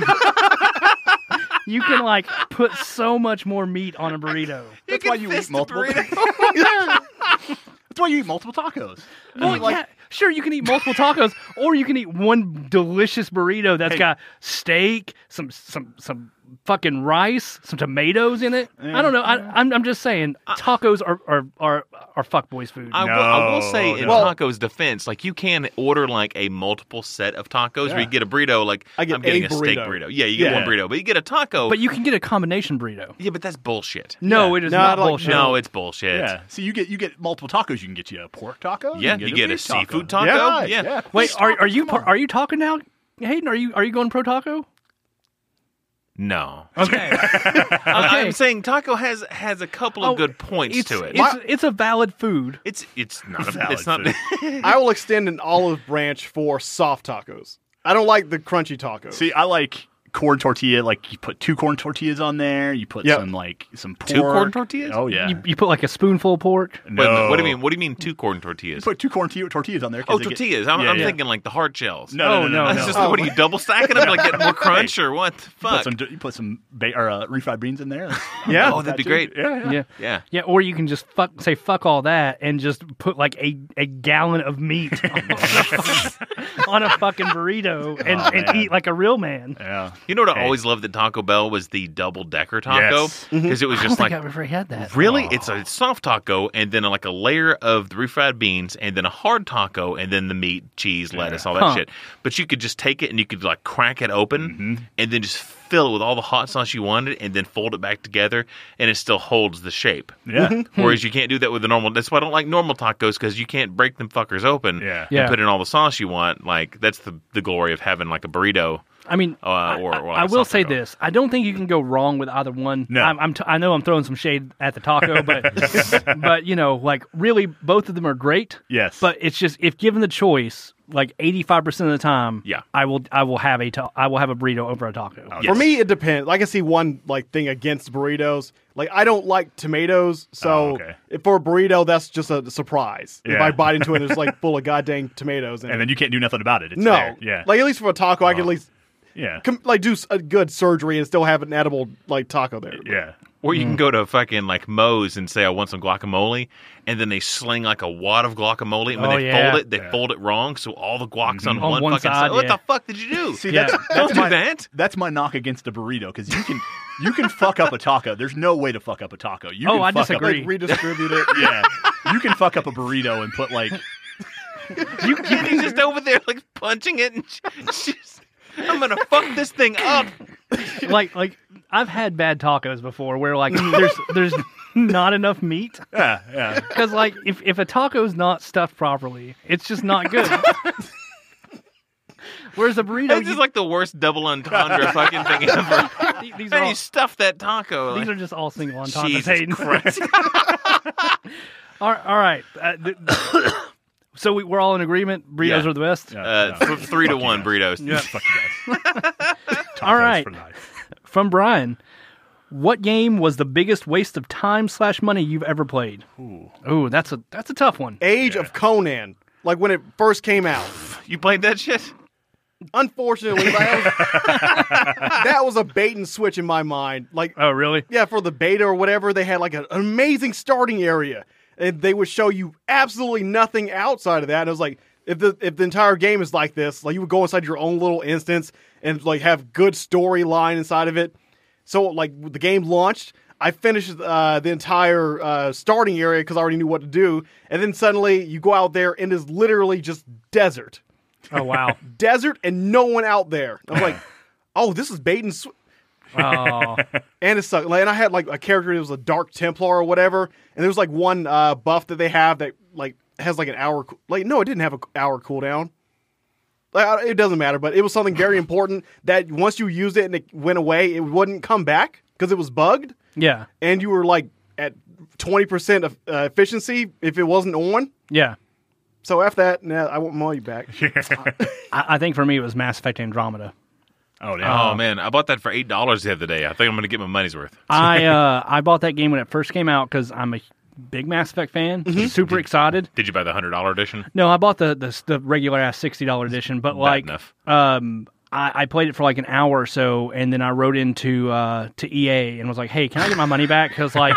Speaker 1: you can like put so much more meat on a burrito
Speaker 4: That's
Speaker 2: can
Speaker 4: why you
Speaker 2: fist
Speaker 4: eat
Speaker 2: a
Speaker 4: multiple.
Speaker 2: burrito.
Speaker 4: That's why you eat multiple tacos.
Speaker 1: Well, yeah, sure, you can eat multiple tacos, or you can eat one delicious burrito that's got steak, some some some fucking rice, some tomatoes in it. I don't know. I, I'm I'm just saying, tacos are are are, are fuckboys food.
Speaker 2: I, will, I will say
Speaker 4: No,
Speaker 2: in
Speaker 4: no.
Speaker 2: tacos defense, like you can order like a multiple set of tacos where you get a burrito. Like
Speaker 3: I get
Speaker 2: I'm getting
Speaker 3: a
Speaker 2: a, steak
Speaker 3: burrito.
Speaker 2: burrito. Yeah, you get
Speaker 4: Yeah.
Speaker 2: one burrito, but you get a taco.
Speaker 1: but you can get a combination burrito.
Speaker 2: yeah, but that's bullshit.
Speaker 1: No, it is
Speaker 3: No,
Speaker 1: not
Speaker 3: I like-
Speaker 1: bullshit.
Speaker 2: No, it's bullshit.
Speaker 4: Yeah. So you get you get multiple tacos. You can get you a pork taco.
Speaker 2: Yeah,
Speaker 4: can
Speaker 2: you get a
Speaker 4: beef taco.
Speaker 2: seafood taco.
Speaker 4: Yeah,
Speaker 2: Yeah.
Speaker 4: yeah.
Speaker 1: Wait, are are you par- are you talking now, Hayden? Are you are you going pro taco?
Speaker 2: No.
Speaker 1: Okay.
Speaker 2: I, am saying taco has has a couple of
Speaker 1: Oh,
Speaker 2: good points
Speaker 1: it's,
Speaker 2: to it.
Speaker 1: It's, it's a valid food.
Speaker 2: It's it's not a,
Speaker 4: Valid
Speaker 2: it's not
Speaker 4: food.
Speaker 3: I will extend an olive branch for soft tacos. I don't like the crunchy tacos.
Speaker 4: See, I like corn tortilla. Like you put two corn tortillas on there. You put
Speaker 3: Yep.
Speaker 4: some like some pork.
Speaker 2: Two corn tortillas?
Speaker 4: Oh yeah.
Speaker 1: You, you put like a spoonful of pork.
Speaker 2: Wait a minute, what do
Speaker 4: No.
Speaker 2: you mean? What do you mean two corn
Speaker 4: You
Speaker 2: tortillas?
Speaker 4: put two corn t- tortillas on there. 'cause
Speaker 2: oh,
Speaker 4: they get-
Speaker 2: tortillas. I'm,
Speaker 4: Yeah,
Speaker 2: I'm
Speaker 4: yeah.
Speaker 2: thinking like the hard shells.
Speaker 4: No, no,
Speaker 1: Oh,
Speaker 4: no.
Speaker 1: no,
Speaker 4: no,
Speaker 2: That's just what are you double stacking them to get more crunch or what the
Speaker 4: Put
Speaker 2: fuck?
Speaker 4: some, you put some ba- or, uh, refried beans in there.
Speaker 3: yeah,
Speaker 2: oh, that'd be
Speaker 4: Too.
Speaker 2: great.
Speaker 4: Yeah, yeah.
Speaker 1: Yeah.
Speaker 2: Yeah.
Speaker 1: Yeah, or you can just fuck say fuck all that and just put like a, a gallon of meat on a, fucking- on a fucking burrito and,
Speaker 4: Oh,
Speaker 1: and
Speaker 4: man.
Speaker 1: eat like a real man.
Speaker 4: Yeah.
Speaker 2: You know what I
Speaker 4: Hey.
Speaker 2: always loved at Taco Bell was the double decker taco
Speaker 4: Yes.
Speaker 2: because it was
Speaker 1: Mm-hmm. I
Speaker 2: just
Speaker 1: don't
Speaker 2: like
Speaker 1: think I've ever had that.
Speaker 2: really it's a soft taco and then like a layer of the refried beans and then a hard taco and then the meat, cheese, lettuce, all that
Speaker 1: Huh.
Speaker 2: shit. But you could just take it and you could like crack it open
Speaker 4: Mm-hmm.
Speaker 2: and then just fill it with all the hot sauce you wanted and then fold it back together and it still holds the shape.
Speaker 4: Yeah.
Speaker 2: Whereas
Speaker 1: Hmm.
Speaker 2: you can't do that with the normal. That's why I don't like normal tacos because you can't break them fuckers open
Speaker 4: Yeah.
Speaker 2: and
Speaker 1: Yeah.
Speaker 2: put in all the sauce you want. Like that's the the glory of having like a burrito.
Speaker 1: I mean,
Speaker 2: Uh, or, or like
Speaker 1: I
Speaker 2: a
Speaker 1: will
Speaker 2: soft
Speaker 1: say
Speaker 2: taco.
Speaker 1: this: I don't think you can go wrong with either one.
Speaker 4: No.
Speaker 1: I'm, I'm t- I know I'm throwing some shade at the taco, but but you know, like really, both of them are great.
Speaker 4: Yes.
Speaker 1: but it's just if given the choice, like 85 percent of the time,
Speaker 2: Yeah. Oh.
Speaker 1: I will I will have a ta- I will have a burrito over a taco.
Speaker 4: Yes.
Speaker 3: For me, it depends. Like I see one like thing against burritos. Like I don't like tomatoes, so
Speaker 4: Oh, okay.
Speaker 3: if for a burrito, that's just a surprise. If
Speaker 4: Yeah.
Speaker 3: I bite into it, and it's like full of goddamn tomatoes, in
Speaker 4: And
Speaker 3: it.
Speaker 4: then you can't do nothing about it. It's
Speaker 3: no,
Speaker 4: there. Yeah.
Speaker 3: like at least for a taco, I can at least
Speaker 4: yeah.
Speaker 3: com- like do s- a good surgery and still have an edible like taco there.
Speaker 4: yeah.
Speaker 2: Or you
Speaker 1: Hmm.
Speaker 2: can go to fucking like Moe's and say I want some guacamole, and then they sling like a wad of guacamole. And when
Speaker 1: Oh,
Speaker 2: they
Speaker 1: yeah. Mm-hmm.
Speaker 2: fold it, they fold it wrong, so all the guac's on,
Speaker 1: On
Speaker 2: one,
Speaker 1: one
Speaker 2: fucking
Speaker 1: side,
Speaker 2: side. What
Speaker 1: yeah.
Speaker 2: the fuck did you do?
Speaker 4: See,
Speaker 1: Yeah.
Speaker 4: that's
Speaker 2: Don't
Speaker 4: that's
Speaker 2: do
Speaker 4: my,
Speaker 2: that.
Speaker 4: That's my knock against a burrito because you can you can fuck up a taco. There's no way to fuck up a taco. You
Speaker 1: Oh,
Speaker 4: can
Speaker 1: I
Speaker 4: fuck
Speaker 1: disagree.
Speaker 3: Like redistribute it.
Speaker 4: Up, yeah, you can fuck up a burrito and put like
Speaker 2: You and he's just over there like punching it and just, I'm gonna fuck this thing up.
Speaker 1: like like I've had bad tacos before where like there's there's not enough meat
Speaker 4: yeah
Speaker 2: Uh,
Speaker 4: yeah.
Speaker 1: because like if if a taco's not stuffed properly, it's just not good. Whereas a burrito,
Speaker 2: This
Speaker 1: you-
Speaker 2: is like the worst double entendre fucking thing ever.
Speaker 1: th- these are
Speaker 2: And
Speaker 1: all,
Speaker 2: you stuff that taco.
Speaker 1: these
Speaker 2: like-
Speaker 1: are just all single on
Speaker 2: Jesus
Speaker 1: Christ. all, right- all right. Uh, th- so we, we're all in agreement. Burritos
Speaker 2: Yeah.
Speaker 1: are the best.
Speaker 4: yeah,
Speaker 2: Uh,
Speaker 4: yeah.
Speaker 2: th- three to
Speaker 4: Fuck
Speaker 2: one
Speaker 4: you
Speaker 2: burritos.
Speaker 4: guys. Fuck you guys. Tacos
Speaker 1: All right.
Speaker 4: for life.
Speaker 1: From Brian, what game was the biggest waste of time slash money you've ever played? Ooh, that's a that's a tough one.
Speaker 3: Age of Conan, like when it first came out.
Speaker 2: You played that shit?
Speaker 3: Unfortunately, that was, that was a bait and switch in my mind. Like
Speaker 1: Oh, really?
Speaker 3: Yeah, for the beta or whatever, they had like an amazing starting area, and they would show you absolutely nothing outside of that. And it was like, if the if the entire game is like this, like you would go inside your own little instance and like have good storyline inside of it. So like the game launched, I finished uh, the entire uh, starting area because I already knew what to do, and then suddenly you go out there and it's literally just desert
Speaker 1: Oh, wow.
Speaker 3: desert and no one out there. I was like, oh, this is bait and sw-.
Speaker 1: Oh.
Speaker 3: And it sucked. Like, and I had like a character that was a Dark Templar or whatever. And there was like one uh, buff that they have that like has like an hour. coo- Like no, it didn't have an hour cooldown. Like I- it doesn't matter, but it was something very important that once you used it and it went away, it wouldn't come back because it was bugged.
Speaker 1: Yeah.
Speaker 3: And you were like at twenty percent of uh, efficiency if it wasn't on.
Speaker 1: Yeah.
Speaker 3: So after that, nah, I want my money back.
Speaker 1: I, I think for me it was Mass Effect Andromeda.
Speaker 4: Oh damn.
Speaker 2: Oh man, I bought that for eight dollars the other day. I think I'm gonna get my money's worth.
Speaker 1: I uh, I bought that game when it first came out because I'm a big Mass Effect fan. Super excited.
Speaker 2: Did you buy the hundred dollar edition?
Speaker 1: No, I bought the the, the regular ass sixty dollar edition, but like,
Speaker 2: enough.
Speaker 1: um, I, I played it for like an hour or so, and then I wrote into uh to EA and was like, "Hey, can I get my money back?" Because like,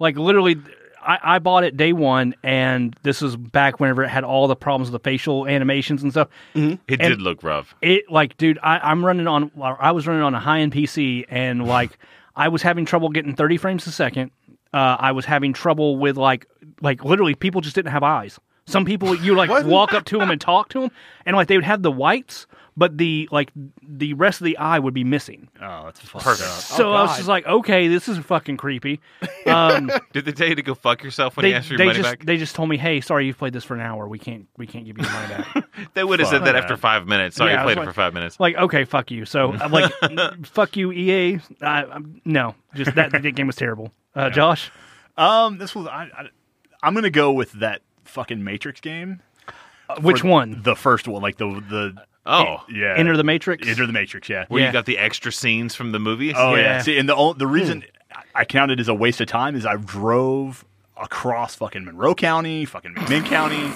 Speaker 1: like literally. I, I bought it day one, and this was back whenever it had all the problems with the facial animations and stuff.
Speaker 2: It
Speaker 1: And-
Speaker 2: did look rough.
Speaker 1: it like dude I, i'm running on or i was running on a high-end pc and like i was having trouble getting 30 frames a second uh, i was having trouble with like like literally people just didn't have eyes Some people you like
Speaker 3: What?
Speaker 1: walk up to them and talk to them, and like they would have the whites, but the like the rest of the eye would be missing.
Speaker 4: Oh, that's fucked
Speaker 2: Perfect.
Speaker 4: up.
Speaker 1: So I was
Speaker 3: Oh, God.
Speaker 1: just like, okay, this is fucking creepy. Um,
Speaker 2: Did they tell you to go fuck yourself when
Speaker 1: they
Speaker 2: you asked for your
Speaker 1: they
Speaker 2: money
Speaker 1: just
Speaker 2: back?
Speaker 1: they just told me, hey, sorry, you've played this for an hour. We can't we can't give you your money back.
Speaker 2: They would have said
Speaker 4: Fuck
Speaker 2: that
Speaker 4: that.
Speaker 2: after five minutes. Sorry,
Speaker 1: Yeah,
Speaker 2: you
Speaker 1: I
Speaker 2: played
Speaker 1: was
Speaker 2: it for
Speaker 1: like-
Speaker 2: five minutes.
Speaker 1: like, okay, fuck you. So I'm like, fuck you, EA. I, I'm, no, just that, that game was terrible. Uh, Josh,
Speaker 4: Um, this was I, I. I'm gonna go with that fucking Matrix game.
Speaker 1: uh, which
Speaker 4: For
Speaker 1: one?
Speaker 4: The first one, like the the
Speaker 2: Oh,
Speaker 4: yeah.
Speaker 1: Enter the Matrix.
Speaker 4: Enter the Matrix. Yeah.
Speaker 2: where
Speaker 1: yeah.
Speaker 2: you got the extra scenes from the movies?
Speaker 4: Oh yeah.
Speaker 1: Yeah. Hmm.
Speaker 4: See, and the ol- the reason I count it as a waste of time is I drove across fucking Monroe County, fucking McMinn County,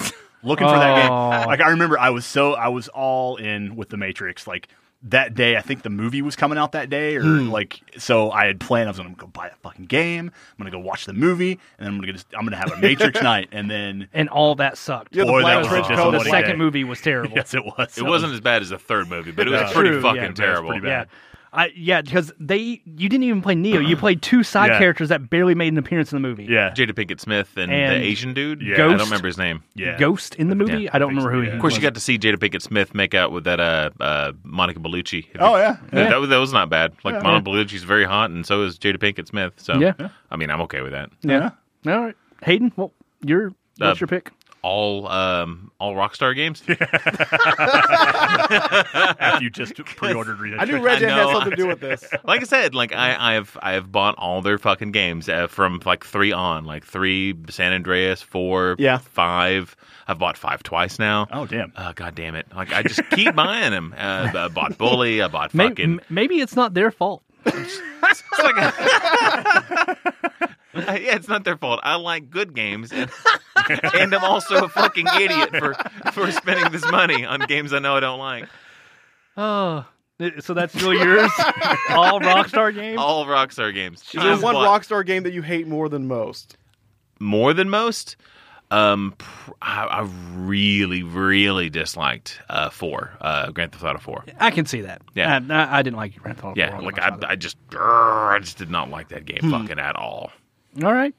Speaker 4: looking for that
Speaker 1: Oh.
Speaker 4: game. Like I remember, I was so I was all in with the Matrix. Like that day, I think the movie was coming out that day, or
Speaker 1: Hmm.
Speaker 4: like so I had planned I was gonna go buy that fucking game. I'm gonna go watch the movie, and then I'm gonna just, I'm gonna have a Matrix night, and then
Speaker 1: and all that sucked.
Speaker 3: Yeah, the
Speaker 4: Boy,
Speaker 3: black
Speaker 4: that was
Speaker 3: trench
Speaker 4: a
Speaker 3: coat.
Speaker 1: the
Speaker 4: disappointing
Speaker 1: second
Speaker 4: day.
Speaker 1: movie was terrible.
Speaker 4: yes, it was.
Speaker 2: It wasn't as bad as the third movie, but it was
Speaker 4: That's
Speaker 2: pretty
Speaker 1: true,
Speaker 2: fucking
Speaker 1: yeah, that's
Speaker 2: terrible.
Speaker 4: pretty bad.
Speaker 1: Yeah. I, yeah, because they you didn't even play Neo. You played two side
Speaker 4: Yeah.
Speaker 1: characters that barely made an appearance in the movie.
Speaker 4: Yeah.
Speaker 2: Jada Pinkett Smith and,
Speaker 1: And
Speaker 2: the Asian dude.
Speaker 4: Yeah.
Speaker 2: I
Speaker 1: Ghost.
Speaker 2: don't remember his name.
Speaker 4: Yeah.
Speaker 1: Ghost in the movie.
Speaker 2: Yeah,
Speaker 1: I don't
Speaker 4: I think
Speaker 1: remember
Speaker 4: so,
Speaker 1: who
Speaker 4: yeah.
Speaker 1: he.
Speaker 2: Of course,
Speaker 1: was.
Speaker 2: you got to see Jada Pinkett Smith make out with that uh, uh, Monica Bellucci.
Speaker 4: Oh, yeah.
Speaker 2: that, that was- that was not bad. Like Monica Bellucci's very hot, and so is Jada Pinkett Smith. So
Speaker 1: Yeah.
Speaker 2: I mean, I'm okay with that.
Speaker 4: Yeah.
Speaker 1: All right, Hayden. Well, your what's
Speaker 2: Uh,
Speaker 1: your pick?
Speaker 2: All um, all Rockstar games.
Speaker 4: After you just pre-ordered Red
Speaker 3: I knew
Speaker 4: Dead.
Speaker 3: Red Dead
Speaker 2: I
Speaker 3: had
Speaker 2: know.
Speaker 3: something to do with this.
Speaker 2: like I said, like I, I have I have bought all their fucking games uh, from like three on, like three San Andreas, four,
Speaker 3: Yeah.
Speaker 2: five. I've bought five twice now.
Speaker 4: Oh damn.
Speaker 2: Uh, God damn it! Like I just keep buying them. Uh, I bought Bully. I bought
Speaker 1: May-
Speaker 2: fucking.
Speaker 1: m- maybe it's not their fault.
Speaker 2: It's like a- yeah, it's not their fault. I like good games, and, and I'm also a fucking idiot for for spending this money on games I know I don't like.
Speaker 1: Oh, so that's still yours? All Rockstar games?
Speaker 2: All Rockstar games.
Speaker 3: Is there
Speaker 2: I've
Speaker 3: one
Speaker 2: bought-
Speaker 3: Rockstar game that you hate more than most?
Speaker 2: more than most. Um, pr- I, I really, really disliked uh, four, uh, Grand Theft Auto four.
Speaker 1: I can see that.
Speaker 2: Yeah.
Speaker 1: I, I- I didn't like Grand Theft Auto. Hmm.
Speaker 2: Yeah,
Speaker 1: four
Speaker 2: like
Speaker 1: much
Speaker 2: I,
Speaker 1: either.
Speaker 2: I just, grrr, I just did not like that game fucking at all.
Speaker 1: All right.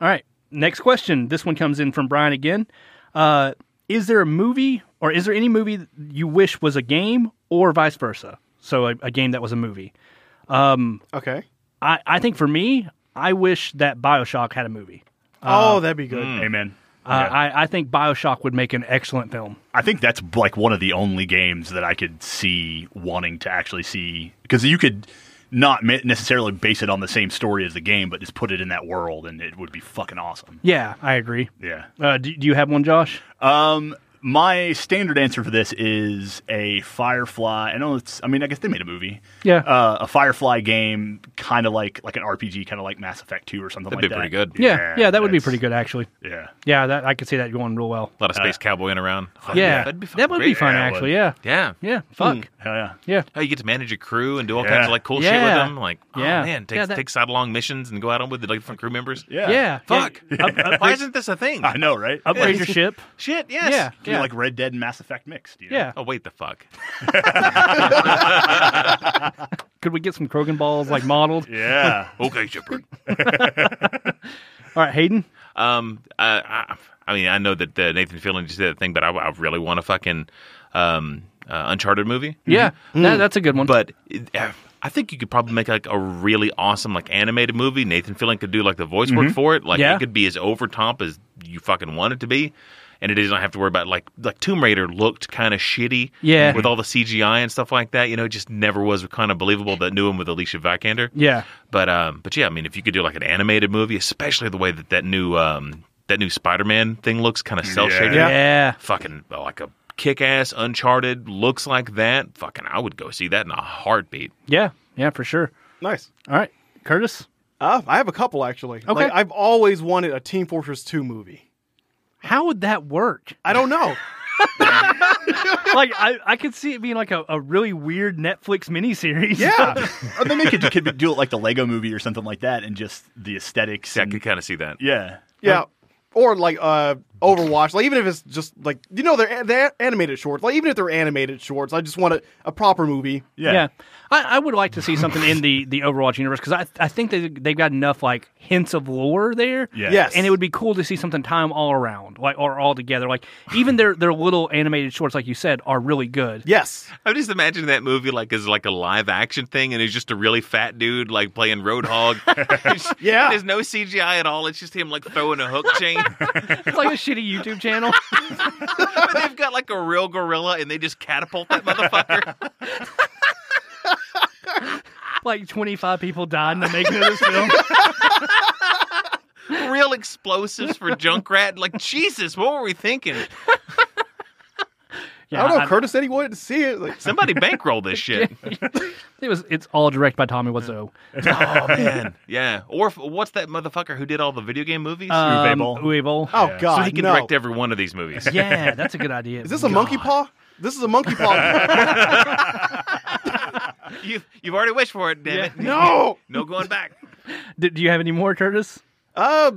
Speaker 1: All right. Next question. This one comes in from Brian again. Uh, is there a movie or is there any movie that you wish was a game or vice versa? So a, a game that was a movie.
Speaker 3: Okay.
Speaker 1: I, I think for me, I wish that Bioshock had a movie.
Speaker 3: oh, that'd be good.
Speaker 2: hmm.
Speaker 4: Amen.
Speaker 1: Uh, I, I think Bioshock would make an excellent film.
Speaker 4: I think that's like one of the only games that I could see wanting to actually see because you could not me- necessarily base it on the same story as the game, but just put it in that world and it would be fucking awesome.
Speaker 1: Yeah, I agree.
Speaker 4: Yeah.
Speaker 1: Uh, do, do you have one, Josh?
Speaker 4: Um, my standard answer for this is a Firefly. I know it's. I mean, I guess they made a movie.
Speaker 1: Yeah.
Speaker 4: Uh, a Firefly game, kind of like like an RPG, kind of like Mass Effect Two or something
Speaker 2: That'd
Speaker 4: like
Speaker 2: be
Speaker 4: that.
Speaker 2: pretty good.
Speaker 1: yeah, yeah, that would be
Speaker 4: that's-
Speaker 1: pretty good actually.
Speaker 4: Yeah.
Speaker 1: Yeah, that I could see that going real well.
Speaker 2: A lot of space cowboying around. Fuck
Speaker 1: Uh, Yeah,
Speaker 2: that'd be fucking
Speaker 1: that would be
Speaker 2: great.
Speaker 1: fun
Speaker 4: Yeah, it
Speaker 1: actually.
Speaker 4: would.
Speaker 1: Yeah,
Speaker 2: Yeah.
Speaker 1: yeah, fuck,
Speaker 4: Hell yeah.
Speaker 1: yeah.
Speaker 2: How you get to manage a crew and do all
Speaker 4: Yeah.
Speaker 2: kinds of like cool shit with
Speaker 1: Yeah.
Speaker 2: them. Like, oh,
Speaker 1: Yeah.
Speaker 2: man, take
Speaker 1: Yeah, that-
Speaker 2: take sidelong missions and go out on with the like, different crew members.
Speaker 1: Yeah.
Speaker 2: Fuck. Uh,
Speaker 1: Yeah. Up- up-
Speaker 2: Why isn't this a thing?
Speaker 4: I know, right?
Speaker 1: upgrade your ship.
Speaker 2: Shit. Yes.
Speaker 1: Yeah.
Speaker 4: Could be like Red Dead and Mass Effect mixed. you know?
Speaker 1: Yeah.
Speaker 2: Oh wait, the fuck.
Speaker 1: Could we get some Krogan balls like modeled?
Speaker 4: Yeah.
Speaker 2: Okay, Shepard.
Speaker 1: All right, Hayden.
Speaker 2: Um, I, I, I mean, I know that uh, Nathan Fillion just did that thing, but I, I really want a fucking um, uh, Uncharted movie.
Speaker 1: Yeah, that- that's a good one.
Speaker 2: But it, uh, I think you could probably make like a really awesome like animated movie. Nathan Fillion could do like the voice work for it. Like
Speaker 1: Mm-hmm. Yeah.
Speaker 2: it could be as over top as you fucking want it to be. And it doesn't have to worry about like like Tomb Raider looked kind of shitty,
Speaker 1: Yeah.
Speaker 2: with all the CGI and stuff like that. You know, it just never was kind of believable. That new one with Alicia Vikander,
Speaker 1: yeah,
Speaker 2: but um, but yeah, I mean, if you could do like an animated movie, especially the way that that new um that new Spider-Man thing looks, kind of cell shaded,
Speaker 3: Yeah.
Speaker 1: yeah,
Speaker 2: fucking well, like a kick-ass Uncharted looks like that. Fucking, I would go see that in a heartbeat.
Speaker 1: yeah, yeah, for sure.
Speaker 3: Nice.
Speaker 1: All right, Curtis.
Speaker 3: Uh, I have a couple actually.
Speaker 1: Okay.
Speaker 3: Like, I've always wanted a Team Fortress 2 movie.
Speaker 1: How would that work?
Speaker 3: I don't know.
Speaker 1: like, I, I could see it being like a, a really weird Netflix miniseries.
Speaker 3: yeah.
Speaker 4: or they make it could do it like the Lego Movie or something like that, and just the aesthetics.
Speaker 2: Yeah, I
Speaker 4: and-
Speaker 2: could kind of see that.
Speaker 4: yeah.
Speaker 3: Yeah. Or like uh Overwatch, like even if it's just like you know they're they're animated shorts, like even if they're animated shorts, I just want a, a proper movie.
Speaker 1: Yeah, I, I would like to see something in the the Overwatch universe because I I think they they've got enough like hints of lore there.
Speaker 4: Yeah.
Speaker 3: Yes,
Speaker 1: And it would be cool to see something time all around, like or all together. Like even their their little animated shorts, like you said, are really good.
Speaker 3: yes,
Speaker 2: I'm just imagining that movie like as like a live action thing, and it's just a really fat dude like playing Roadhog. It's-
Speaker 3: Yeah.
Speaker 2: there's no CGI at all. It's just him like throwing a hook chain.
Speaker 1: It's like a shitty YouTube channel.
Speaker 2: but they've got like a real gorilla, and they just catapult that motherfucker.
Speaker 1: like twenty five people died in the making of this film.
Speaker 2: real explosives for Junkrat. Like Jesus, what were we thinking?
Speaker 1: Yeah,
Speaker 3: I don't know. Curtis said he wanted to see it. Like,
Speaker 2: Somebody bankroll this shit.
Speaker 1: it was. It's all directed by Tommy Wiseau.
Speaker 2: Oh man, yeah. Or if, what's that motherfucker who did all the video game movies?
Speaker 1: Um,
Speaker 4: Bowl.
Speaker 1: Uwe Boll.
Speaker 3: oh god,
Speaker 2: so he can
Speaker 3: no.
Speaker 2: direct every one of these movies.
Speaker 1: yeah, that's a good idea.
Speaker 3: Is this a monkey paw? This is a monkey paw.
Speaker 2: You've, you've already wished for it, damn
Speaker 1: Yeah.
Speaker 2: it.
Speaker 3: no.
Speaker 2: No going back.
Speaker 1: Do, do you have any more, Curtis?
Speaker 3: Uh,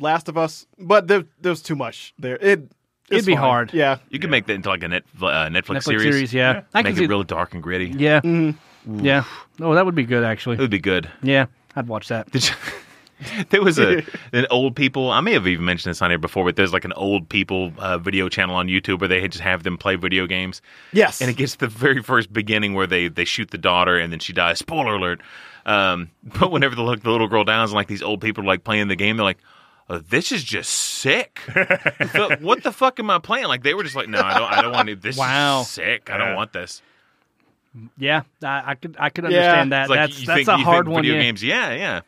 Speaker 3: Last of Us, but there, there's too much there. It it's
Speaker 1: It'd be
Speaker 3: fine.
Speaker 1: hard.
Speaker 3: Yeah,
Speaker 2: You can make that into like a net, uh, Netflix,
Speaker 1: Netflix series, yeah. I
Speaker 2: Make
Speaker 1: can see
Speaker 2: it real dark and gritty.
Speaker 1: Yeah,
Speaker 3: Mm-hmm.
Speaker 1: yeah. Oh, that would be good
Speaker 2: It
Speaker 1: actually.
Speaker 2: would be good.
Speaker 1: Yeah, I'd watch that.
Speaker 2: Did you, there was a an old people. I may have even mentioned this on here before, but there's like an old people uh, video channel on YouTube where they just have them play video games.
Speaker 3: yes.
Speaker 2: And it gets to the very first beginning where they, they shoot the daughter and then she dies. Spoiler alert. Um, but whenever the, look, the little girl dies, like these old people are like playing the game, they're like, "Oh, this is just sick. So what the fuck am I playing? Like they were just like, no, I don't, I don't want to. This
Speaker 1: Wow.
Speaker 2: is sick. I don't
Speaker 4: Yeah.
Speaker 2: want this.
Speaker 1: Yeah, I, I could I could understand
Speaker 3: Yeah.
Speaker 1: that.
Speaker 2: It's like
Speaker 1: that's
Speaker 2: you
Speaker 1: that's
Speaker 2: think,
Speaker 1: a
Speaker 2: you
Speaker 1: hard
Speaker 2: think
Speaker 1: one.
Speaker 2: Video
Speaker 1: yeah.
Speaker 2: games, yeah, yeah.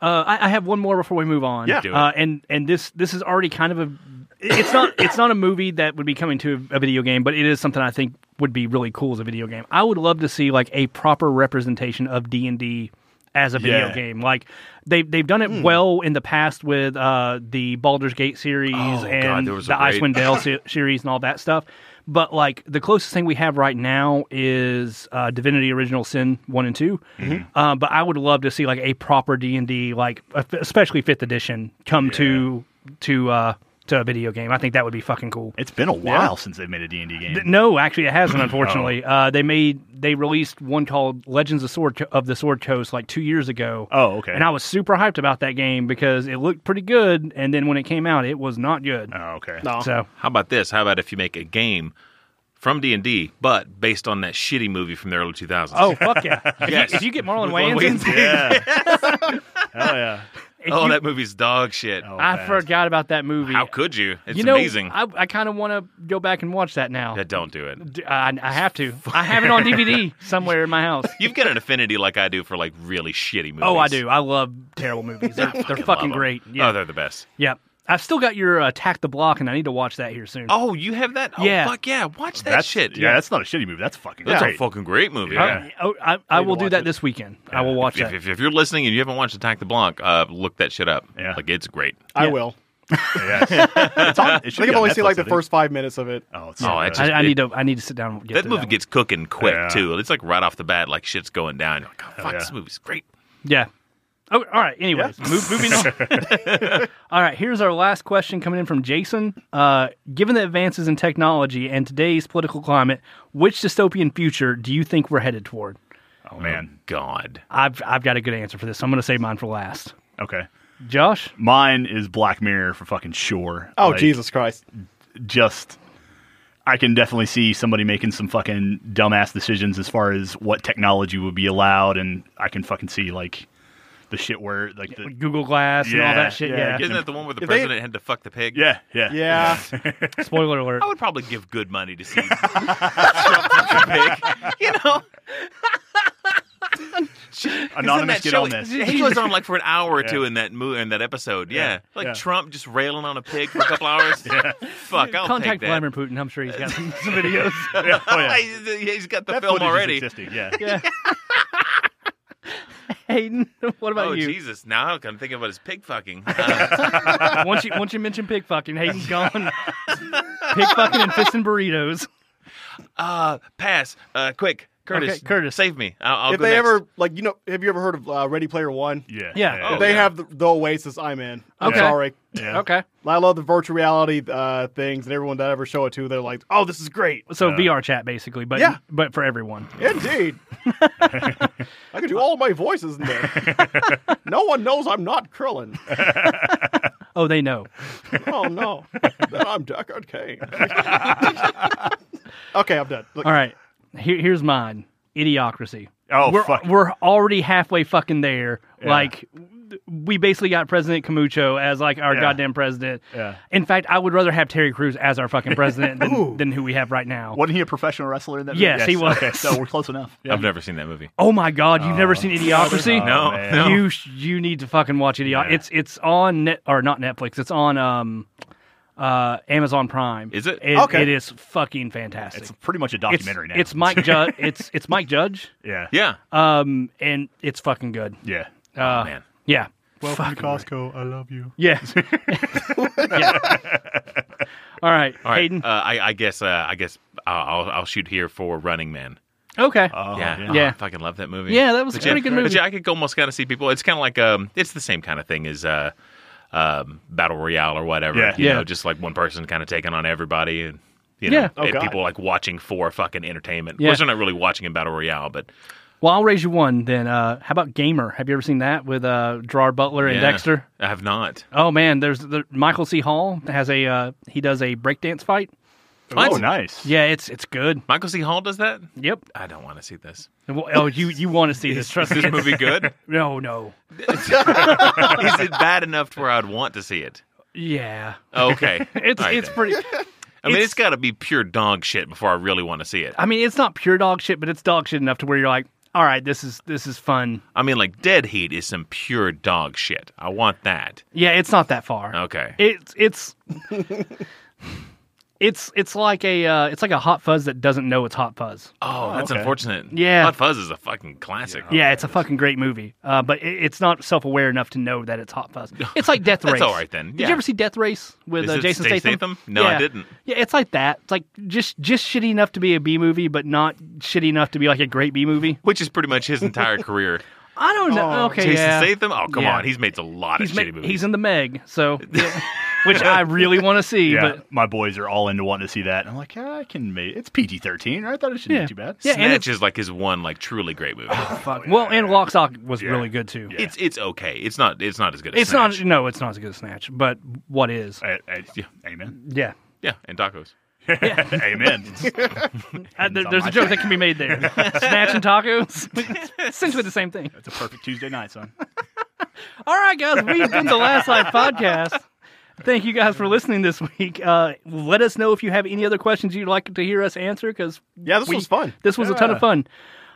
Speaker 1: Uh, I, I have one more before we move on.
Speaker 4: Yeah.
Speaker 2: Do it.
Speaker 1: uh, and and this this is already kind of a it's not it's not a movie that would be coming to a video game, but it is something I think would be really cool as a video game. I would love to see like a proper representation of D and D as a video
Speaker 4: Yeah. Hmm.
Speaker 1: game. Like they they've done it well in the past with uh, the Baldur's Gate series
Speaker 2: Oh, God,
Speaker 1: and
Speaker 2: there was
Speaker 1: the
Speaker 2: a raid.
Speaker 1: Icewind Dale se- series and all that stuff. But like the closest thing we have right now is uh, Divinity: Original Sin one and 2
Speaker 2: Mm-hmm.
Speaker 1: Uh, but I would love to see like a proper D and D, like uh, especially fifth edition, come to to uh, to a video game. I think that would be fucking cool.
Speaker 4: It's been a while since they've made a D&D game.
Speaker 1: Th- No, actually, it
Speaker 2: Oh.
Speaker 1: hasn't. Unfortunately, uh, they made they released one called Legends of Sword Co- of the Sword Coast like two years ago.
Speaker 4: Oh, okay.
Speaker 1: And I was super hyped about that game because it looked pretty good, and then when it came out, it was not good.
Speaker 4: oh, okay.
Speaker 3: no.
Speaker 1: So
Speaker 2: How about this? How about if you make a game from D and D, but based on that shitty movie from the early 2000s?
Speaker 1: oh fuck yeah! If, you,
Speaker 2: Yes.
Speaker 1: if you get Marlon
Speaker 2: With
Speaker 1: Wayans,
Speaker 2: Lil
Speaker 1: in-
Speaker 2: Wayans.
Speaker 4: Yeah. Hell yeah.
Speaker 1: if
Speaker 2: oh,
Speaker 1: you-
Speaker 2: that movie's dog shit.
Speaker 4: Oh,
Speaker 1: I
Speaker 4: fast.
Speaker 1: forgot about that movie.
Speaker 2: How could you? It's
Speaker 1: you know,
Speaker 2: amazing.
Speaker 1: I, I kind of want to go back and watch that now.
Speaker 2: Yeah, don't do it.
Speaker 1: D- I, I have to. I have it on DVD somewhere in my house.
Speaker 2: You've got an affinity like I do for like really shitty movies.
Speaker 1: Oh, I do. I love terrible movies. They're, they're
Speaker 2: Love
Speaker 1: fucking
Speaker 2: them.
Speaker 1: great.
Speaker 2: Oh,
Speaker 1: Yeah.
Speaker 2: they're the best.
Speaker 1: yeah. I've still got your uh, Attack the Block, and I need to watch that here soon.
Speaker 2: Oh, you have that? Oh,
Speaker 1: Yeah.
Speaker 2: fuck yeah. Watch that
Speaker 4: That's
Speaker 2: shit.
Speaker 4: Yeah, that's not a shitty movie. That's fucking
Speaker 2: That's
Speaker 4: great.
Speaker 2: a fucking great movie.
Speaker 1: I-
Speaker 4: yeah.
Speaker 1: oh, I, I
Speaker 3: to
Speaker 1: will do
Speaker 3: watch
Speaker 1: that
Speaker 3: it.
Speaker 1: this weekend. I will watch
Speaker 2: If,
Speaker 1: that.
Speaker 2: if, if you're listening and you haven't watched Attack the Block, uh, look that shit up.
Speaker 4: Yeah.
Speaker 2: Like, it's great.
Speaker 3: I
Speaker 1: Yeah.
Speaker 3: will.
Speaker 4: Yes. it's on, it
Speaker 3: I
Speaker 4: should
Speaker 3: think
Speaker 4: be
Speaker 3: I've
Speaker 4: on
Speaker 3: only seen
Speaker 4: Netflix,
Speaker 3: like the
Speaker 4: I think.
Speaker 3: first five minutes of it.
Speaker 4: Oh, it's
Speaker 2: Oh,
Speaker 4: so
Speaker 2: that's
Speaker 4: good.
Speaker 2: just-
Speaker 1: I, I
Speaker 2: it-
Speaker 1: need to. I need to sit down. And get
Speaker 2: That
Speaker 1: through
Speaker 2: movie
Speaker 1: one.
Speaker 2: gets cooking quick,
Speaker 4: Yeah.
Speaker 2: too. It's like right off the bat, like shit's going down. You're like, oh, fuck,
Speaker 4: yeah.
Speaker 2: this movie's great.
Speaker 1: Yeah. Oh, all right. Anyways, move, moving on. all right. Here's our last question coming in from Jason. Uh, given the advances in technology and today's political climate, which dystopian future do you think we're headed toward?
Speaker 4: oh man.
Speaker 2: God.
Speaker 1: I've I've got a good answer for this. I'm going to save mine for last.
Speaker 4: Okay.
Speaker 1: Josh,
Speaker 4: Mine is Black Mirror for fucking sure.
Speaker 3: Oh
Speaker 4: Like,
Speaker 3: Jesus Christ!
Speaker 4: Just I can definitely see somebody making some fucking dumbass decisions as far as what technology would be allowed and I can fucking see like the shit where like the
Speaker 1: Google Glass, and all
Speaker 4: Yeah,
Speaker 1: that shit. Yeah.
Speaker 4: yeah.
Speaker 2: Isn't that the one where the
Speaker 3: If they-
Speaker 2: president had to fuck the pig?
Speaker 4: Yeah, yeah.
Speaker 3: Yeah,
Speaker 1: Spoiler alert.
Speaker 2: I would probably give good money to see Trump fuck the pig. You know?
Speaker 4: Anonymous
Speaker 2: Isn't that
Speaker 4: get
Speaker 2: show-
Speaker 4: on this.
Speaker 2: He was on like for an hour or
Speaker 4: Yeah.
Speaker 2: two in that mo- in that episode. Yeah, like
Speaker 4: Yeah.
Speaker 2: Trump just railing on a pig for a couple hours. Fuck, I'll
Speaker 1: Contact
Speaker 2: take that.
Speaker 1: Vladimir Putin. I'm sure he's got some, some videos.
Speaker 4: Yeah, oh, yeah.
Speaker 2: He's- he's got the
Speaker 4: That
Speaker 2: film
Speaker 4: footage is
Speaker 2: already.
Speaker 4: existing, Yeah.
Speaker 1: Yeah. Hayden, what about
Speaker 2: Oh
Speaker 1: you?
Speaker 2: Jesus! Now I'm thinking about his pig fucking. Uh,
Speaker 1: once you once you mention pig fucking, Hayden's gone. pig fucking and fisting burritos.
Speaker 2: uh, pass. Uh, quick. Curtis,
Speaker 1: Okay, Curtis.
Speaker 2: save me. I'll, I'll
Speaker 3: if
Speaker 2: go
Speaker 3: they
Speaker 2: next.
Speaker 3: ever like you know, have you ever heard of uh, Ready Player One?
Speaker 4: Yeah.
Speaker 1: Yeah.
Speaker 2: Oh,
Speaker 3: they
Speaker 2: yeah.
Speaker 3: have the, the Oasis. I'm in. I'm
Speaker 1: Okay.
Speaker 3: sorry.
Speaker 4: Yeah.
Speaker 1: Okay.
Speaker 3: I love the virtual reality uh, things, and everyone that I ever show it to, they're like, "Oh, this is great."
Speaker 1: So VR chat basically, but
Speaker 3: Yeah.
Speaker 1: but for everyone.
Speaker 3: Indeed. I can do all my voices in there. no one knows I'm not Krillin.
Speaker 1: Oh, they know.
Speaker 3: Oh no, then I'm Deckard Kane. okay, I'm done. Look,
Speaker 1: All right. Here, here's mine. Idiocracy.
Speaker 4: Oh,
Speaker 1: we're,
Speaker 4: fuck.
Speaker 1: We're already halfway fucking there. Like we basically got President Camacho as like our
Speaker 4: Yeah.
Speaker 1: goddamn president.
Speaker 4: Yeah.
Speaker 1: In fact, I would rather have Terry Crews as our fucking president than, than who we have right now.
Speaker 4: Wasn't he a professional wrestler in that?
Speaker 1: Yes,
Speaker 4: movie?
Speaker 1: he was.
Speaker 4: Okay, so we're close enough. Yeah.
Speaker 2: I've never seen that movie.
Speaker 1: Oh my god, you've never seen Idiocracy?
Speaker 2: No,
Speaker 4: man.
Speaker 2: no.
Speaker 1: You sh- you need to fucking watch Idiocracy.
Speaker 4: Yeah.
Speaker 1: It's it's on net or not Netflix. It's on um uh Amazon Prime.
Speaker 2: Is it?
Speaker 3: Okay.
Speaker 1: It is fucking fantastic.
Speaker 4: It's pretty much a
Speaker 1: It's-
Speaker 4: documentary now.
Speaker 1: It's Mike Judge. it's it's Mike Judge.
Speaker 4: yeah.
Speaker 2: yeah. Oh,
Speaker 1: Um, and it's fucking good.
Speaker 4: Yeah.
Speaker 1: Uh,
Speaker 2: man.
Speaker 1: Yeah.
Speaker 4: Welcome to Costco. I love you.
Speaker 1: Yeah. yeah. All right,
Speaker 2: All right.
Speaker 1: Hayden.
Speaker 2: Uh, I, I guess. Uh, I guess I'll, I'll- I'll shoot here for Running Man.
Speaker 1: okay.
Speaker 4: Oh,
Speaker 2: yeah,
Speaker 1: Yeah.
Speaker 2: Oh, I fucking love that movie.
Speaker 1: Yeah, that was a
Speaker 2: But
Speaker 1: pretty
Speaker 2: yeah,
Speaker 1: good movie.
Speaker 2: But yeah, I could almost kind of see people. It's kind of like um, it's the same kind of thing as uh, um, battle royale or whatever.
Speaker 4: Yeah.
Speaker 2: you
Speaker 1: Yeah.
Speaker 2: know, just like one person kind of taking on everybody and. You know,
Speaker 1: Yeah.
Speaker 3: Oh,
Speaker 2: and
Speaker 3: God.
Speaker 2: people like watching for fucking entertainment.
Speaker 1: Yeah.
Speaker 2: Which they're not really watching in Battle Royale, but
Speaker 1: well, I'll raise you one then. Uh, how about Gamer? Have you ever seen that with uh, Gerard Butler and
Speaker 2: Yeah.
Speaker 1: Dexter?
Speaker 2: I have not.
Speaker 1: Oh man, there's the, Michael C. Hall has a uh, he does a breakdance fight.
Speaker 4: Oh, nice.
Speaker 1: Yeah, it's it's good.
Speaker 2: Michael C. Hall does that?
Speaker 1: Yep.
Speaker 2: I don't want to see this.
Speaker 1: Well, oh, you you want to see this?
Speaker 2: Is
Speaker 1: Trust me.
Speaker 2: this movie good?
Speaker 1: No, no.
Speaker 2: Is it bad enough to where I'd want to see it?
Speaker 1: Yeah,
Speaker 2: Okay,
Speaker 1: it's
Speaker 2: All right
Speaker 1: it's
Speaker 2: then.
Speaker 1: pretty.
Speaker 2: I mean,
Speaker 1: it's-
Speaker 2: it's got to be pure dog shit before I really want to see it.
Speaker 1: I mean, it's not pure dog shit, but it's dog shit enough to where you're like, all right, this is this is fun.
Speaker 2: I mean, like Dead Heat is some pure dog shit. I want that.
Speaker 1: Yeah, it's not that far.
Speaker 2: Okay.
Speaker 1: It's it's it's it's like a uh, it's like a hot fuzz that doesn't know it's hot fuzz.
Speaker 2: oh, that's
Speaker 4: okay.
Speaker 2: unfortunate.
Speaker 1: Yeah.
Speaker 2: Hot Fuzz is a fucking classic.
Speaker 1: yeah, it's a fucking great movie, uh, but it, it's not self aware enough to know that it's hot fuzz. It's like Death
Speaker 2: That's
Speaker 1: Race.
Speaker 2: all right then,
Speaker 1: Did
Speaker 2: yeah.
Speaker 1: you ever see Death Race with
Speaker 2: Is
Speaker 1: uh,
Speaker 2: it
Speaker 1: Jason
Speaker 2: Stay
Speaker 1: Statham?
Speaker 2: Statham? No, I
Speaker 1: Yeah.
Speaker 2: didn't.
Speaker 1: Yeah, it's like that. It's like just just shitty enough to be a B movie, but not shitty enough to be like a great B movie.
Speaker 2: Which is pretty much his entire career.
Speaker 1: I don't know. okay,
Speaker 2: Jason
Speaker 1: yeah.
Speaker 2: Statham? Oh, come
Speaker 1: Yeah.
Speaker 2: on. He's made a lot
Speaker 1: he's
Speaker 2: of
Speaker 1: ma-
Speaker 2: shitty movies.
Speaker 1: he's in the Meg, so yeah, which I really want to see,
Speaker 4: Yeah,
Speaker 1: but.
Speaker 4: my boys are all into wanting to see that. I'm like, yeah, I can make it's PG 13. I thought it shouldn't
Speaker 1: Yeah.
Speaker 4: be too bad.
Speaker 1: Yeah. and
Speaker 2: Snatch
Speaker 1: it's- Oh,
Speaker 2: is like his one like truly great movie.
Speaker 1: Fuck. Well, and Lock Stock was really good too.
Speaker 2: It's it's okay. It's not it's not as good as
Speaker 1: It's
Speaker 2: Snatch.
Speaker 1: not. No, it's not as good as Snatch. But what is?
Speaker 4: I- I- Uh, yeah, Amen.
Speaker 1: Yeah.
Speaker 2: Yeah, and tacos.
Speaker 4: Amen.
Speaker 1: Uh, there- there's
Speaker 4: on
Speaker 1: a
Speaker 4: my
Speaker 1: joke that can be made there. Snatch and tacos. It's essentially the same thing.
Speaker 4: It's a perfect Tuesday night, son.
Speaker 1: All right, guys. We've been the Last Life Podcast. Thank you guys for listening this week. Uh, let us know if you have any other questions you'd like to hear us answer because
Speaker 3: yeah, this was fun.
Speaker 1: This was a ton of
Speaker 4: Yeah.
Speaker 1: fun.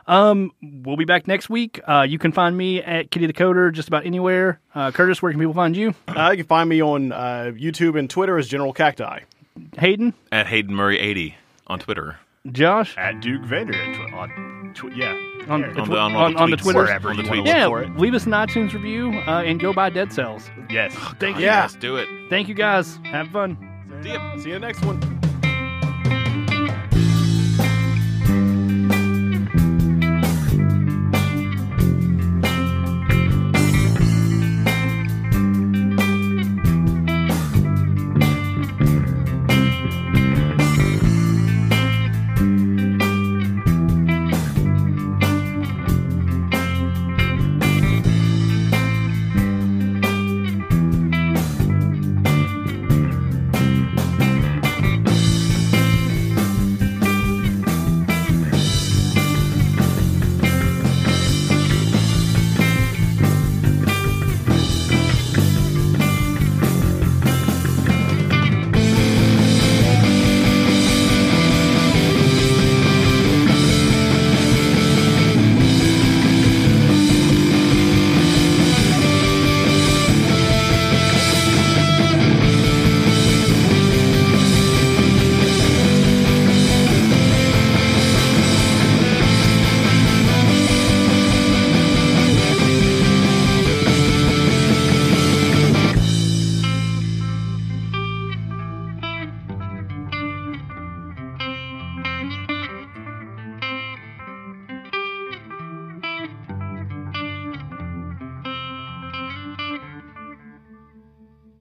Speaker 1: Um, we'll be back next week. Uh, you can find me at Kitty the Coder just about anywhere. Uh, Curtis, where can people find you?
Speaker 3: Uh, you can find me on uh, YouTube and Twitter as General Cacti.
Speaker 1: Hayden,
Speaker 2: At Hayden Murray eighty on Twitter.
Speaker 1: Josh,
Speaker 4: At Duke Vader. at Tw- on tw- yeah.
Speaker 1: on,
Speaker 4: There.
Speaker 1: the
Speaker 2: On
Speaker 1: tw-
Speaker 2: the- on all
Speaker 1: on,
Speaker 2: the
Speaker 1: on the
Speaker 2: tweets.
Speaker 1: Twitter.
Speaker 4: Wherever
Speaker 2: on
Speaker 4: you
Speaker 2: the
Speaker 4: wanna
Speaker 2: tweets.
Speaker 4: look
Speaker 1: Yeah,
Speaker 4: for it.
Speaker 1: leave us an iTunes review uh, and go buy Dead Cells.
Speaker 4: Yes.
Speaker 1: Thank you.
Speaker 3: Yeah.
Speaker 2: Let's do it.
Speaker 1: Thank you guys. Have fun.
Speaker 2: See ya.
Speaker 3: See you next one.